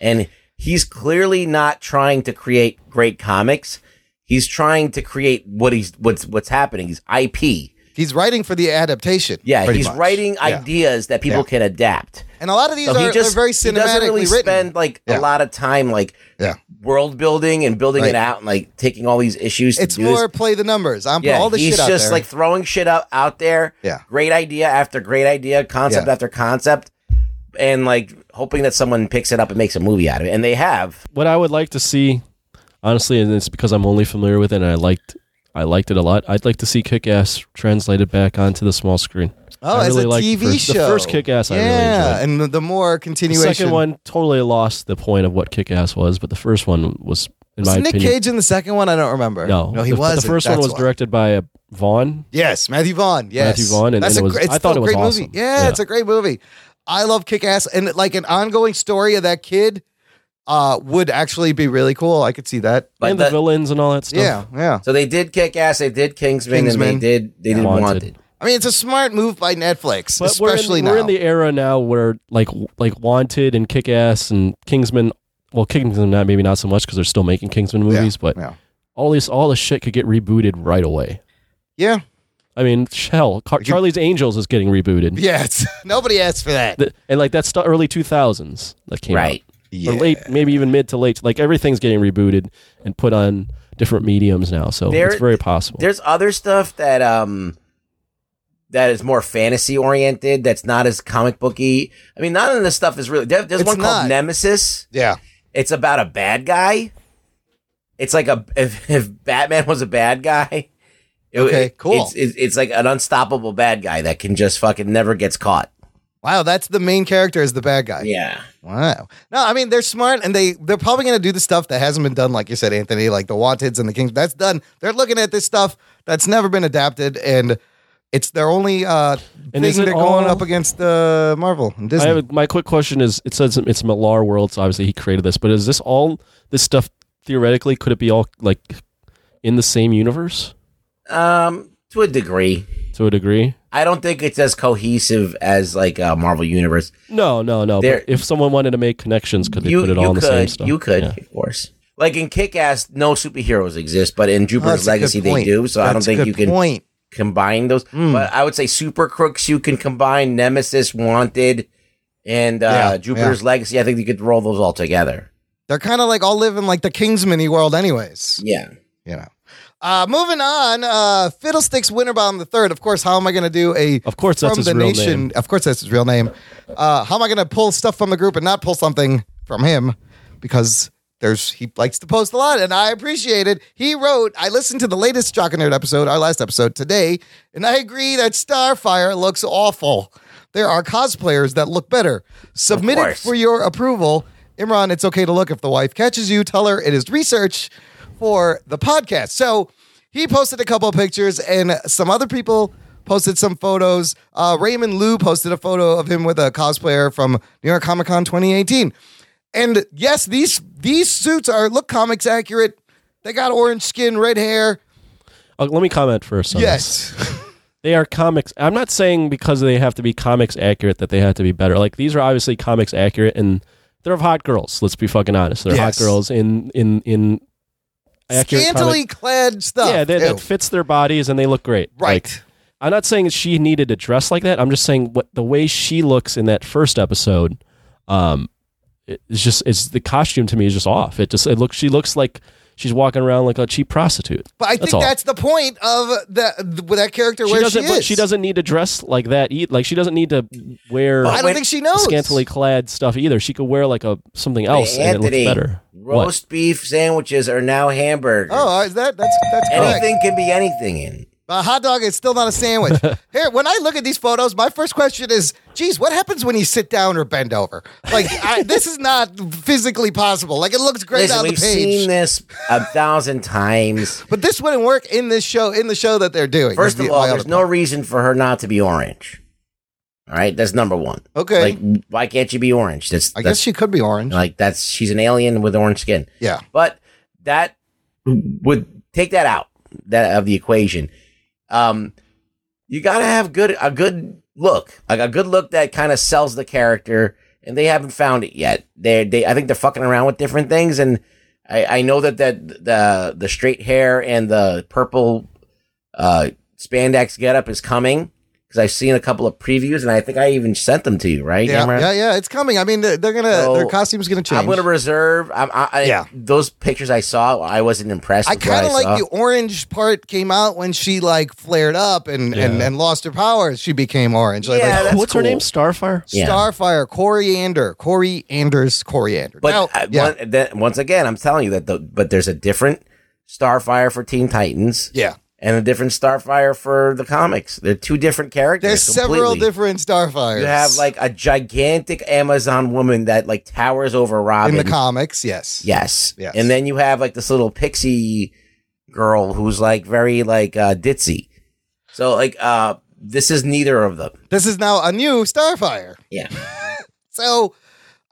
Speaker 4: and he's clearly not trying to create great comics. He's trying to create what he's what's what's happening. He's IP.
Speaker 1: he's writing for the adaptation.
Speaker 4: Yeah,
Speaker 1: pretty
Speaker 4: he's
Speaker 1: much.
Speaker 4: writing
Speaker 1: Yeah.
Speaker 4: ideas that people
Speaker 1: Yeah.
Speaker 4: can adapt.
Speaker 1: And a lot of these
Speaker 4: So he
Speaker 1: are,
Speaker 4: just-
Speaker 1: are very
Speaker 4: he doesn't
Speaker 1: cinematically
Speaker 4: really
Speaker 1: written.
Speaker 4: spend like
Speaker 1: Yeah.
Speaker 4: a lot of time like
Speaker 1: yeah.
Speaker 4: world building and building
Speaker 1: Right.
Speaker 4: it out and like taking all these issues.
Speaker 1: It's
Speaker 4: to do this.
Speaker 1: more play the numbers. I'm
Speaker 4: yeah,
Speaker 1: putting all this
Speaker 4: he's
Speaker 1: shit out
Speaker 4: just
Speaker 1: there.
Speaker 4: like throwing shit out out there.
Speaker 1: Yeah.
Speaker 4: great idea after great idea, concept
Speaker 1: Yeah.
Speaker 4: after concept, and like hoping that someone picks it up and makes a movie out of it. And they have.
Speaker 3: What I would like to see, honestly, and it's because I'm only familiar with it, and I liked I liked it a lot. I'd like to see Kick Ass translated back onto the small screen.
Speaker 1: Oh,
Speaker 3: I
Speaker 1: as
Speaker 3: really
Speaker 1: a
Speaker 3: liked
Speaker 1: TV
Speaker 3: first-
Speaker 1: show.
Speaker 3: The first Kick Ass I really enjoyed.
Speaker 1: Yeah, and the, the more
Speaker 3: The
Speaker 1: continuation.
Speaker 3: second one totally lost the point of what Kick Ass was, but the first one was, in
Speaker 1: Was
Speaker 3: my
Speaker 1: Nick
Speaker 3: opinion,
Speaker 1: Cage in the second one? I don't remember.
Speaker 3: no,
Speaker 1: no, he
Speaker 3: the,
Speaker 1: was.
Speaker 3: The first one was directed by uh, Vaughn.
Speaker 1: Yes, Matthew Vaughn. Yes,
Speaker 3: Matthew Vaughn, and-
Speaker 1: that's a
Speaker 3: and it was-
Speaker 1: gr- it's
Speaker 3: I
Speaker 1: still
Speaker 3: thought
Speaker 1: a
Speaker 3: it was
Speaker 1: great
Speaker 3: awesome.
Speaker 1: movie. Yeah,
Speaker 3: Yeah.
Speaker 1: it's a great movie. I love Kick Ass, and like an ongoing story of that kid uh, would actually be really cool. I could see that.
Speaker 4: Like And the the-
Speaker 3: villains and all that
Speaker 1: Yeah, yeah.
Speaker 4: So they did kick ass. They did Kingsman, and they
Speaker 1: Kingsman.
Speaker 4: did they did
Speaker 3: Wanted.
Speaker 4: Wanted.
Speaker 1: I mean, it's a smart move by Netflix,
Speaker 3: But
Speaker 1: especially
Speaker 3: we're in, we're
Speaker 1: now.
Speaker 3: in the era now where like like Wanted and Kick Ass and Kingsman. Well, Kingsman not maybe not so much because they're still making Kingsman movies, but all this all this shit could get rebooted right away.
Speaker 1: yeah,
Speaker 3: I mean, hell, Car- Charlie's Angels is getting rebooted.
Speaker 1: [LAUGHS] yes. Nobody asked for that.
Speaker 3: Th- and like that's the early 2000s that came
Speaker 1: Right.
Speaker 3: out. Or late, maybe even mid to late. Like everything's getting rebooted and put on different mediums now, so
Speaker 4: There-
Speaker 3: it's very possible.
Speaker 4: There's other stuff that um that is more fantasy oriented. That's not as comic booky. I mean, none of this stuff is really. There, there's
Speaker 1: It's
Speaker 4: one
Speaker 1: not.
Speaker 4: called Nemesis.
Speaker 1: Yeah,
Speaker 4: it's about a bad guy. It's like a if, if Batman was a bad guy. it-
Speaker 1: Okay,
Speaker 4: it-
Speaker 1: cool.
Speaker 4: It's, it's, it's like an unstoppable bad guy that can just fucking never gets caught.
Speaker 1: Wow, that's the main character is the bad guy.
Speaker 4: Yeah.
Speaker 1: Wow. No, I mean they're smart and they they're probably going to do the stuff that hasn't been done, like you said, Anthony, like the Wanted's and the Kings. That's done. They're looking at this stuff that's never been adapted, and it's their only uh
Speaker 3: And
Speaker 1: thing
Speaker 3: is it
Speaker 1: they're going
Speaker 3: all-
Speaker 1: up against uh, Marvel and Disney.
Speaker 3: I have a, my quick question is: It says it's Millar World, so obviously he created this. But is this all this stuff theoretically? Could it be all like in the same universe
Speaker 4: Um, to a degree.
Speaker 3: to a degree?
Speaker 4: I don't think it's as cohesive as like a Marvel universe.
Speaker 3: No, no, no.
Speaker 4: There-
Speaker 3: but if someone wanted to make connections, could they
Speaker 4: You-
Speaker 3: put it
Speaker 4: you
Speaker 3: all in the same
Speaker 4: could,
Speaker 3: stuff?
Speaker 4: you could, of
Speaker 3: course.
Speaker 4: Like in Kick Ass, no superheroes exist, but in
Speaker 1: that's
Speaker 4: Jupiter's
Speaker 1: a good
Speaker 4: Legacy they
Speaker 1: point.
Speaker 4: do. So I don't
Speaker 1: That's a
Speaker 4: think
Speaker 1: good
Speaker 4: you can
Speaker 1: point.
Speaker 4: combine those.
Speaker 1: Hmm.
Speaker 4: But I would say Super Crooks you can combine Nemesis, Wanted, and uh,
Speaker 1: Yeah,
Speaker 4: Jupiter's
Speaker 1: yeah.
Speaker 4: Legacy. I think you could roll those all together.
Speaker 1: they're kind of like all live in like the Kingsman world, anyways.
Speaker 4: Yeah.
Speaker 1: You know. Uh, moving on, uh, Fiddlesticks Winterbottom the third. Of course, how am I going to do a? Of
Speaker 3: course,
Speaker 1: from
Speaker 3: that's his
Speaker 1: the
Speaker 3: real
Speaker 1: nation.
Speaker 3: name.
Speaker 1: Of course, that's his real name. Uh, how am I going to pull stuff from the group and not pull something from him because there's he likes to post a lot, and I appreciate it. He wrote, I listened to the latest Jock and Nerd episode, our last episode today, and I agree that Starfire looks awful. There are cosplayers that look better. Submit it
Speaker 4: course.
Speaker 1: for your approval. Imran, it's okay to look if the wife catches you. Tell her it is research for the podcast. So he posted a couple of pictures, and some other people posted some photos. Uh, Raymond Liu posted a photo of him with a cosplayer from New York Comic Con 2018. And yes, these these suits are look comics accurate. They got orange skin, red hair.
Speaker 3: Uh, let me comment first. On
Speaker 1: Yes.
Speaker 3: this. they are comics. I'm not saying because they have to be comics accurate that they have to be better. Like these are obviously comics accurate, and they're hot girls. Let's be fucking honest. They're
Speaker 1: Yes.
Speaker 3: hot girls in in in. Accurate comic-
Speaker 1: Scantily clad stuff.
Speaker 3: Yeah, that,
Speaker 1: too.
Speaker 3: that fits their bodies and they look great.
Speaker 1: Right.
Speaker 3: Like, I'm not saying she needed to dress like that. I'm just saying what the way she looks in that first episode, um, it- it's just it's the costume to me is just off. It just it looks she looks like she's walking around like a cheap prostitute.
Speaker 1: But I
Speaker 3: that's
Speaker 1: think
Speaker 3: all.
Speaker 1: that's the point of the, with that character
Speaker 3: she
Speaker 1: where she
Speaker 3: doesn't. but
Speaker 1: is.
Speaker 3: she doesn't need to dress like that. Eat like she doesn't need to wear.
Speaker 1: I don't think she knows.
Speaker 3: scantily clad stuff either. She could wear like a something else Oh, and
Speaker 4: Anthony,
Speaker 3: it looks better. What?
Speaker 4: roast beef sandwiches are now hamburgers.
Speaker 1: Oh, is that that's that's correct.
Speaker 4: anything can be anything in.
Speaker 1: A hot dog is still not a
Speaker 4: [LAUGHS]
Speaker 1: sandwich. Here, when I look at these photos, my first question is, geez, what happens when you sit down or bend over? Like,
Speaker 4: [LAUGHS]
Speaker 1: I, this is not physically possible. Like, it looks great
Speaker 4: Listen,
Speaker 1: on the
Speaker 4: we've
Speaker 1: page.
Speaker 4: seen this a thousand times.
Speaker 1: [LAUGHS] But this wouldn't work in this show, in the show that they're doing.
Speaker 4: First
Speaker 1: Is
Speaker 4: of
Speaker 1: the-
Speaker 4: all,
Speaker 1: my
Speaker 4: there's
Speaker 1: other-
Speaker 4: no reason for her not to be orange. All right, that's number one.
Speaker 1: Okay.
Speaker 4: like why can't you be orange? That's
Speaker 1: I guess she could be orange.
Speaker 4: Like that's she's an alien with orange skin.
Speaker 1: Yeah.
Speaker 4: but that would take that out that of the equation. Um, you gotta have good a good look, like a good look that kind of sells the character, and they haven't found it yet. They they I think they're fucking around with different things, and I I know that that the the straight hair and the purple uh spandex getup is coming because I've seen a couple of previews, and I think I even sent them to you, right?
Speaker 1: yeah,
Speaker 4: Amber?
Speaker 1: yeah, yeah, it's coming. I mean, they're, they're gonna
Speaker 4: So,
Speaker 1: their costume's gonna change.
Speaker 4: I'm gonna reserve. I'm, I, I,
Speaker 1: Yeah.
Speaker 4: those pictures I saw, I wasn't impressed.
Speaker 1: I
Speaker 4: with what
Speaker 1: kind of
Speaker 4: saw.
Speaker 1: like the orange part came out when she like flared up and, and,
Speaker 3: Yeah.
Speaker 1: and lost her powers. She became orange. Like,
Speaker 4: Yeah,
Speaker 1: like,
Speaker 4: that's
Speaker 3: What's her
Speaker 4: cool.
Speaker 3: name? Starfire.
Speaker 4: Yeah.
Speaker 1: Starfire, Coriander, Corey Anders, Coriander.
Speaker 4: But uh,
Speaker 1: Now-
Speaker 4: I-
Speaker 1: yeah.
Speaker 4: one- that- once again, I'm telling you that. The, but there's a different Starfire for Teen Titans.
Speaker 1: Yeah.
Speaker 4: and a different Starfire for the comics. They're two different characters.
Speaker 1: There's several
Speaker 4: completely.
Speaker 1: different Starfires.
Speaker 4: You have like a gigantic Amazon woman that like towers over Robin
Speaker 1: in the comics, yes.
Speaker 4: Yes.
Speaker 1: Yes.
Speaker 4: And then you have like this little pixie girl who's like very like uh ditzy. So like uh this is neither of them.
Speaker 1: This is now a new Starfire.
Speaker 4: Yeah.
Speaker 1: So,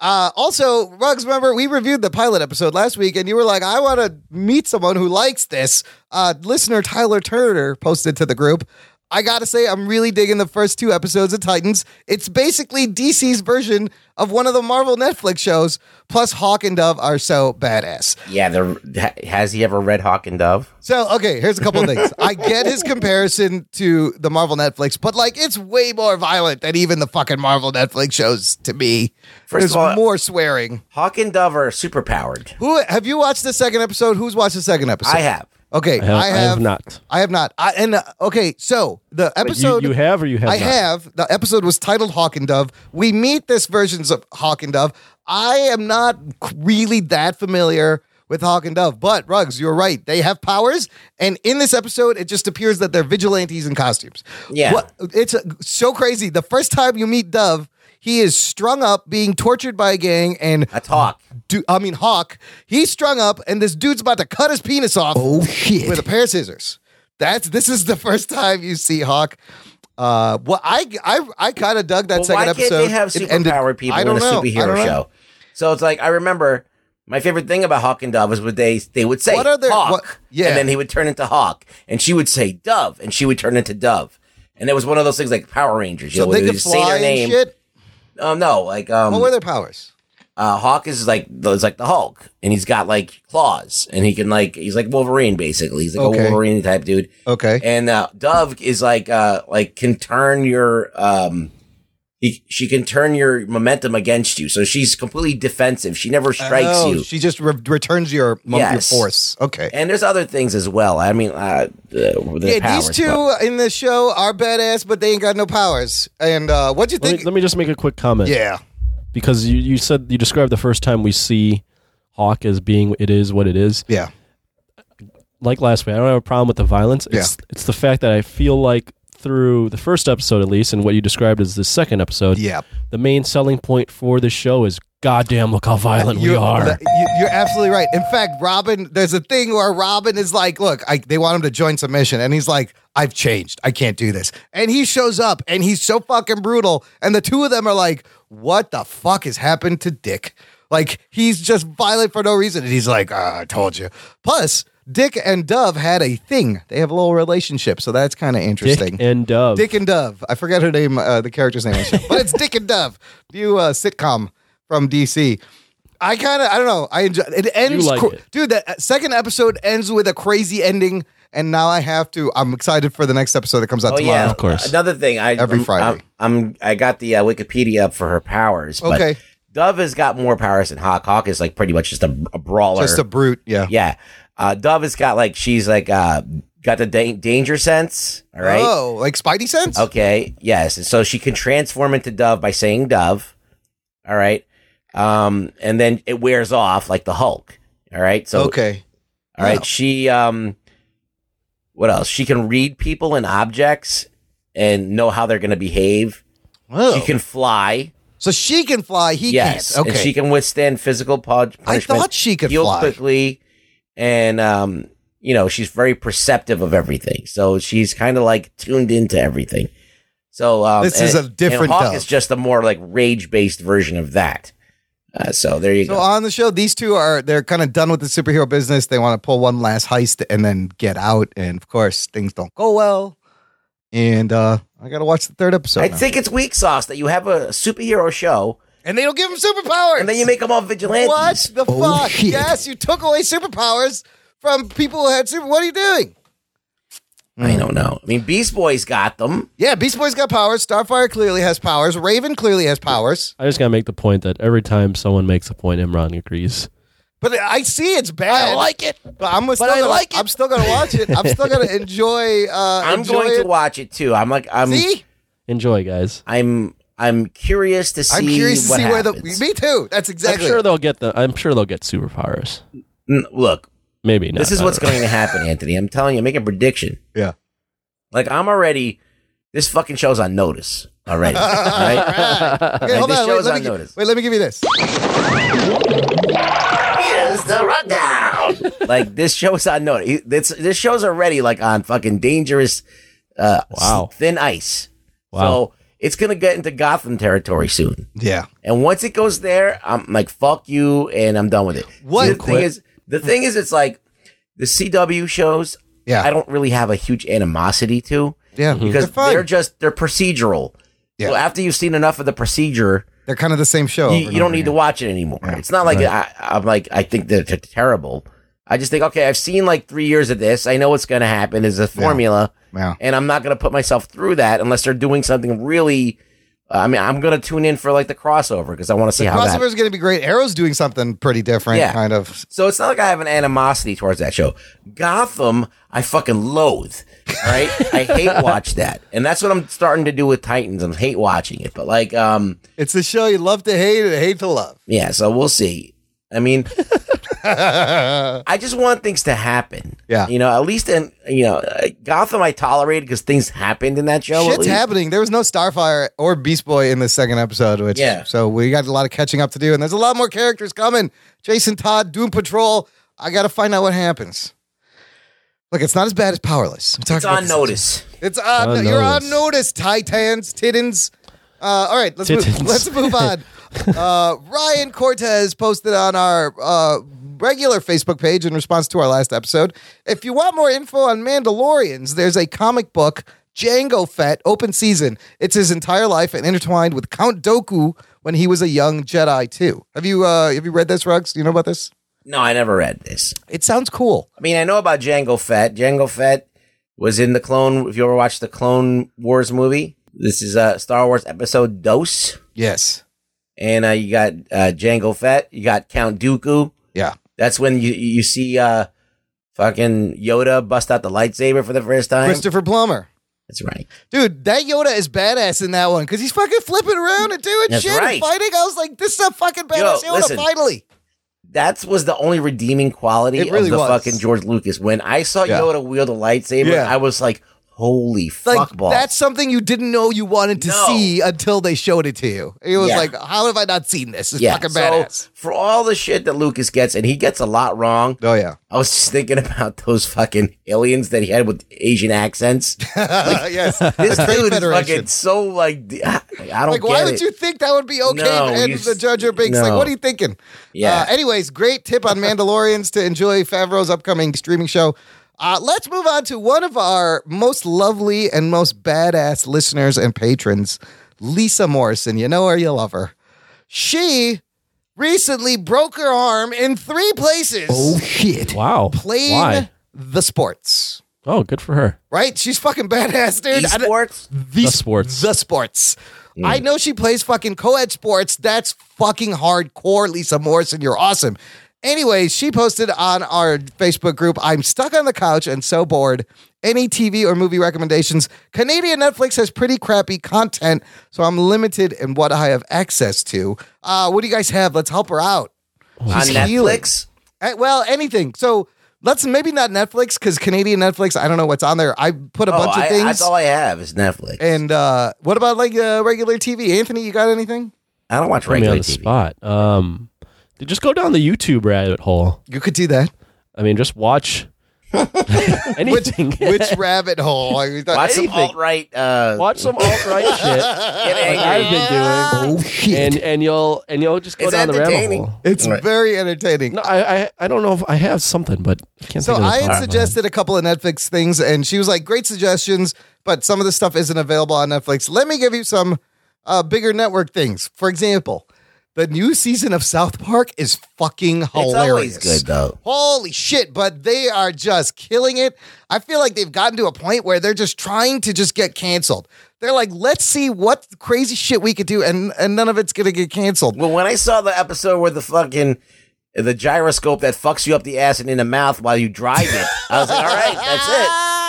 Speaker 1: uh, also, Rugs, remember we reviewed the pilot episode last week, and you were like, "I want to meet someone who likes this." Uh, listener Tyler Turner posted to the group. I gotta say, I'm really digging the first two episodes of Titans. It's basically DC's version of one of the Marvel Netflix shows. Plus, Hawk and Dove are so badass.
Speaker 4: Yeah, the has he ever read Hawk and Dove?
Speaker 1: So, okay, here's a couple of things. I get his comparison to the Marvel Netflix, but like it's way more violent than even the fucking Marvel Netflix shows to me.
Speaker 4: First
Speaker 1: There's
Speaker 4: of all-
Speaker 1: more swearing.
Speaker 4: Hawk and Dove are super powered.
Speaker 1: Who have you watched the second episode? Who's watched the second episode?
Speaker 4: I have.
Speaker 1: Okay,
Speaker 3: I have, I have not.
Speaker 1: I have not. I, and uh, okay, [LAUGHS] so the
Speaker 3: But you-
Speaker 1: episode
Speaker 3: you, have or you have
Speaker 1: I
Speaker 3: not?
Speaker 1: have the episode was titled Hawk and Dove. We meet this versions of Hawk and Dove. I am not really that familiar with Hawk and Dove, but Rugs, you're right. They have powers, and in this episode, it just appears that they're vigilantes in costumes.
Speaker 4: Yeah.
Speaker 1: What- it's uh, so crazy. The first time you meet Dove. He is strung up, being tortured by a gang, and
Speaker 4: That's Hawk.
Speaker 1: Du- I mean Hawk. He's strung up, and this dude's about to cut his penis off. Oh shit! With a pair of scissors. That's this is the [LAUGHS] first time you see Hawk. Uh, well, I I I kind of dug that
Speaker 4: Well,
Speaker 1: second
Speaker 4: why
Speaker 1: episode.
Speaker 4: can't they have
Speaker 1: It ended-
Speaker 4: superpowered people
Speaker 1: I
Speaker 4: in
Speaker 1: don't
Speaker 4: a
Speaker 1: know. I don't
Speaker 4: superhero
Speaker 1: know.
Speaker 4: show? So it's like I remember my favorite thing about Hawk and Dove was what they they would say
Speaker 1: What are their-
Speaker 4: Hawk,
Speaker 1: what- yeah.
Speaker 4: and then he would turn into Hawk, and she would say Dove, and she would turn into Dove, and it was one of those things like Power Rangers. You
Speaker 1: So
Speaker 4: know,
Speaker 1: they
Speaker 4: where
Speaker 1: could
Speaker 4: just say
Speaker 1: fly
Speaker 4: their name.
Speaker 1: and shit.
Speaker 4: Um, no, like um,
Speaker 1: What were their powers?
Speaker 4: uh, Hawk is like is like the Hulk, and he's got like claws, and he can like he's like Wolverine basically. He's like
Speaker 1: Okay.
Speaker 4: a Wolverine type dude.
Speaker 1: Okay.
Speaker 4: And uh, Dove is like uh like can turn your um he, she can turn your momentum against you, so she's completely defensive. She never strikes
Speaker 1: Oh,
Speaker 4: you.
Speaker 1: She just re- returns your mo-
Speaker 4: Yes.
Speaker 1: your force. Okay.
Speaker 4: and there's other things as well. I mean, uh, uh,
Speaker 1: yeah, these two in the show are badass, but they ain't got no powers. And uh, what do you
Speaker 3: Let
Speaker 1: think?
Speaker 3: me, let me just make a quick comment.
Speaker 1: yeah.
Speaker 3: Because you, you said you described the first time we see Hawk as being it is what it is.
Speaker 1: Yeah.
Speaker 3: Like last week, I don't have a problem with the violence. It's, it's the fact that I feel like through the first episode, at least, and what you described as the second episode,
Speaker 1: Yeah.
Speaker 3: the main selling point for the show is goddamn, look how violent we
Speaker 1: You're-
Speaker 3: are.
Speaker 1: that- you, you're absolutely right. In fact, Robin, there's a thing where Robin is like, "Look, I, they want him to join submission," and he's like, "I've changed. I can't do this." And he shows up, and he's so fucking brutal. And the two of them are like, "What the fuck has happened to Dick?" Like he's just violent for no reason, and he's like, "Ah, "I told you." Plus, Dick and Dove had a thing. They have a little relationship, so that's kind of interesting.
Speaker 3: Dick and Dove.
Speaker 1: Dick and Dove. I forget her name, uh, the character's
Speaker 3: [LAUGHS]
Speaker 1: name, on the show, but it's Dick and Dove, new uh, sitcom from DC. I kind of, I don't know. I enjoy it. Ends,
Speaker 3: like it.
Speaker 1: dude. That uh, second episode ends with a crazy ending, and now I have to. I'm excited for the next episode that comes out
Speaker 4: Oh
Speaker 1: tomorrow.
Speaker 4: yeah, Another thing, I
Speaker 1: Every
Speaker 4: I'm-
Speaker 1: Friday.
Speaker 4: I'm, I'm I got the uh, Wikipedia up for her powers. But
Speaker 1: Okay.
Speaker 4: Dove has got more powers than Hawk. Hawk is like pretty much just a, a brawler.
Speaker 1: Just a brute. Yeah.
Speaker 4: yeah. Uh, Dove has got like she's like uh, got the da- danger sense. All right.
Speaker 1: Oh, like Spidey sense.
Speaker 4: Okay. Yes. And so she can transform into Dove by saying Dove. All right. Um, and then it wears off like the Hulk. All right. So
Speaker 1: okay.
Speaker 4: all right. She um what else? She can read people and objects and know how they're gonna behave.
Speaker 1: Whoa.
Speaker 4: She can fly.
Speaker 1: so she can fly. He
Speaker 4: yes.
Speaker 1: can't.
Speaker 4: And
Speaker 1: Okay.
Speaker 4: she can withstand physical pun-
Speaker 1: I
Speaker 4: punishment.
Speaker 1: thought she could
Speaker 4: heal
Speaker 1: fly.
Speaker 4: quickly and um you know, she's very perceptive of everything. So she's kind of like tuned into everything. So um
Speaker 1: This is
Speaker 4: and-
Speaker 1: a different
Speaker 4: and Hawk
Speaker 1: Dove.
Speaker 4: is just a more like rage based version of that. Uh, so there you
Speaker 1: So
Speaker 4: go.
Speaker 1: on the show, these two are they're kind of done with the superhero business. They want to pull one last heist and then get out. And of course, things don't go well. And uh I gotta watch the third episode.
Speaker 4: I
Speaker 1: now.
Speaker 4: think it's weak sauce that you have a superhero show
Speaker 1: and they don't give him superpowers.
Speaker 4: and then you Oh, make them all vigilantes.
Speaker 1: what the fuck? Yes, you took away superpowers from people who had super. What are you doing?
Speaker 4: I don't know. I mean, Beast Boys got them.
Speaker 1: Yeah, Beast Boy's got powers. Starfire clearly has powers. Raven clearly has powers.
Speaker 3: I just got to make the point that every time someone makes a point, Imran agrees.
Speaker 1: But I see it's bad.
Speaker 4: I like it.
Speaker 1: But I'm still
Speaker 4: I
Speaker 1: gonna,
Speaker 4: like it.
Speaker 1: I'm still gonna watch it. I'm still gonna enjoy. Uh,
Speaker 4: [LAUGHS] I'm
Speaker 1: enjoy
Speaker 4: going
Speaker 1: it.
Speaker 4: to watch it too. I'm like, I'm,
Speaker 1: See,
Speaker 3: Enjoy, guys.
Speaker 4: I'm, I'm curious to see.
Speaker 1: I'm curious to
Speaker 4: what
Speaker 1: see where the.
Speaker 4: happens.
Speaker 1: Me too. That's
Speaker 3: I'm
Speaker 1: exactly.
Speaker 3: sure they'll get the. I'm sure they'll get superpowers.
Speaker 4: N- Look,
Speaker 3: Maybe not.
Speaker 4: this is
Speaker 3: I
Speaker 4: what's
Speaker 3: don't know.
Speaker 4: going to happen, Anthony. I'm telling you, make a prediction.
Speaker 1: Yeah.
Speaker 4: Like I'm already this fucking show's on notice already. all right?
Speaker 1: [LAUGHS]
Speaker 4: Like,
Speaker 1: Okay, hold
Speaker 4: this
Speaker 1: on.
Speaker 4: show's
Speaker 1: Wait, let me
Speaker 4: on
Speaker 1: gi-
Speaker 4: notice.
Speaker 1: wait, let me give you this.
Speaker 4: Here's the rundown. like this show's on notice. This this show's already like on fucking dangerous uh wow. thin ice.
Speaker 1: Wow.
Speaker 4: So it's gonna get into Gotham territory soon.
Speaker 1: Yeah.
Speaker 4: And once it goes there, I'm like, fuck you, and I'm done with it.
Speaker 1: What?
Speaker 4: The thing
Speaker 1: Quit.
Speaker 4: is, the thing is, it's like the CW shows.
Speaker 1: Yeah.
Speaker 4: I don't really have a huge animosity to.
Speaker 1: Yeah. They're
Speaker 4: because
Speaker 1: fun.
Speaker 4: they're, just they're procedural.
Speaker 1: Yeah.
Speaker 4: So after you've seen enough of the procedure,
Speaker 1: They're kind of the same show.
Speaker 4: you, you don't need to watch it anymore. It's not like I, I'm like I think that they're terrible. I just think okay, I've seen like three years of this. I know what's going to happen. There's a formula,
Speaker 1: Yeah.
Speaker 4: and I'm not going to put myself through that unless they're doing something really. I mean, I'm going to tune in for like the crossover because I want to see
Speaker 1: The
Speaker 4: how that.
Speaker 1: crossover is going to be great. Arrow's doing something pretty different,
Speaker 4: Yeah.
Speaker 1: kind of.
Speaker 4: So it's not like I have an animosity towards that show. Gotham, I fucking loathe. Right?
Speaker 1: [LAUGHS]
Speaker 4: I hate watch that. And that's what I'm starting to do with Titans. I'm hate watching it. But like um
Speaker 1: It's a show you love to hate and hate to love.
Speaker 4: yeah, so we'll see.
Speaker 1: [LAUGHS]
Speaker 4: I mean I just want things to happen.
Speaker 1: Yeah.
Speaker 4: You know, at least in you know, uh, Gotham I tolerated because things happened in that show. at
Speaker 1: Shit's
Speaker 4: least.
Speaker 1: happening. There was no Starfire or Beast Boy in the second episode, which
Speaker 4: Yeah.
Speaker 1: so we got a lot of catching up to do, and there's a lot more characters coming. Jason Todd, Doom Patrol. I got to find out what happens. Look, it's not as bad as Powerless. We talked
Speaker 4: It's
Speaker 1: about
Speaker 4: on
Speaker 1: this.
Speaker 4: notice.
Speaker 1: It's on.
Speaker 3: On
Speaker 1: you're
Speaker 3: notice.
Speaker 1: on notice, Titans, Titans. Uh, all right, let's move,
Speaker 3: Titans.
Speaker 1: let's move on. uh, Ryan Cortez posted on our uh, regular Facebook page in response to our last episode. If you want more info on Mandalorians, there's a comic book Django Fett open season. It's his entire life and intertwined with Count Doku when he was a young Jedi too. Have you uh, have you read this, Rugs? Do you know about this?
Speaker 4: No, I never read this.
Speaker 1: It sounds cool.
Speaker 4: I mean, I know about Django Fett. Django Fett was in the Clone. If you ever watched the Clone Wars movie, this is uh, Star Wars Episode Dos,
Speaker 1: Yes.
Speaker 4: and uh, you got uh, Django Fett. You got Count Dooku.
Speaker 1: Yeah.
Speaker 4: That's when you you see uh, fucking Yoda bust out the lightsaber for the first time.
Speaker 1: Christopher Plummer.
Speaker 4: That's right.
Speaker 1: Dude, that Yoda is badass in that one because he's fucking flipping around and doing
Speaker 4: That's
Speaker 1: shit
Speaker 4: right.
Speaker 1: and fighting. I was like, this is a fucking badass Yoda,
Speaker 4: listen.
Speaker 1: finally.
Speaker 4: That was the only redeeming quality
Speaker 1: It really
Speaker 4: of the
Speaker 1: was.
Speaker 4: fucking George Lucas. When I saw
Speaker 1: Yeah.
Speaker 4: Yoda wield a lightsaber,
Speaker 1: Yeah.
Speaker 4: I was like, "Holy fuck,
Speaker 1: Like,
Speaker 4: ball!"
Speaker 1: that's something you didn't know you wanted to
Speaker 4: No.
Speaker 1: see until they showed it to you. It was
Speaker 4: Yeah.
Speaker 1: like, how have I not seen this? It's fucking
Speaker 4: so
Speaker 1: badass.
Speaker 4: for all the shit that Lucas gets, and he gets a lot wrong.
Speaker 1: Oh, [LAUGHS] yeah.
Speaker 4: I was just thinking about those fucking aliens that he had with Asian
Speaker 1: [LAUGHS]
Speaker 4: accents.
Speaker 1: yes. [LAUGHS]
Speaker 4: This
Speaker 1: The Trade
Speaker 4: dude is
Speaker 1: Federation.
Speaker 4: fucking so like d- I don't
Speaker 1: Like,
Speaker 4: get
Speaker 1: why
Speaker 4: it.
Speaker 1: would you think that would be okay?
Speaker 4: No,
Speaker 1: and
Speaker 4: you
Speaker 1: the
Speaker 4: s-
Speaker 1: judge or Binks, like,
Speaker 4: no.
Speaker 1: what are you thinking?
Speaker 4: Yeah.
Speaker 1: Uh, anyways, great tip on Mandalorians to enjoy Favreau's upcoming streaming show. Uh, let's move on to one of our most lovely and most badass listeners and patrons, Lisa Morrison. You know her, you love her. She recently broke her arm in three places
Speaker 5: Oh shit.
Speaker 3: Wow.
Speaker 1: playing
Speaker 3: Why?
Speaker 1: the sports.
Speaker 3: Oh, good for her.
Speaker 1: Right? She's fucking badass, dude. I don't-
Speaker 4: Esports?
Speaker 1: the,
Speaker 3: The
Speaker 1: sports.
Speaker 3: sports.
Speaker 1: The sports. I know she plays fucking co-ed sports. That's fucking hardcore, Lisa Morrison. You're awesome. Anyway, she posted on our Facebook group, I'm stuck on the couch and so bored. Any TV or movie recommendations? Canadian Netflix has pretty crappy content, so I'm limited in what I have access to. Uh, what do you guys have? Let's help her out.
Speaker 4: on
Speaker 1: She's healing.
Speaker 4: Netflix?
Speaker 1: Uh, well, anything. So let's maybe not Netflix because Canadian Netflix, I don't know what's on there. I put a
Speaker 4: oh,
Speaker 1: bunch of
Speaker 4: I,
Speaker 1: things.
Speaker 4: That's all I have is Netflix.
Speaker 1: And uh, what about like uh, regular TV? Anthony, you got anything?
Speaker 4: I don't watch
Speaker 3: Put me on
Speaker 4: regular
Speaker 3: the
Speaker 4: TV.
Speaker 3: spot. Um, just go down the YouTube rabbit hole.
Speaker 1: You could do that.
Speaker 3: I mean, just watch anything.
Speaker 1: [LAUGHS] Which rabbit hole? I mean,
Speaker 4: Watch some
Speaker 1: anything.
Speaker 4: alt right. Uh,
Speaker 3: [LAUGHS] watch some
Speaker 1: [LAUGHS]
Speaker 3: alt right shit
Speaker 4: get
Speaker 3: like
Speaker 4: angry.
Speaker 3: I've been doing,
Speaker 5: Oh shit.
Speaker 3: and and you'll and you'll just go
Speaker 4: It's
Speaker 3: down the rabbit
Speaker 4: entertaining.
Speaker 3: hole.
Speaker 1: It's
Speaker 4: Right.
Speaker 1: very entertaining.
Speaker 3: No, I, I I don't know if I have something, but I can't.
Speaker 1: so
Speaker 3: think of
Speaker 1: I
Speaker 3: the top
Speaker 1: had
Speaker 3: of my
Speaker 1: suggested a couple of Netflix things, and she was like, "Great suggestions," but some of the stuff isn't available on Netflix. Let me give you some uh, bigger network things. For example, the new season of South Park is fucking
Speaker 4: It's
Speaker 1: hilarious.
Speaker 4: always good though.
Speaker 1: Holy shit, but they are just killing it. I feel like they've gotten to a point where they're just trying to just get canceled. They're like, let's see what crazy shit we could do, and, and none of it's gonna get canceled.
Speaker 4: Well, when I saw the episode where the fucking the gyroscope that fucks you up the ass and in the mouth while you drive it, I was like, all right,
Speaker 3: [LAUGHS]
Speaker 4: that's it.
Speaker 1: [LAUGHS]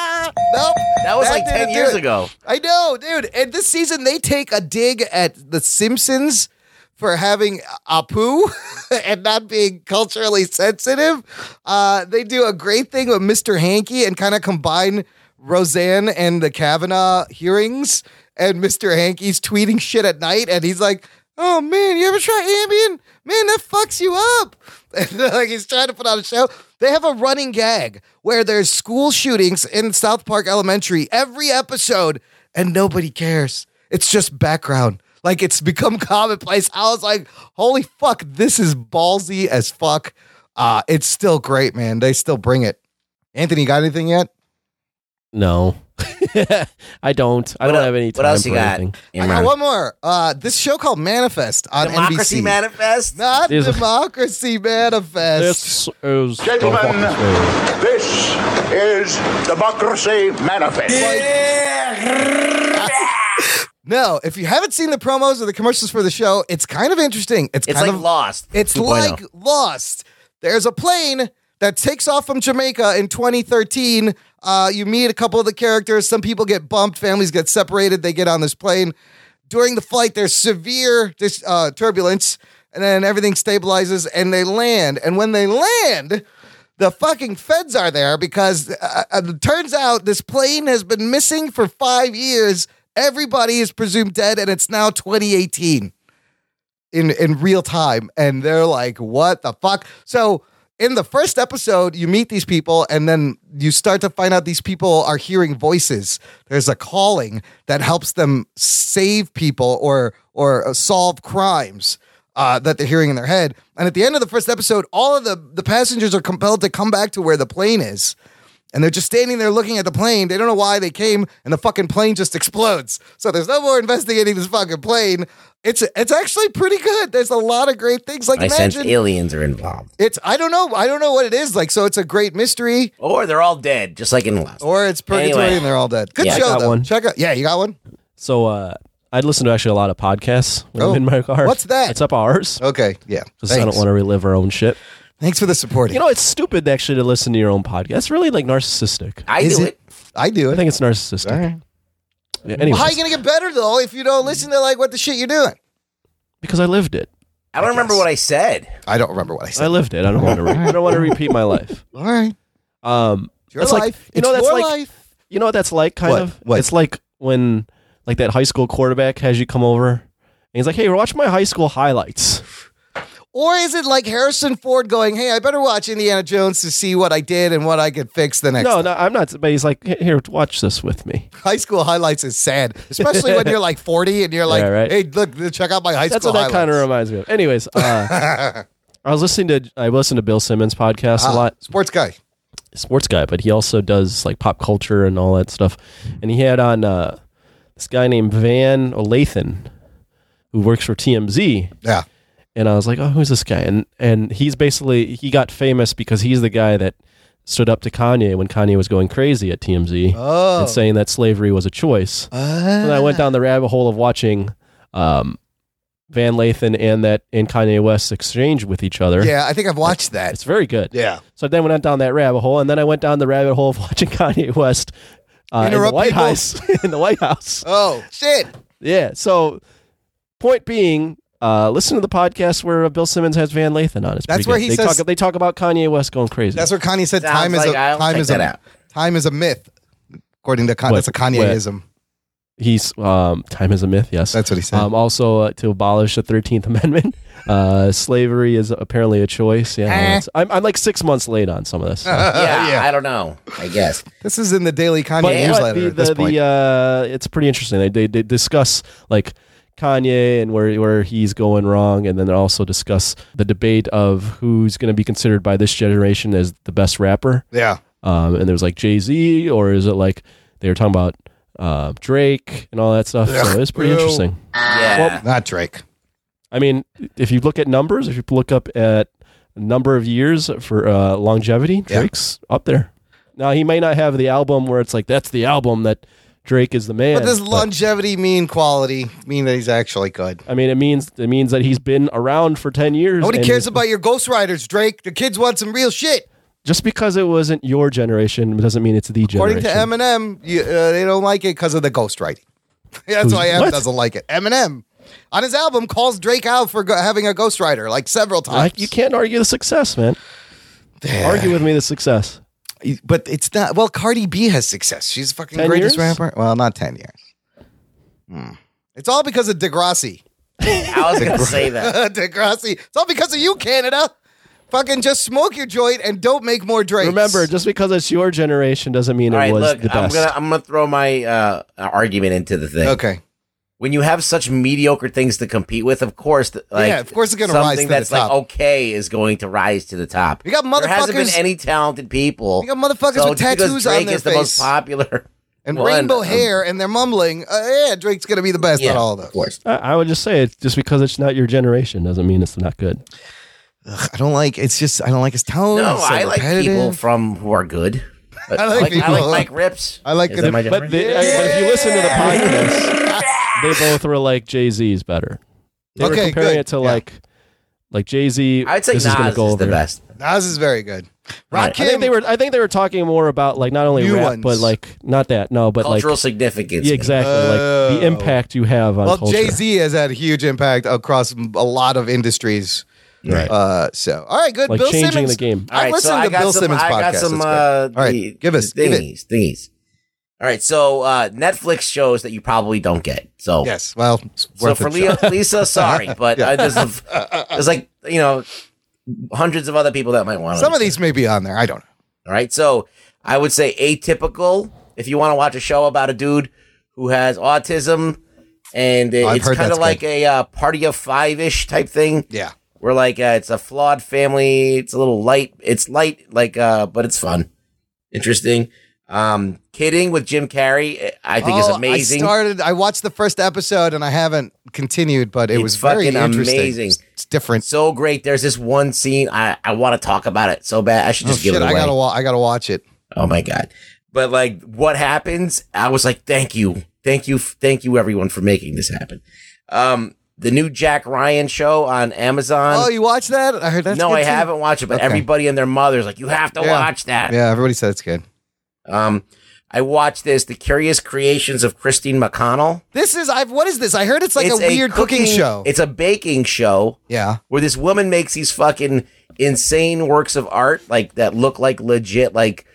Speaker 1: Nope.
Speaker 4: That was like
Speaker 1: didn't
Speaker 4: ten
Speaker 1: do
Speaker 4: years
Speaker 1: it.
Speaker 4: ago.
Speaker 1: I know, dude. And this season they take a dig at The Simpsons for having Apu [LAUGHS] and not being culturally sensitive. Uh, they do a great thing with Mr. Hankey and kind of combine Roseanne and the Kavanaugh hearings. And Mr. Hankey's tweeting shit at night, and he's like, "Oh man, you ever try Ambien? Man, that fucks you up." [LAUGHS] And uh, like he's trying to put on a show. They have a running gag where there's school shootings in South Park Elementary every episode, and nobody cares. It's just background. Like it's become [LAUGHS] commonplace. I was like, holy fuck, this is ballsy as fuck. Uh, it's still great, man. They still bring it. Anthony, you got anything yet?
Speaker 3: No, [LAUGHS] I don't. I don't have any time for anything.
Speaker 1: I got one more. Uh, this show called Manifest on
Speaker 4: Democracy
Speaker 1: NBC.
Speaker 4: Manifest?
Speaker 1: Not
Speaker 3: There's a-
Speaker 1: Democracy Manifest.
Speaker 3: This is
Speaker 12: Gentlemen, this is Democracy Manifest.
Speaker 1: No, if you haven't seen the promos or the commercials for the show, it's kind of interesting. It's,
Speaker 4: It's
Speaker 1: kind
Speaker 4: like
Speaker 1: of
Speaker 4: Lost oh.
Speaker 1: It's
Speaker 4: 2.0.
Speaker 1: like Lost. There's a plane that takes off from Jamaica in 2013. Uh, you meet a couple of the characters. Some people get bumped, families get separated. They get on this plane. During the flight, there's severe dis- uh, turbulence, and then everything stabilizes and they land. And when they land, the fucking feds are there because uh, uh, it turns out this plane has been missing for five years. Everybody is presumed dead, and it's now 2018 in in real time and they're like what the fuck so in the first episode you meet these people and then you start to find out these people are hearing voices there's a calling that helps them save people or or uh, solve crimes uh, that they're hearing in their head and at the end of the first episode all of the the passengers are compelled to come back to where the plane is and they're just standing there looking at the plane. They don't know why they came, and the fucking plane just explodes. So there's no more investigating this fucking plane. It's it's actually pretty good. There's a lot of great things. Like
Speaker 4: I sense
Speaker 1: imagine
Speaker 4: aliens are involved.
Speaker 1: it's I don't know I don't know what it is like. So it's a great mystery,
Speaker 4: Or they're all dead, just like in Lost.
Speaker 1: or it's purgatory
Speaker 4: Anyway.
Speaker 1: and they're all dead. Good
Speaker 4: Yeah, I
Speaker 1: show
Speaker 4: got
Speaker 1: though.
Speaker 3: one.
Speaker 1: Check out. Yeah, you got one.
Speaker 3: So uh, I'd listen to actually a lot of podcasts when
Speaker 1: Oh.
Speaker 3: I'm in my car.
Speaker 1: What's that?
Speaker 3: It's up ours
Speaker 1: Okay. Yeah.
Speaker 3: because I don't
Speaker 1: Thanks.
Speaker 3: want to relive our own shit.
Speaker 1: Thanks for the support.
Speaker 3: You know, it's stupid actually to listen to your own podcast. It's really like narcissistic.
Speaker 4: I
Speaker 1: Is
Speaker 4: do
Speaker 1: it-
Speaker 4: it.
Speaker 1: I do
Speaker 3: I
Speaker 1: it.
Speaker 3: think it's narcissistic. Yeah, anyways,
Speaker 1: How are you gonna get better though if you don't listen to like what the shit you're doing?
Speaker 3: because I lived it.
Speaker 4: I don't remember what I said.
Speaker 1: I don't remember what I
Speaker 3: I
Speaker 1: said.
Speaker 3: lived it. I don't want
Speaker 1: [LAUGHS]
Speaker 3: to. Re- I don't want to repeat my life.
Speaker 1: All right.
Speaker 3: Uh, Um,
Speaker 1: It's your
Speaker 3: that's
Speaker 1: life.
Speaker 3: like you know
Speaker 1: it's
Speaker 3: that's
Speaker 1: your
Speaker 3: like
Speaker 1: life.
Speaker 3: you know what that's like kind
Speaker 1: What?
Speaker 3: of.
Speaker 1: What?
Speaker 3: It's like when like that high school quarterback has you come over and he's like, "Hey, watch my high school highlights."
Speaker 1: Or is it like Harrison Ford going, "Hey, I better watch Indiana Jones to see what I did and what I could fix the next."
Speaker 3: No,
Speaker 1: time."
Speaker 3: no, I'm not. But he's like, "Here, "Here, watch this with me."
Speaker 1: High school highlights is sad, especially when you're like 40 and you're like,
Speaker 3: Yeah, right.
Speaker 1: "Hey, look, check out my high
Speaker 3: That's
Speaker 1: school
Speaker 3: what that kind of
Speaker 1: highlights."
Speaker 3: reminds me of. Anyways, uh,
Speaker 1: [LAUGHS]
Speaker 3: I was listening to I listened to Bill Simmons' podcast a
Speaker 1: Ah,
Speaker 3: lot.
Speaker 1: Sports guy.
Speaker 3: sports guy, but he also does like pop culture and all that stuff. And he had on uh, this guy named Van Olathan, who works for TMZ.
Speaker 1: Yeah.
Speaker 3: And I was like, oh, who's this guy? And and he's basically he got famous because he's the guy that stood up to Kanye when Kanye was going crazy at TMZ
Speaker 1: Oh. Ah.
Speaker 3: and saying that slavery was a choice. And I went down the rabbit hole of watching um, Van Lathan and that and Kanye West exchange with each other.
Speaker 1: Yeah, I think I've watched that.
Speaker 3: It's very good.
Speaker 1: Yeah.
Speaker 3: So then went down that rabbit hole, and then I went down the rabbit hole of [LAUGHS] watching Kanye West uh, in the
Speaker 1: Interrupt
Speaker 3: White
Speaker 1: people?
Speaker 3: House. [LAUGHS] in the White House,
Speaker 1: Oh, shit.
Speaker 3: yeah. So, point being, uh, listen to the podcast where Bill Simmons has Van Lathan on. It's
Speaker 1: That's
Speaker 3: pretty
Speaker 1: where
Speaker 3: good.
Speaker 1: he
Speaker 3: they
Speaker 1: says-
Speaker 3: talk. They talk about Kanye West going crazy.
Speaker 1: That's where Kanye said
Speaker 4: Sounds
Speaker 1: time is
Speaker 4: like
Speaker 1: a
Speaker 4: I'll
Speaker 1: time
Speaker 4: check
Speaker 1: is
Speaker 4: that
Speaker 1: a
Speaker 4: out.
Speaker 1: time is a myth. According to Kanye,
Speaker 3: What-
Speaker 1: that's a Kanyeism. [LAUGHS]
Speaker 3: He's um, time is a myth. Yes,
Speaker 1: That's what he said.
Speaker 3: Um, also, uh, to abolish the Thirteenth [LAUGHS] Amendment, uh, slavery is apparently a choice. Yeah,
Speaker 1: Eh.
Speaker 3: it's- I'm, I'm like six months late on some
Speaker 1: [LAUGHS]
Speaker 3: of this. so.
Speaker 1: Oh,
Speaker 4: Yeah, I don't know. I [LAUGHS] guess.
Speaker 1: This is in the daily Kanye
Speaker 3: but, but
Speaker 1: newsletter
Speaker 3: the,
Speaker 1: at this
Speaker 3: the,
Speaker 1: point.
Speaker 3: the uh, it's pretty interesting. They, they they discuss like Kanye and where where he's going wrong, and then they also discuss the debate of who's going to be considered by this generation as the best rapper.
Speaker 1: yeah.
Speaker 3: Um, and there's like Jay Z, or is it like they were talking about uh, Drake and all that stuff? So it's pretty
Speaker 1: Ew.
Speaker 3: interesting.
Speaker 4: Yeah.
Speaker 1: Not Drake.
Speaker 3: I mean, if you look at numbers, if you look up at number of years for uh, longevity,
Speaker 1: Yeah.
Speaker 3: Drake's up there. Now he may not have the album where it's like that's the album that Drake is the man.
Speaker 1: But does longevity mean quality? Mean that he's actually good?
Speaker 3: I mean, it means it means that he's been around for ten years.
Speaker 1: Nobody
Speaker 3: and
Speaker 1: cares
Speaker 3: he's-
Speaker 1: about your Ghost Riders, Drake. The kids want some real shit.
Speaker 3: just because it wasn't your generation doesn't mean it's the
Speaker 1: According
Speaker 3: generation.
Speaker 1: to Eminem, you, uh, they don't like it because of the ghostwriting. [LAUGHS] That's
Speaker 3: Who's-
Speaker 1: why Em
Speaker 3: what?
Speaker 1: doesn't like it. Eminem. on his album calls Drake out for go- having a ghostwriter like several times.
Speaker 3: Like, you can't argue the success, man. Argue with me the success.
Speaker 1: But it's not. Well, Cardi B has success. She's fucking
Speaker 3: Ten
Speaker 1: greatest
Speaker 3: years?
Speaker 1: rapper. Well, not ten years. Hmm. It's all because of
Speaker 4: [LAUGHS]
Speaker 1: Degrassi.
Speaker 4: I was gonna say
Speaker 3: [LAUGHS]
Speaker 1: [LAUGHS]
Speaker 4: that.
Speaker 1: Degrassi. It's all because of you, Canada. Fucking just smoke your joint and don't make more Drake.
Speaker 3: Remember, just because it's your generation doesn't mean
Speaker 4: All
Speaker 3: it
Speaker 4: right,
Speaker 3: was
Speaker 4: look,
Speaker 3: the
Speaker 4: I'm
Speaker 3: best.
Speaker 4: gonna I'm gonna throw my uh, argument into the thing.
Speaker 1: Okay.
Speaker 4: When you have such mediocre things to compete with, of course, th- like
Speaker 1: Yeah, of course it's gonna
Speaker 4: something
Speaker 1: rise to the
Speaker 4: that's
Speaker 1: top.
Speaker 4: like okay is going to rise to the top.
Speaker 1: You got
Speaker 4: There hasn't been
Speaker 1: motherfuckers-
Speaker 4: any talented people.
Speaker 1: You got motherfuckers
Speaker 4: so
Speaker 1: with
Speaker 4: just because
Speaker 1: tattoos on
Speaker 4: Drake
Speaker 1: their
Speaker 4: is the most
Speaker 1: face.
Speaker 4: popular
Speaker 1: and
Speaker 4: one,
Speaker 1: rainbow
Speaker 4: um,
Speaker 1: hair, and they're mumbling. Uh, yeah, Drake's gonna be the best on
Speaker 4: Yeah.
Speaker 1: all of those.
Speaker 3: I, I would just say it's just because it's not your generation doesn't mean it's not good.
Speaker 1: I don't like. It's just I don't like his tone.
Speaker 4: No,
Speaker 1: It's so
Speaker 4: I like people
Speaker 1: repetitive.
Speaker 4: from who are good. But
Speaker 1: [LAUGHS] I like
Speaker 4: I
Speaker 1: people-
Speaker 4: like Mike Rips.
Speaker 1: I like
Speaker 4: Is
Speaker 1: it-
Speaker 4: that my
Speaker 1: but
Speaker 4: generation?
Speaker 3: They- I- but if you listen to the podcast, they both were like Jay Z's better. They were
Speaker 1: Okay,
Speaker 3: comparing
Speaker 1: good.
Speaker 3: it to like like Jay Z.
Speaker 4: I'd say
Speaker 3: this
Speaker 4: Nas
Speaker 3: is, gonna
Speaker 4: is
Speaker 3: go
Speaker 4: the
Speaker 3: over.
Speaker 4: best.
Speaker 1: Nas is very good.
Speaker 3: I
Speaker 1: Rakim,
Speaker 3: think they were. I think they were talking more about like not only
Speaker 1: New
Speaker 3: rap,
Speaker 1: ones.
Speaker 3: but like not that. No, but
Speaker 4: Cultural
Speaker 3: like
Speaker 4: significance.
Speaker 3: yeah, exactly like the impact you have on
Speaker 1: Oh. well,
Speaker 3: culture.
Speaker 1: Jay Z has had a huge impact across m- a lot of industries.
Speaker 3: Right.
Speaker 1: Uh, so, all right, good.
Speaker 3: Like
Speaker 1: Bill
Speaker 3: changing
Speaker 1: Simmons.
Speaker 3: the game.
Speaker 1: I
Speaker 4: All right,
Speaker 1: listened
Speaker 4: so
Speaker 1: to
Speaker 4: I got
Speaker 1: Bill
Speaker 4: some-
Speaker 1: Simmons
Speaker 4: I got
Speaker 1: podcast.
Speaker 4: some,
Speaker 1: It's good.
Speaker 4: uh,
Speaker 1: all
Speaker 4: the-
Speaker 1: right, give us give it.
Speaker 4: thingies, thingies. All right, so uh, Netflix shows that you probably don't get. So
Speaker 1: Yes, well, it's
Speaker 4: so
Speaker 1: worth a
Speaker 4: for
Speaker 1: shot. [LAUGHS]
Speaker 4: Leo, Lisa, sorry, but uh, there's, a- there's like you know hundreds of other people that might want
Speaker 1: some of these may be on there. I don't know.
Speaker 4: All right, so I would say atypical. If you want to watch a show about a dude who has autism, and
Speaker 1: Oh, I've
Speaker 4: it's
Speaker 1: heard
Speaker 4: kind
Speaker 1: that's
Speaker 4: of like a uh, party of five ish type thing.
Speaker 1: Yeah.
Speaker 4: Where like uh, it's a flawed family. It's a little light. It's light, like, uh, but it's fun, interesting. Um, kidding with Jim Carrey, eh, I think is
Speaker 1: Oh,
Speaker 4: amazing.
Speaker 1: I started. I watched the first episode and I haven't continued, but it
Speaker 4: It's
Speaker 1: was very
Speaker 4: fucking
Speaker 1: interesting.
Speaker 4: amazing.
Speaker 1: It's, it's different.
Speaker 4: so great. There's this one scene I I want to talk about it so bad. I should
Speaker 1: Oh,
Speaker 4: just give
Speaker 1: shit,
Speaker 4: it away.
Speaker 1: I gotta. Wa- I gotta watch it.
Speaker 4: Oh my god. But like what happens? I was like, thank you. Thank you. Thank you everyone for making this happen. Um the new Jack Ryan show on Amazon.
Speaker 1: Oh, you watched that? I heard that's
Speaker 4: Um, no,
Speaker 1: good
Speaker 4: I
Speaker 1: too.
Speaker 4: haven't watched it, but
Speaker 1: Okay.
Speaker 4: everybody and their mother's like, you have to
Speaker 1: Yeah.
Speaker 4: watch that.
Speaker 1: Yeah, everybody said it's good.
Speaker 4: Um I watched this, The Curious Creations of Christine McConnell.
Speaker 1: This is. I've. What is this? I heard it's like
Speaker 4: It's
Speaker 1: a weird cooking, show.
Speaker 4: It's a baking show
Speaker 1: yeah.
Speaker 4: where this woman makes these fucking insane works of art like that look like legit like like,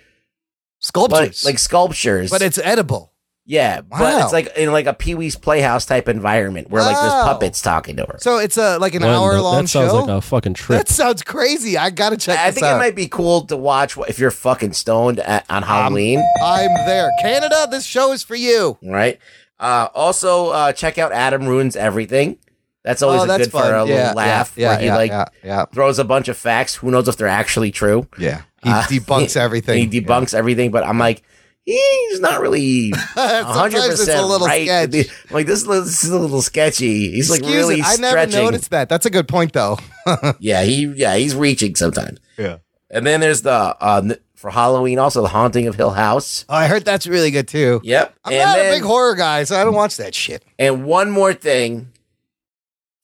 Speaker 1: Sculptures.
Speaker 4: like sculptures.
Speaker 1: but it's edible.
Speaker 4: Yeah, but
Speaker 1: Wow.
Speaker 4: it's like in like a Pee Wee's Playhouse type environment where like
Speaker 1: Wow.
Speaker 4: there's puppets talking to her.
Speaker 1: So it's a like an
Speaker 3: Well,
Speaker 1: hour long
Speaker 3: that sounds
Speaker 1: show.
Speaker 3: like a fucking trip.
Speaker 1: that sounds crazy. I gotta check.
Speaker 4: I
Speaker 1: this
Speaker 4: think
Speaker 1: out. Um,
Speaker 4: it might be cool to watch wh- if you're fucking stoned at, on Halloween,
Speaker 1: I'm there. Canada, this show is for you.
Speaker 4: right? Uh, also, uh, check out Adam ruins everything. That's always
Speaker 1: Oh,
Speaker 4: a
Speaker 1: that's
Speaker 4: good for
Speaker 1: fun.
Speaker 4: a little
Speaker 1: Yeah,
Speaker 4: laugh
Speaker 1: yeah,
Speaker 4: where he
Speaker 1: yeah,
Speaker 4: like
Speaker 1: yeah, yeah.
Speaker 4: throws a bunch of facts. Who knows if they're actually true?
Speaker 1: Yeah. He
Speaker 4: Uh,
Speaker 1: debunks everything.
Speaker 4: [LAUGHS] He debunks everything, but I'm like, he's not really 100
Speaker 1: [LAUGHS] Sometimes it's a
Speaker 4: percent
Speaker 1: little
Speaker 4: right.
Speaker 1: sketch.
Speaker 4: I'm like this, li- this is a little sketchy. He's like
Speaker 1: Excuse
Speaker 4: really
Speaker 1: it. I never
Speaker 4: stretching.
Speaker 1: noticed that. That's a good point though. [LAUGHS]
Speaker 4: Yeah, he yeah he's reaching sometimes.
Speaker 1: Yeah.
Speaker 4: And then there's the uh, n- for Halloween also the haunting of Hill House.
Speaker 1: I heard that's really good too.
Speaker 4: Yep.
Speaker 1: I'm
Speaker 4: and
Speaker 1: not
Speaker 4: then,
Speaker 1: a big horror guy, so I don't watch that shit.
Speaker 4: and one more thing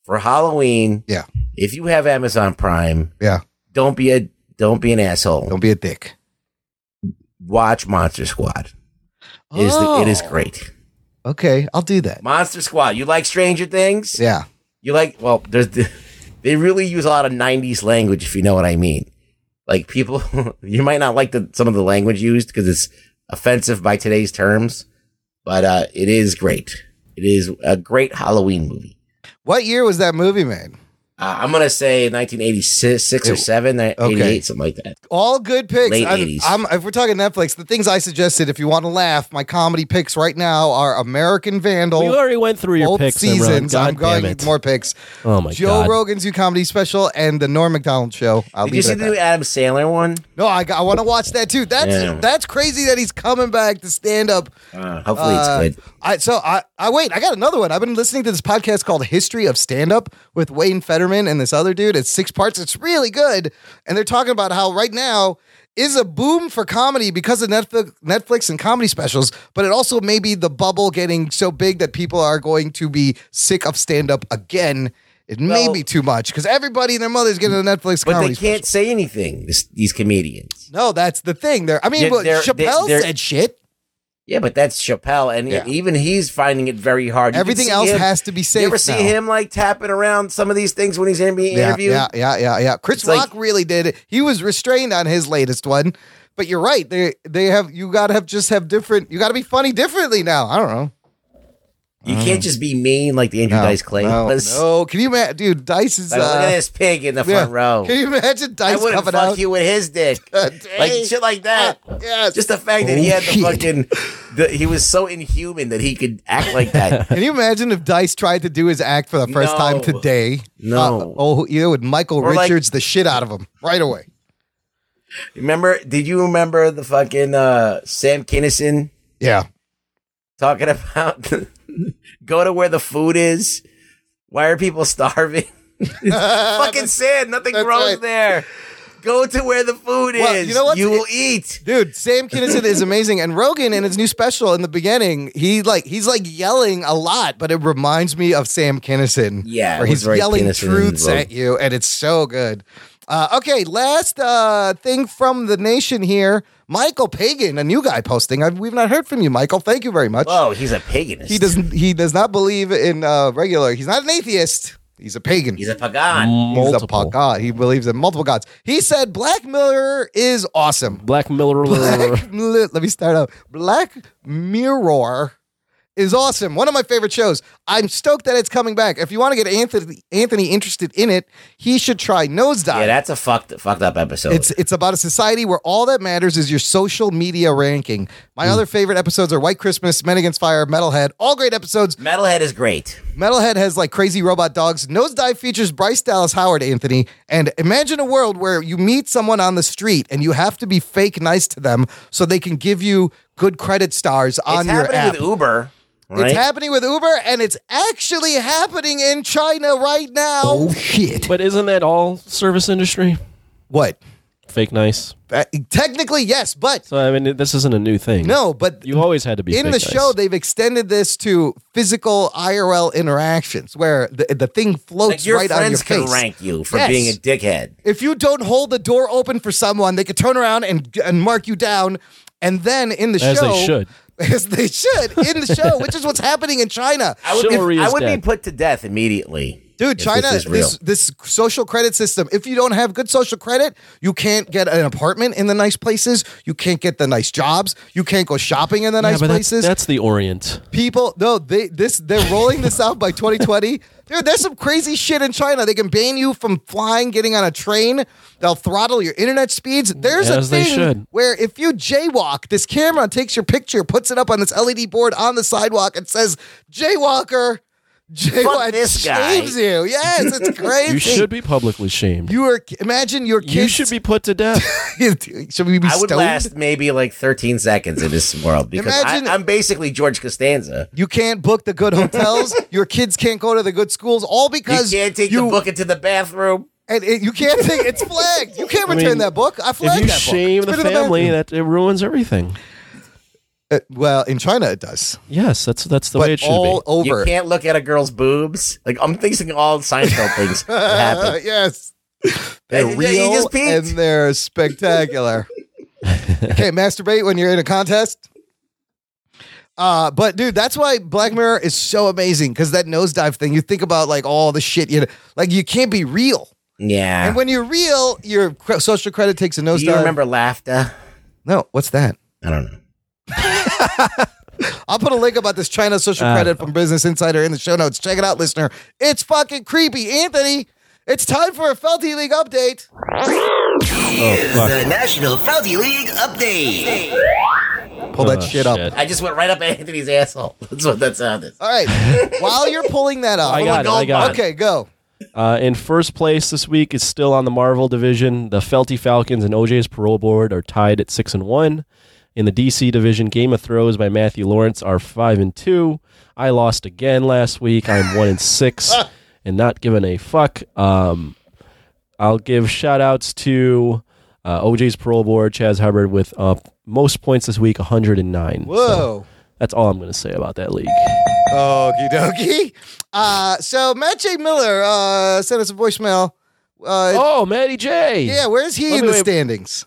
Speaker 4: for Halloween.
Speaker 1: Yeah.
Speaker 4: If you have Amazon Prime,
Speaker 1: Yeah.
Speaker 4: don't be a don't be an asshole.
Speaker 1: Don't be a dick.
Speaker 4: Watch Monster Squad. It is the, it is
Speaker 1: Oh.
Speaker 4: great.
Speaker 1: Okay, I'll do that.
Speaker 4: Monster Squad. You like Stranger Things?
Speaker 1: Yeah.
Speaker 4: You like well, there's the, [LAUGHS] they really use a lot of '90s language, if you know what I mean. Like people, [LAUGHS] you might not like the, some of the language used because it's offensive by today's terms, but uh, it is great. It is a great Halloween movie.
Speaker 1: What year was that movie made?
Speaker 4: Uh, I'm gonna say 1986 or seven, uh, 88, something like that.
Speaker 1: All good picks.
Speaker 4: Late
Speaker 1: I'm-
Speaker 4: 80s.
Speaker 1: I'm- if we're talking Netflix, the things I suggested, if you want to laugh, my comedy picks right now are American Vandal.
Speaker 3: we already went through your
Speaker 1: both
Speaker 3: picks. Imran.
Speaker 1: seasons.
Speaker 3: God
Speaker 1: I'm going
Speaker 3: damn
Speaker 1: with
Speaker 3: it.
Speaker 1: more picks.
Speaker 3: Oh my
Speaker 1: Joe
Speaker 3: god.
Speaker 1: Rogan's new comedy special and the Norm Macdonald show. I'll
Speaker 4: Did
Speaker 1: leave
Speaker 4: you
Speaker 1: it
Speaker 4: see
Speaker 1: at
Speaker 4: the
Speaker 1: that.
Speaker 4: new Adam Sandler one?
Speaker 1: No, I, I want to watch that too. That's
Speaker 4: Yeah.
Speaker 1: that's crazy that he's coming back to stand up.
Speaker 4: Uh, hopefully,
Speaker 1: Uh,
Speaker 4: it's good.
Speaker 1: I so I I wait. I got another one. I've been listening to this podcast called History of Stand Up with Wayne Fetterman and this other dude. It's six parts. It's really good, and they're talking about how right now is a boom for comedy because of Netflix, Netflix and comedy specials, but it also may be the bubble getting so big that people are going to be sick of stand up again. It may
Speaker 4: Well-
Speaker 1: be too much because everybody and their mother's getting a Netflix
Speaker 4: But
Speaker 1: comedy.
Speaker 4: they can't say anything. This, these comedians.
Speaker 1: special. No, that's the thing. There, I mean,
Speaker 4: They're-
Speaker 1: but
Speaker 4: they're-
Speaker 1: Chappelle
Speaker 4: they're-
Speaker 1: said shit.
Speaker 4: Yeah, but that's Chappelle, and
Speaker 1: Yeah.
Speaker 4: even he's finding it very hard. You can
Speaker 1: Everything
Speaker 4: see
Speaker 1: else
Speaker 4: him-
Speaker 1: has to be safe.
Speaker 4: You ever see
Speaker 1: now.
Speaker 4: him like tapping around some of these things when he's in- being
Speaker 1: Yeah,
Speaker 4: interviewed?
Speaker 1: yeah, yeah, yeah, yeah. Chris
Speaker 4: It's like-
Speaker 1: Rock really did it. He was restrained on his latest one, but you're right. They they have you got to have just have different. You got to be funny differently now. I don't know.
Speaker 4: You can't just be mean like the Andrew
Speaker 1: Mm. No,
Speaker 4: Dice Clay.
Speaker 1: No,
Speaker 4: was.
Speaker 1: no. can you imagine, dude? Dice is
Speaker 4: Like, look
Speaker 1: uh,
Speaker 4: at this pig in the
Speaker 1: yeah.
Speaker 4: front row.
Speaker 1: Can you imagine Dice
Speaker 4: I wouldn't
Speaker 1: coming
Speaker 4: fuck
Speaker 1: out? [LAUGHS]
Speaker 4: you with his dick, like shit like that.
Speaker 1: Yeah,
Speaker 4: just the fact that he had the fucking, the, he was so inhuman that he could act like
Speaker 1: [LAUGHS]
Speaker 4: that.
Speaker 1: Can you imagine if Dice tried to do his act for the first
Speaker 4: No.
Speaker 1: time today?
Speaker 4: No.
Speaker 1: Uh, oh, you would Michael
Speaker 4: Or like-
Speaker 1: Richards the shit out of him right away.
Speaker 4: Remember? Did you remember the fucking uh, Sam Kinison?
Speaker 1: Yeah.
Speaker 4: talking about [LAUGHS] go to where the food is. Why are
Speaker 1: [LAUGHS]
Speaker 4: people starving? fucking sad. Nothing grows
Speaker 1: right.
Speaker 4: there. Go to where the food
Speaker 1: Well,
Speaker 4: is.
Speaker 1: you know what's-
Speaker 4: You will eat.
Speaker 1: Dude, Sam Kinison is amazing. And Rogan in his new special in the beginning, he like he's like yelling a lot, but it reminds me of Sam Kinison.
Speaker 4: Yeah, it
Speaker 1: Where
Speaker 4: was
Speaker 1: he's
Speaker 4: very
Speaker 1: yelling
Speaker 4: Kinison
Speaker 1: truths
Speaker 4: involved.
Speaker 1: at you, and it's so good. Uh, okay, last uh, thing from the nation here. Michael Pagan, a new guy posting. I've, we've not heard from you, Michael. Thank you very much.
Speaker 4: Whoa, he's a paganist.
Speaker 1: He doesn't. He does not believe in uh, regular. He's not an atheist. He's a pagan.
Speaker 4: [LAUGHS] He's a
Speaker 3: Mm.
Speaker 4: pagan.
Speaker 1: He's a pa- god. He believes in multiple gods. He said Black Mirror is awesome.
Speaker 3: Black Miller.
Speaker 1: [LAUGHS] Black, Mil- let me start out. Black Mirror is awesome. One of my favorite shows. I'm stoked that it's coming back. If you want to get Anthony Anthony interested in it, he should try Nosedive.
Speaker 4: Yeah, that's a fucked fucked up episode.
Speaker 1: It's it's about a society where all that matters is your social media ranking. My other favorite episodes are White Christmas, Men Against Fire, Metalhead. All great episodes.
Speaker 4: Metalhead is great.
Speaker 1: Metalhead has like crazy robot dogs. Nosedive features Bryce Dallas Howard, Anthony. And imagine a world where you meet someone on the street and you have to be fake nice to them so they can give you good credit stars on
Speaker 4: it's
Speaker 1: your
Speaker 4: happening
Speaker 1: app.
Speaker 4: with Uber. Right?
Speaker 1: It's happening with Uber and it's actually happening in China right now. Oh, shit.
Speaker 3: But isn't that all service industry?
Speaker 1: What? Uh,
Speaker 3: Fake nice.
Speaker 1: Technically, yes, but
Speaker 3: So I mean, this isn't a new thing.
Speaker 1: No, but
Speaker 3: you always had to be
Speaker 1: in
Speaker 3: fake
Speaker 1: the
Speaker 3: nice.
Speaker 1: show they've extended this to physical IRL interactions where the, the thing floats
Speaker 4: Like your
Speaker 1: right on your
Speaker 4: friends
Speaker 1: face.
Speaker 4: can rank you for
Speaker 1: Yes.
Speaker 4: being a dickhead.
Speaker 1: If you don't hold the door open for someone, they could turn around and and mark you down. And then in the
Speaker 3: As
Speaker 1: show,
Speaker 3: they should.
Speaker 1: [LAUGHS] as they should in the show, which is what's happening in China.
Speaker 4: I would,
Speaker 3: Chivalry
Speaker 4: be, I
Speaker 3: is
Speaker 4: would be
Speaker 3: dead.
Speaker 4: put to death immediately.
Speaker 1: Dude,
Speaker 4: if
Speaker 1: China,
Speaker 4: This
Speaker 1: this,
Speaker 4: is real.
Speaker 1: this social credit system. If you don't have good social credit, you can't get an apartment in the nice places. You can't get the nice jobs. You can't go shopping in the
Speaker 3: Yeah,
Speaker 1: nice
Speaker 3: but that's,
Speaker 1: places.
Speaker 3: that's the Orient.
Speaker 1: People, no, they this they're rolling this out by 2020. Dude, there's some crazy shit in China. They can ban you from flying, getting on a train. They'll throttle your internet speeds. There's
Speaker 3: As
Speaker 1: a
Speaker 3: they
Speaker 1: thing
Speaker 3: should.
Speaker 1: where if you jaywalk, this camera takes your picture, puts it up on this LED board on the sidewalk, and says "Jaywalker." Jaywalk
Speaker 4: this guy.
Speaker 1: shames you. Yes,
Speaker 4: [LAUGHS]
Speaker 1: it's crazy.
Speaker 3: You should be publicly shamed.
Speaker 1: You are. Imagine your kids.
Speaker 3: You
Speaker 1: [LAUGHS]
Speaker 3: should be put to death.
Speaker 1: should we be
Speaker 4: I would
Speaker 1: stoned?
Speaker 4: last maybe like 13 seconds in this world because
Speaker 1: Imagine-
Speaker 4: I, I'm basically George Costanza.
Speaker 1: You can't book the good
Speaker 4: [LAUGHS]
Speaker 1: hotels. your kids can't go to the good schools, all
Speaker 4: You
Speaker 1: because
Speaker 4: can't take the book into the bathroom.
Speaker 1: And it, you can't think it's flagged. You can't
Speaker 3: I mean,
Speaker 1: return that book. I flagged
Speaker 3: if you
Speaker 1: that
Speaker 3: shame
Speaker 1: book.
Speaker 3: the
Speaker 1: It's been in
Speaker 3: family,
Speaker 1: bathroom.
Speaker 3: that it ruins everything.
Speaker 1: Uh, well, in China it does,
Speaker 3: Yes, that's that's the
Speaker 1: but
Speaker 3: way it should
Speaker 1: all oh,
Speaker 3: be.
Speaker 1: over.
Speaker 4: You can't look at a girl's boobs. Like I'm thinking all Seinfeld things
Speaker 1: [LAUGHS]
Speaker 4: that
Speaker 1: Uh,
Speaker 4: happen.
Speaker 1: yes, they're
Speaker 4: Yeah, you
Speaker 1: real
Speaker 4: just peeked.
Speaker 1: and they're [LAUGHS]
Speaker 3: [LAUGHS]
Speaker 1: spectacular. you can't masturbate when you're in a contest. Uh, but dude, that's why Black Mirror is so amazing because that nosedive thing. You think about like all the shit you know, like you can't be real,
Speaker 4: Yeah.
Speaker 3: Ah.
Speaker 1: and when you're real, your cre- social credit takes a nosedive.
Speaker 4: Do you remember laughter?
Speaker 1: No, what's that?
Speaker 4: I don't know.
Speaker 1: I'll put a link about this China social
Speaker 3: Uh,
Speaker 1: credit from Business Insider in the show notes. Check it out, listener. It's fucking creepy. Anthony, it's time for a Felty League update.
Speaker 2: The National Felty League update.
Speaker 1: Pull
Speaker 3: Oh,
Speaker 1: that shit up.
Speaker 4: I just went right up [LAUGHS] Anthony's asshole. That's what that sounded.
Speaker 1: All
Speaker 3: [LAUGHS]
Speaker 1: right. While you're pulling that up,
Speaker 3: I got it. I got it.
Speaker 1: okay, go.
Speaker 3: Uh, in first place this week is still on the Marvel division. The Felty Falcons and OJ's Parole Board are tied at six and one. In the DC division, Game of Thrones by Matthew Lawrence are five and two. I lost again last week. I'm one
Speaker 1: [LAUGHS]
Speaker 3: and six, and not giving a fuck. Um, I'll give shout outs to uh, OJ's Parole Board, Chaz Hubbard with uh, most points this week, 109. So
Speaker 1: Whoa.
Speaker 3: that's all I'm going to say about that league.
Speaker 1: Okie dokie. Uh, so, Matt J. Miller uh, sent us a voicemail. Uh,
Speaker 3: Oh, Matty J.
Speaker 1: Yeah, where's he in
Speaker 3: Wait,
Speaker 1: the
Speaker 3: wait, wait.
Speaker 1: standings?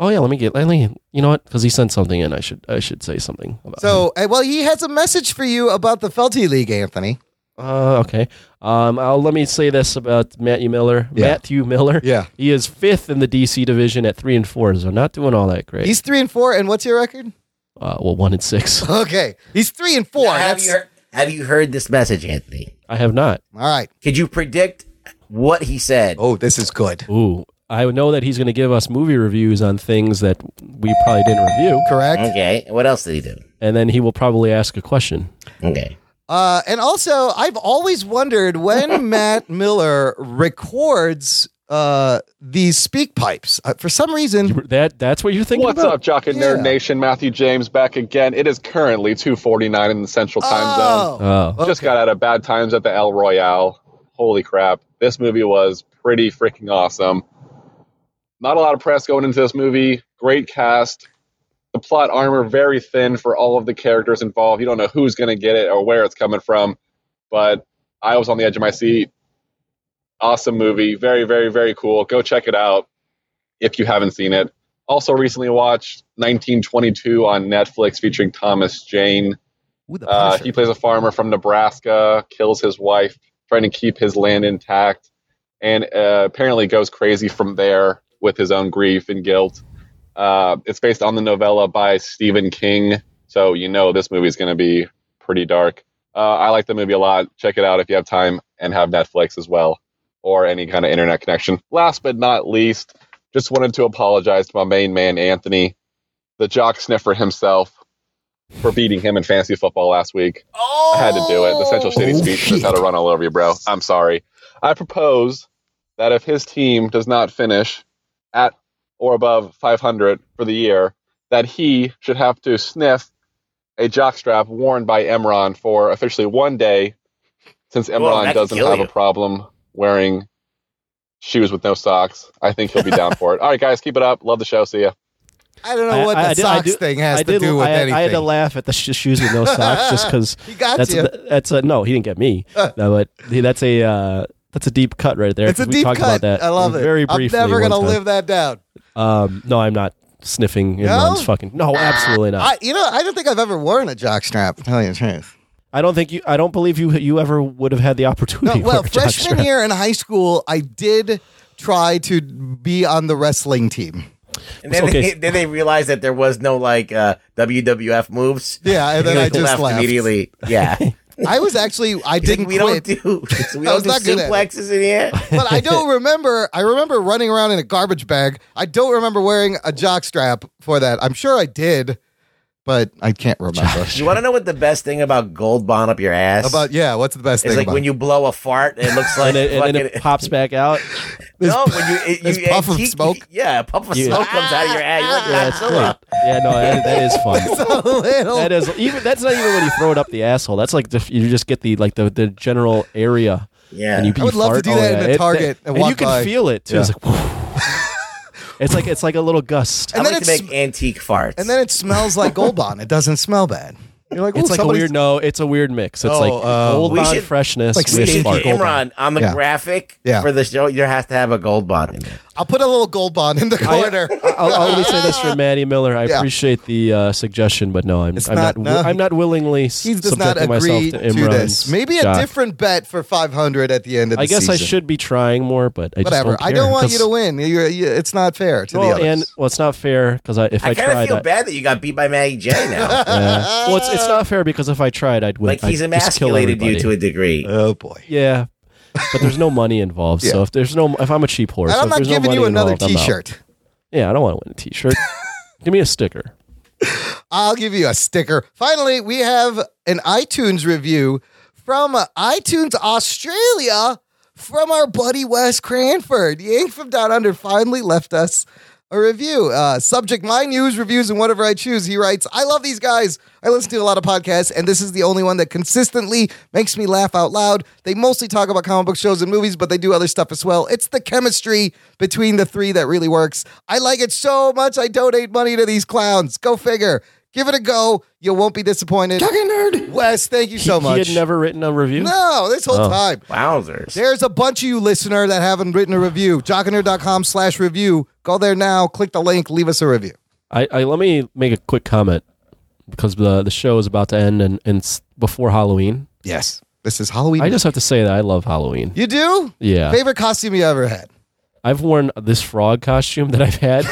Speaker 3: oh yeah, let me get, let me, you know what? Because he sent something in, I should, I should say something. About
Speaker 1: So, uh, well, he has a message for you about the Felty League, Anthony.
Speaker 3: Uh, okay. Um, I'll, let me say this about Matthew Miller.
Speaker 1: Yeah.
Speaker 3: Matthew Miller. Yeah. He is fifth in the DC division at three and four, so not doing all that great.
Speaker 1: He's three and four, and what's your record?
Speaker 3: uh, well, one and six.
Speaker 1: Okay, he's three and four.
Speaker 4: have, you heard, have you heard this message, Anthony?
Speaker 3: I have not.
Speaker 1: All right.
Speaker 4: Could you predict what he said?
Speaker 1: Oh, this is good.
Speaker 3: Ooh. I know that he's going to give us movie reviews on things that we probably didn't review.
Speaker 1: Correct.
Speaker 4: Okay. What else did he do?
Speaker 3: And then he will probably ask a question.
Speaker 4: Okay.
Speaker 1: Uh, and also, I've always wondered
Speaker 4: [LAUGHS]
Speaker 1: when Matt Miller records uh, these speak pipes. Uh, for some reason,
Speaker 3: that that's what you're thinking
Speaker 13: What's up, Jock and Nerd Nation? Matthew James back again. It is currently 2:49 in the Central Time
Speaker 1: Oh.
Speaker 3: Uh,
Speaker 13: Zone. Just got out of bad times at the El Royale. Holy crap! This movie was pretty freaking awesome. Not a lot of press going into this movie. Great cast. The plot armor very thin for all of the characters involved. You don't know who's going to get it or where it's coming from, but I was on the edge of my seat. Awesome movie. Very, very, very cool. Go check it out if you haven't seen it. Also, recently watched 1922 on Netflix featuring Thomas Jane. Uh, he plays a farmer from Nebraska, kills his wife, trying to keep his land intact, and uh, apparently goes crazy from there with his own grief and guilt. Uh, it's based on the novella by Stephen King, so you know this movie is going to be pretty dark. Uh, I like the movie a lot. Check it out if you have time and have Netflix as well or any kind of internet connection. Last but not least, just wanted to apologize to my main man, Anthony, the jock sniffer himself, for beating him in fantasy football last week. I had to do it. The Central City speech just had to run all over you, bro. I'm sorry. I propose that if his team does not finish at or above 500 for the year, that he should have to sniff a jockstrap worn by Emron for officially one day, since
Speaker 4: Whoa, that
Speaker 13: Emron
Speaker 4: could
Speaker 13: doesn't
Speaker 4: kill
Speaker 13: have
Speaker 4: you.
Speaker 13: a problem wearing shoes with no socks. I think he'll be down for it. All right, guys, keep it up. Love the show. See ya.
Speaker 1: I don't know what the
Speaker 3: did-
Speaker 1: socks
Speaker 3: do-
Speaker 1: thing has
Speaker 3: I
Speaker 1: to
Speaker 3: did-
Speaker 1: do with
Speaker 3: I,
Speaker 1: anything.
Speaker 3: I had to laugh at the sh- shoes with no socks just because
Speaker 1: [LAUGHS] He got
Speaker 3: that's
Speaker 1: you.
Speaker 3: that's a no. He didn't get me, no, but he- that's a uh, that's a deep cut right there.
Speaker 1: it's a
Speaker 3: 'cause we
Speaker 1: deep
Speaker 3: talked
Speaker 1: cut.
Speaker 3: About that
Speaker 1: I love it.
Speaker 3: Very briefly.
Speaker 1: I'm never
Speaker 3: one
Speaker 1: gonna
Speaker 3: time.
Speaker 1: live that down.
Speaker 3: Um, no, I'm not sniffing.
Speaker 1: No? Ah,
Speaker 3: No, fucking. No, absolutely not.
Speaker 1: I, you know, I don't think I've ever worn a jockstrap. to Tell you the
Speaker 3: [LAUGHS]
Speaker 1: truth.
Speaker 3: I don't think you. I don't believe you. You ever would have had the opportunity.
Speaker 1: Well,
Speaker 3: for a
Speaker 1: freshman
Speaker 3: jockstrap.
Speaker 1: year in high school, I did try to be on the wrestling team.
Speaker 4: And then,
Speaker 1: Okay.
Speaker 4: they, [LAUGHS] then they realized that there was no like uh, WWF moves. [LAUGHS]
Speaker 1: Yeah, and then
Speaker 4: They
Speaker 1: I just left.
Speaker 4: immediately.
Speaker 1: [LAUGHS]
Speaker 4: Yeah,
Speaker 1: I was actually I
Speaker 4: He's like,
Speaker 1: didn't
Speaker 4: we
Speaker 1: quit. [LAUGHS]
Speaker 4: don't do we
Speaker 1: I
Speaker 4: don't
Speaker 1: was
Speaker 4: do
Speaker 1: not good at it.
Speaker 4: suplexes in here.
Speaker 1: but I
Speaker 3: [LAUGHS]
Speaker 1: don't remember. I remember running around in a garbage bag. I don't remember wearing a jockstrap for that. I'm sure I did, but I can't remember.
Speaker 4: You want to know what the best thing about gold bond up your ass?
Speaker 1: About yeah, what's the best
Speaker 4: it's
Speaker 1: thing?
Speaker 4: like
Speaker 1: about
Speaker 4: when you blow a fart,
Speaker 1: [LAUGHS]
Speaker 4: it looks like
Speaker 3: and, it, and then
Speaker 4: fucking-
Speaker 3: it pops back out.
Speaker 4: no, when you, it,
Speaker 1: this
Speaker 4: you
Speaker 1: puff of
Speaker 4: it-
Speaker 1: smoke?
Speaker 4: yeah, a puff of
Speaker 3: Yeah.
Speaker 4: smoke comes out of your ass. You're like,
Speaker 3: Yeah, that's
Speaker 4: Godzilla.
Speaker 3: great. Yeah, no, that, that is
Speaker 1: [LAUGHS]
Speaker 3: fun.
Speaker 1: It's a little-
Speaker 3: [LAUGHS] That is even. That's not even when you throw it up the asshole. That's like the, you just get the like the, the general area.
Speaker 4: Yeah.
Speaker 3: and you,
Speaker 1: I would
Speaker 3: you
Speaker 1: love to
Speaker 3: fart.
Speaker 1: do
Speaker 3: Oh,
Speaker 1: that in
Speaker 3: yeah.
Speaker 1: a
Speaker 3: It-
Speaker 1: Target and
Speaker 3: and,
Speaker 1: walk
Speaker 3: you can
Speaker 1: by.
Speaker 3: feel it too. It's
Speaker 1: Yeah.
Speaker 3: like. [LAUGHS] It's like it's like a little gust.
Speaker 1: And
Speaker 4: I
Speaker 1: then
Speaker 4: like to
Speaker 1: it's-
Speaker 4: make antique farts.
Speaker 1: and then it smells like Gold Bond. It doesn't smell bad. You're like,
Speaker 3: It's
Speaker 1: "Ooh,
Speaker 3: like a
Speaker 1: somebody's-
Speaker 3: weird no. It's a weird mix. It's
Speaker 1: Oh,
Speaker 3: like
Speaker 1: uh,
Speaker 3: old
Speaker 4: we
Speaker 3: bond
Speaker 4: should-
Speaker 3: freshness
Speaker 1: like
Speaker 3: with
Speaker 1: stinky
Speaker 3: sparkle.
Speaker 4: Imran on the
Speaker 1: Yeah.
Speaker 4: graphic
Speaker 1: Yeah.
Speaker 4: for the show, there has to have a gold bond in there.
Speaker 1: I'll put a little Gold Bond in the
Speaker 3: I-
Speaker 1: corner.
Speaker 3: [LAUGHS] I'll, I'll only say this for Maddie Miller. I
Speaker 1: Yeah.
Speaker 3: appreciate the uh, suggestion, but no, I'm, I'm
Speaker 1: not-
Speaker 3: not.
Speaker 1: no,
Speaker 3: I'm not willingly
Speaker 1: [LAUGHS]
Speaker 3: s-
Speaker 1: he does not
Speaker 3: subjecting myself
Speaker 1: agree
Speaker 3: to
Speaker 1: to,
Speaker 3: Imran's.
Speaker 1: this. Maybe a
Speaker 3: jock.
Speaker 1: different bet for 500 at the end of the
Speaker 3: I guess I
Speaker 1: season.
Speaker 3: should be trying more, but I
Speaker 1: Whatever.
Speaker 3: Just don't
Speaker 1: I don't
Speaker 3: care,
Speaker 1: want you to
Speaker 3: 'cause-
Speaker 1: win. You're, you, it's not fair to the
Speaker 3: Well,
Speaker 1: others.
Speaker 3: and well, it's not fair because I, if I,
Speaker 4: I kind of
Speaker 3: tried,
Speaker 4: feel
Speaker 3: I,
Speaker 4: bad that you got beat by Maggie J
Speaker 1: [LAUGHS]
Speaker 4: now.
Speaker 3: yeah. well, it's, it's not fair because if I tried, I'd win.
Speaker 4: like he's
Speaker 3: I'd just kill
Speaker 4: emasculated you
Speaker 3: everybody.
Speaker 4: to a degree.
Speaker 1: oh boy.
Speaker 3: Yeah, but there's no money involved. So if there's no, if I'm a cheap horse,
Speaker 1: And
Speaker 3: so
Speaker 1: I'm
Speaker 3: if
Speaker 1: not
Speaker 3: there's no
Speaker 1: giving you
Speaker 3: money
Speaker 1: another
Speaker 3: involved, I'm out.
Speaker 1: T-shirt.
Speaker 3: Yeah, I don't want to win a
Speaker 1: [LAUGHS]
Speaker 3: T-shirt. Give me a sticker.
Speaker 1: I'll give you a sticker. Finally, we have an iTunes review from iTunes Australia from our buddy Wes Cranford. Yank from Down Under finally left us a review. Uh, subject My News Reviews and Whatever I Choose. He writes, I love these guys. I listen to a lot of podcasts, and this is the only one that consistently makes me laugh out loud. They mostly talk about comic book shows and movies, but they do other stuff as well. It's the chemistry between the three that really works. I like it so much. I donate money to these clowns. Go figure. Give it a go. You won't be disappointed. Talking nerd. Wes, thank you so
Speaker 3: He-
Speaker 1: much.
Speaker 3: He had never written a review.
Speaker 1: No, this whole
Speaker 3: Oh.
Speaker 1: time.
Speaker 4: Wowzers.
Speaker 1: There's a bunch of you listener that haven't written a review. Jockiner.com slash review. Go there now, click the link, leave us a review.
Speaker 3: I, I let me make a quick comment because the the show is about to end and, and it's before Halloween.
Speaker 1: Yes, this is Halloween.
Speaker 3: I just have to say that I love Halloween.
Speaker 1: You do?
Speaker 3: Yeah.
Speaker 1: Favorite costume you ever had?
Speaker 3: I've worn this frog costume that I've
Speaker 1: [LAUGHS]
Speaker 3: had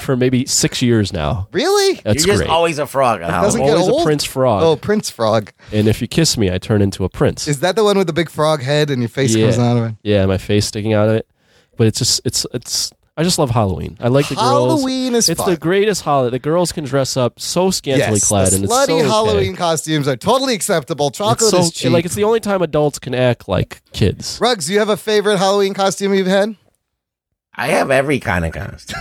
Speaker 3: for maybe six years now.
Speaker 1: Really?
Speaker 3: That's
Speaker 4: You're just
Speaker 3: great.
Speaker 4: always a frog. on
Speaker 3: I'm
Speaker 4: Halloween.
Speaker 3: always a prince frog.
Speaker 1: Oh, prince frog.
Speaker 3: And if you kiss me, I turn into a prince.
Speaker 1: Is that the one with the big frog head and your face
Speaker 3: yeah.
Speaker 1: comes out of it?
Speaker 3: Yeah, my face sticking out of it. But it's just it's it's. I just love Halloween. I like the girls.
Speaker 1: Halloween is
Speaker 3: it's
Speaker 1: fun.
Speaker 3: the greatest holiday. The girls can dress up so scantily
Speaker 1: yes,
Speaker 3: clad,
Speaker 1: the
Speaker 3: and it's
Speaker 1: slutty
Speaker 3: so okay.
Speaker 1: Halloween costumes are totally acceptable. Chocolate
Speaker 3: It's so-
Speaker 1: is cheap.
Speaker 3: like it's the only time adults can act like kids.
Speaker 1: Rugs, do you have a favorite Halloween costume you've had?
Speaker 4: I have every kind of costume.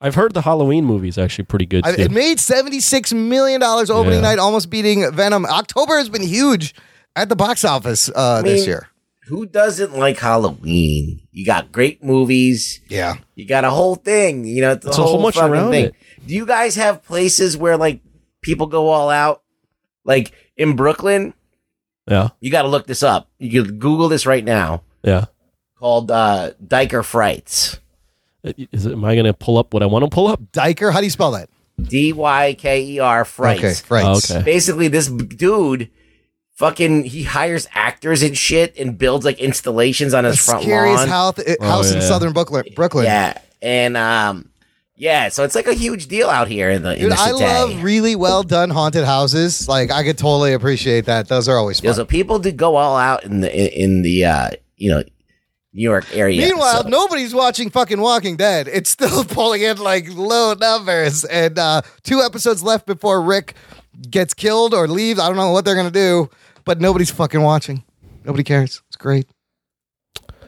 Speaker 3: I've heard the Halloween movie is actually pretty good
Speaker 1: I-
Speaker 3: too.
Speaker 1: it made $76 million opening
Speaker 3: Yeah.
Speaker 1: night, almost beating Venom. October has been huge at the box office uh, this
Speaker 4: mean,
Speaker 1: year.
Speaker 4: [LAUGHS] Who doesn't like Halloween? You got great movies.
Speaker 1: Yeah.
Speaker 4: You got a whole thing. You know, the
Speaker 3: It's a
Speaker 4: whole,
Speaker 3: whole much
Speaker 4: fucking
Speaker 3: around
Speaker 4: thing.
Speaker 3: it.
Speaker 4: Do you guys have places where like people go all out? Like in Brooklyn,
Speaker 3: yeah,
Speaker 4: you got to look this up. You can Google this right now.
Speaker 3: yeah.
Speaker 4: Called uh, Diker Frights.
Speaker 3: Uh, Is it, am I going to pull up what I want to pull up?
Speaker 1: Diker, how do you spell that?
Speaker 4: D Y K E R Frights.
Speaker 1: Okay, frights.
Speaker 3: Oh, Okay.
Speaker 4: Basically, this b- dude. Fucking, he hires actors and shit and builds like installations on his front
Speaker 1: Scariest
Speaker 4: lawn.
Speaker 1: house, uh, house in southern Brooklyn. Brooklyn.
Speaker 4: Yeah, and um, yeah. So it's like a huge deal out here in the in
Speaker 1: Dude,
Speaker 4: the
Speaker 1: I
Speaker 4: city.
Speaker 1: love really well done haunted houses. Like, I could totally appreciate that. Those are always
Speaker 4: Yeah,
Speaker 1: fun.
Speaker 4: so people do go all out in the in, in the uh, you know New York area.
Speaker 1: Meanwhile,
Speaker 4: so-
Speaker 1: nobody's watching fucking Walking Dead. It's still [LAUGHS] pulling in like low numbers, and uh, two episodes left before Rick gets killed or leaves. I don't know what they're gonna do, but nobody's fucking watching. Nobody cares. It's great.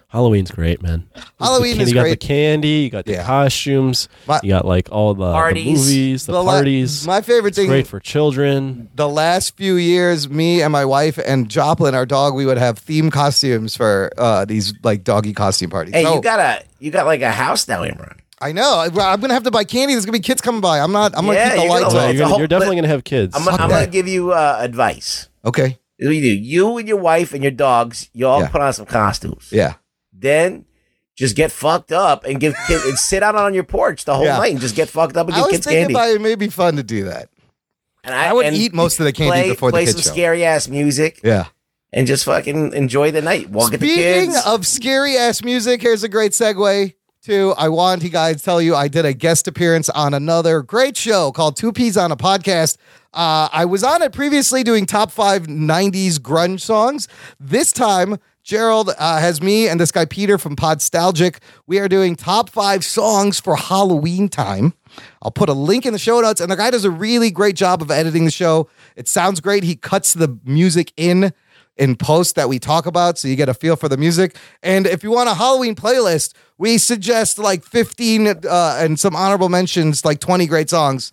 Speaker 3: Halloween's great, man.
Speaker 1: Halloween
Speaker 3: the,
Speaker 1: is
Speaker 3: you got the
Speaker 1: great.
Speaker 3: candy, you got the costumes, you got like all the, the
Speaker 1: Parties.
Speaker 3: movies, the,
Speaker 1: The la-
Speaker 3: parties.
Speaker 1: my favorite
Speaker 3: It's
Speaker 1: thing-
Speaker 3: great for children.
Speaker 1: The last few years, me and my wife and Joplin, our dog, we would have theme costumes for uh, these like doggy costume parties.
Speaker 4: hey,
Speaker 1: So-
Speaker 4: you got a you got like a house now, Imran.
Speaker 1: I know. I- I'm gonna have to buy candy. There's gonna be kids coming by. I'm not. I'm gonna keep
Speaker 4: Yeah,
Speaker 1: the
Speaker 4: you're
Speaker 3: Oh,
Speaker 4: gonna
Speaker 1: lights
Speaker 4: love
Speaker 1: on.
Speaker 4: it. It's a whole-
Speaker 3: You're definitely going to have kids.
Speaker 4: I'm, gonna- I'm gonna give you uh, advice.
Speaker 1: Okay.
Speaker 4: What do you do? You and your wife and your dogs, you all put on some costumes.
Speaker 1: Yeah.
Speaker 4: Then just get fucked up and give kids and sit out on your porch the whole
Speaker 1: Yeah.
Speaker 4: night and just get fucked up and
Speaker 1: I
Speaker 4: give
Speaker 1: was
Speaker 4: kids
Speaker 1: thinking
Speaker 4: candy.
Speaker 1: about it may be fun to do that.
Speaker 4: and I,
Speaker 1: would
Speaker 4: and
Speaker 1: eat most of the candy
Speaker 4: play,
Speaker 1: before the
Speaker 4: play
Speaker 1: kids
Speaker 4: some
Speaker 1: show.
Speaker 4: scary ass music.
Speaker 1: Yeah.
Speaker 4: and just fucking enjoy the night. Walk at the
Speaker 1: Speaking
Speaker 4: kids.
Speaker 1: of scary ass music, here's a great segue to I want you guys to tell you I did a guest appearance on another great show called Two Peas on a Podcast. Uh, I was on it previously doing top five 90s grunge songs. This time, Gerald uh, has me and this guy Peter from Podstalgic. We are doing top five songs for Halloween time. I'll put a link in the show notes. And the guy does a really great job of editing the show. It sounds great. He cuts the music in in post that we talk about so you get a feel for the music and if you want a halloween playlist we suggest like 15 uh, and some honorable mentions like 20 great songs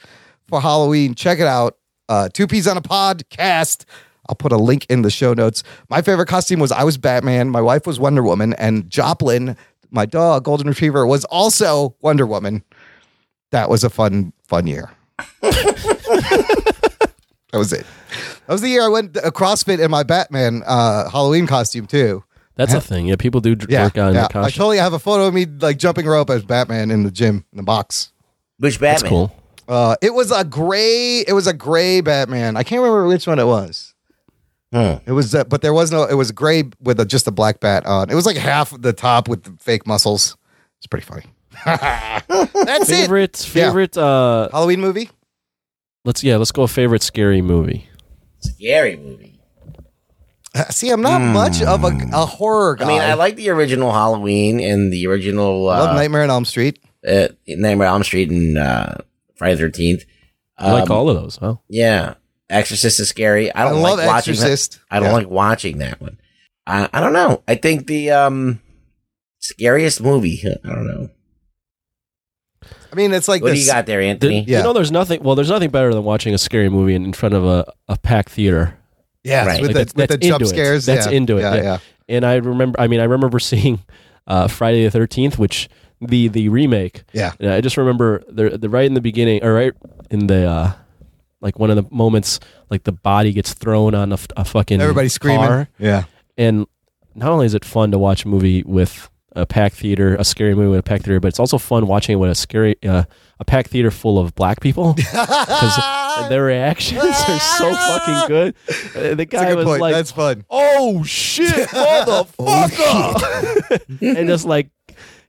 Speaker 1: for halloween check it out uh, two peas on a podcast i'll put a link in the show notes my favorite costume was i was batman my wife was wonder woman and joplin my dog golden retriever was also wonder woman that was a fun fun year that was it that was the year I went to CrossFit in my Batman uh, Halloween costume too.
Speaker 3: That's a thing. Yeah, people do dr- work on
Speaker 1: yeah.
Speaker 3: the
Speaker 1: I
Speaker 3: costume.
Speaker 1: totally have a photo of me like jumping rope as Batman in the gym in the box.
Speaker 4: Which Batman?
Speaker 3: That's cool.
Speaker 1: Uh, it was a gray. It was a gray Batman. I can't remember which one it was. It was, uh, but there was no. It was gray with a, just a black bat on. It was like half the top with the fake muscles. It's pretty funny. [LAUGHS] That's
Speaker 3: favorite,
Speaker 1: it. Yeah.
Speaker 3: Favorite uh
Speaker 1: Halloween movie?
Speaker 3: Let's yeah, let's go favorite scary movie.
Speaker 4: Scary movie.
Speaker 1: Uh, [LAUGHS] See, I'm not much of a, a horror guy.
Speaker 4: Hmm. I mean, I like the original Halloween and the original uh,
Speaker 1: Love Nightmare on Elm Street.
Speaker 4: uh, Nightmare on Elm Street and uh, Friday the Thirteenth. Um,
Speaker 3: I like all of those, huh?
Speaker 4: Yeah, Exorcist is scary. I don't
Speaker 1: I
Speaker 4: like
Speaker 1: love
Speaker 4: watching
Speaker 1: Exorcist.
Speaker 4: That. I don't
Speaker 1: Yeah.
Speaker 4: like watching that one. I, I don't know. I think the um, scariest movie. I don't know.
Speaker 1: I mean, it's like
Speaker 4: what
Speaker 1: this.
Speaker 4: do you got there,
Speaker 3: Did-
Speaker 4: Anthony?
Speaker 3: You know there's nothing well, there's nothing better than watching a scary movie in, in front of a, a packed theater.
Speaker 1: Yeah,
Speaker 4: Right.
Speaker 1: with, the,
Speaker 3: Like, that's-
Speaker 1: with
Speaker 3: that's
Speaker 1: the jump
Speaker 3: into it.
Speaker 1: scares.
Speaker 3: That's
Speaker 1: yeah.
Speaker 3: into it.
Speaker 1: Yeah,
Speaker 3: Yeah,
Speaker 1: yeah.
Speaker 3: [LAUGHS] And I remember I mean I remember seeing uh Friday the 13th which the the remake.
Speaker 1: Yeah.
Speaker 3: And I just remember the the right in the beginning, or right in the uh, like one of the moments, like the body gets thrown on a, f- a fucking
Speaker 1: Everybody screaming.
Speaker 3: car.
Speaker 1: Yeah.
Speaker 3: And not only is it fun to watch a movie with a pack theater, a scary movie with a pack theater, but it's also fun watching it with a scary uh, a pack theater full of black
Speaker 1: [LAUGHS]
Speaker 3: people because their reactions are so
Speaker 1: [LAUGHS]
Speaker 3: fucking good. Uh, The guy
Speaker 1: good
Speaker 3: was
Speaker 1: point.
Speaker 3: like,
Speaker 1: That's fun.
Speaker 3: [LAUGHS] "Oh shit,
Speaker 1: [LAUGHS]
Speaker 3: motherfucker!" and just like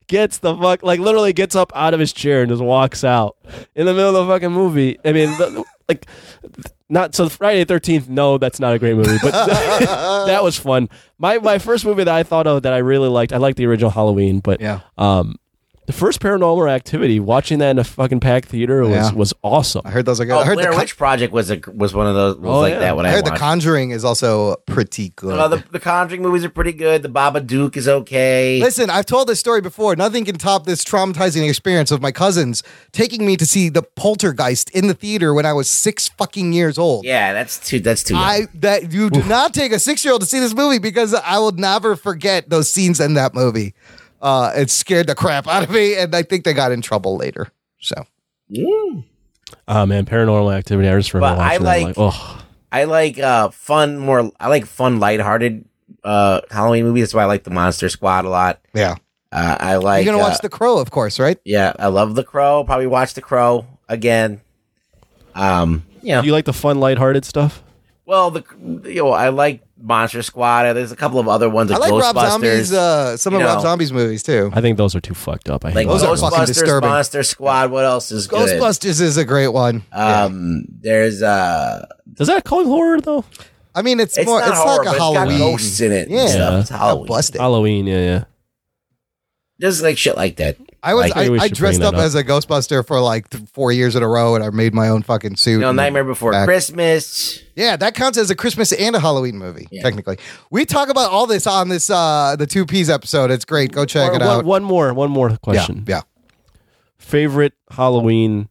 Speaker 3: gets the fuck like literally gets up out of his chair and just walks out in the middle of the fucking movie. I mean, the, like not so Friday the Thirteenth. No, that's not a great movie, but [LAUGHS] that was fun. My my first movie that I thought of that I really liked. I liked the original Halloween, but yeah. Um, the first Paranormal Activity, watching that in a fucking packed theater was,
Speaker 1: Yeah.
Speaker 3: was awesome. I
Speaker 1: heard those are good.
Speaker 4: Oh,
Speaker 1: I heard
Speaker 4: Blair
Speaker 1: the, con-
Speaker 4: Witch Project was a was one of those was
Speaker 3: Oh,
Speaker 4: like
Speaker 3: yeah.
Speaker 4: that. When
Speaker 1: I
Speaker 4: I,
Speaker 1: heard the
Speaker 4: watched.
Speaker 1: Conjuring is also pretty good.
Speaker 4: Oh, the, the Conjuring movies are pretty good. The Baba Duke is okay.
Speaker 1: Listen, I've told this story before. Nothing can top this traumatizing experience of my cousins taking me to see the Poltergeist in the theater when I was six fucking years old.
Speaker 4: yeah, that's too. That's too.
Speaker 1: I that you do not take a six year old to see this movie because I will never forget those scenes in that movie. Uh, it scared the crap out of me, and I think they got in trouble later. So
Speaker 3: Oh man, Paranormal Activity. I just remember
Speaker 4: But I
Speaker 3: watching that.
Speaker 4: like-
Speaker 3: Like, oh,
Speaker 4: I like uh fun more. I like fun, lighthearted uh Halloween movies. That's why I like the Monster Squad a lot.
Speaker 1: Yeah,
Speaker 4: uh, I like.
Speaker 1: you're gonna
Speaker 4: uh,
Speaker 1: watch The Crow, of course, right?
Speaker 4: Yeah, I love The Crow. Probably watch The Crow again. Um, yeah.
Speaker 3: You like the fun, lighthearted stuff?
Speaker 4: Well, the you know, I like Monster Squad. There's a couple of other ones.
Speaker 1: I
Speaker 4: Like
Speaker 1: like
Speaker 4: Ghostbusters.
Speaker 1: Rob Zombie's uh, some
Speaker 4: you
Speaker 1: of Rob
Speaker 4: know,
Speaker 1: Zombie's movies too.
Speaker 3: I think those are too fucked up. I
Speaker 4: Like
Speaker 3: hate those.
Speaker 1: are fucking
Speaker 4: Ghostbusters,
Speaker 1: disturbing.
Speaker 4: Monster Squad. What else is good?
Speaker 1: Ghostbusters is a great one.
Speaker 4: Um, there's uh,
Speaker 3: Does that call horror though?
Speaker 1: I mean, it's,
Speaker 4: It's
Speaker 1: more.
Speaker 4: not
Speaker 1: it's
Speaker 4: horror,
Speaker 1: like
Speaker 4: but
Speaker 1: a
Speaker 4: it's got
Speaker 1: Halloween.
Speaker 4: ghosts in it and
Speaker 1: Yeah,
Speaker 4: stuff. It's
Speaker 1: How
Speaker 4: Halloween.
Speaker 1: busted.
Speaker 3: Halloween, yeah, yeah.
Speaker 4: there's like shit like that.
Speaker 1: I was
Speaker 4: Like,
Speaker 1: I,
Speaker 3: Maybe we
Speaker 1: I
Speaker 3: should
Speaker 1: dressed
Speaker 3: bring
Speaker 1: up,
Speaker 3: that up.
Speaker 1: as a Ghostbuster for like th- four years in a row, and I made my own fucking suit.
Speaker 4: you know,
Speaker 1: and-
Speaker 4: Nightmare Before
Speaker 1: back.
Speaker 4: Christmas.
Speaker 1: Yeah, that counts as a Christmas and a Halloween movie, technically. We talk about all this on this uh the two P's episode. It's great. Go check
Speaker 3: Or
Speaker 1: it
Speaker 3: one,
Speaker 1: out.
Speaker 3: one more, one more question.
Speaker 1: Yeah, yeah.
Speaker 3: Favorite Halloween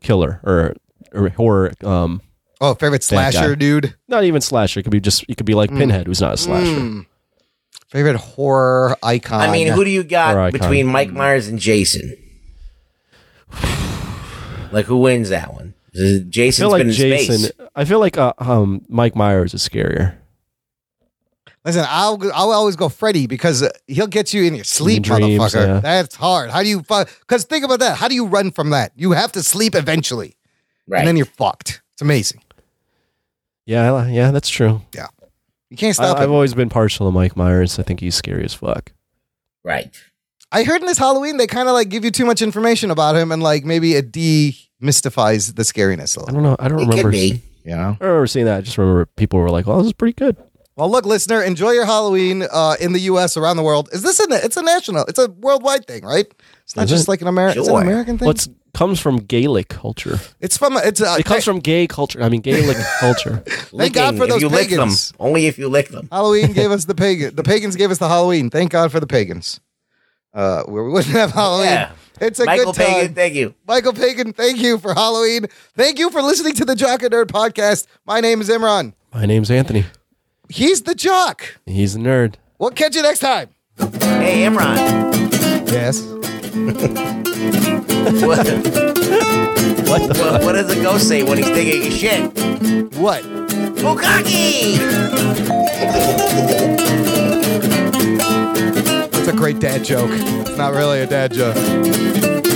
Speaker 3: killer or, or horror? Um,
Speaker 1: Oh, favorite
Speaker 3: bad guy?
Speaker 1: slasher, dude.
Speaker 3: Not even slasher. It could be just. It could be
Speaker 1: Hmm.
Speaker 3: like Pinhead, who's not a slasher.
Speaker 1: Mm. Favorite horror icon.
Speaker 4: I mean, who do you got
Speaker 3: Or icon.
Speaker 4: between Mike Myers and Jason? Like, who wins that one? Is it-
Speaker 3: I
Speaker 4: Jason's
Speaker 3: feel like
Speaker 4: been in
Speaker 3: Jason.
Speaker 4: space.
Speaker 3: I feel like uh, um, Mike Myers is scarier.
Speaker 1: Listen, I'll I'll always go Freddy because uh, he'll get you in your sleep,
Speaker 3: dreams,
Speaker 1: motherfucker.
Speaker 3: yeah.
Speaker 1: That's hard. How do you fuck? Because think about that. How do you run from that? You have to sleep eventually,
Speaker 4: Right.
Speaker 1: and then you're fuckt. It's amazing.
Speaker 3: Yeah, I li- yeah, that's true.
Speaker 1: You can't
Speaker 3: I,
Speaker 1: stop it.
Speaker 3: I've always been partial to Mike Myers. I think he's scary as fuck.
Speaker 4: Right.
Speaker 1: I heard in this Halloween they kind of like give you too much information about him, and like maybe it demystifies the scariness a
Speaker 3: I
Speaker 1: little.
Speaker 3: don't know. I don't
Speaker 4: It
Speaker 3: remember.
Speaker 4: could be.
Speaker 3: s-
Speaker 1: You know.
Speaker 3: I don't remember seeing that. I just remember people were like, "Well, this is pretty good."
Speaker 1: Well, look, listener, enjoy your Halloween uh, in the U.S. around the world. Is this a it's a national, it's a worldwide thing, right? It's not
Speaker 3: Is
Speaker 1: just
Speaker 3: it?
Speaker 1: like an American, it's an
Speaker 4: Sure.
Speaker 1: American thing.
Speaker 3: What's comes from Gaelic culture?
Speaker 1: it's from it's uh,
Speaker 3: It comes from gay culture. I mean, Gaelic
Speaker 1: [LAUGHS]
Speaker 3: culture.
Speaker 1: Thank God for
Speaker 4: if
Speaker 1: those
Speaker 4: you lick them.
Speaker 1: pagans.
Speaker 4: Only if you lick them.
Speaker 1: Halloween
Speaker 3: [LAUGHS]
Speaker 1: gave us the pagan, the pagans gave us the Halloween. Thank God for the pagans. Uh, where we wouldn't have Halloween.
Speaker 4: Yeah.
Speaker 1: It's a
Speaker 4: Michael
Speaker 1: good time.
Speaker 4: Pagan, thank you.
Speaker 1: Michael Pagan, thank you for Halloween. Thank you for listening to the Jock and Nerd podcast. My name is Imran.
Speaker 3: My name's Anthony.
Speaker 1: He's the Jock.
Speaker 3: He's a nerd.
Speaker 1: We'll catch you next time.
Speaker 4: Hey, Imran. [LAUGHS]
Speaker 1: Yes.
Speaker 4: What, what, what does a ghost say when he's taking a shit?
Speaker 1: What?
Speaker 4: Bukaki!
Speaker 1: That's a great dad joke. It's not really a dad joke.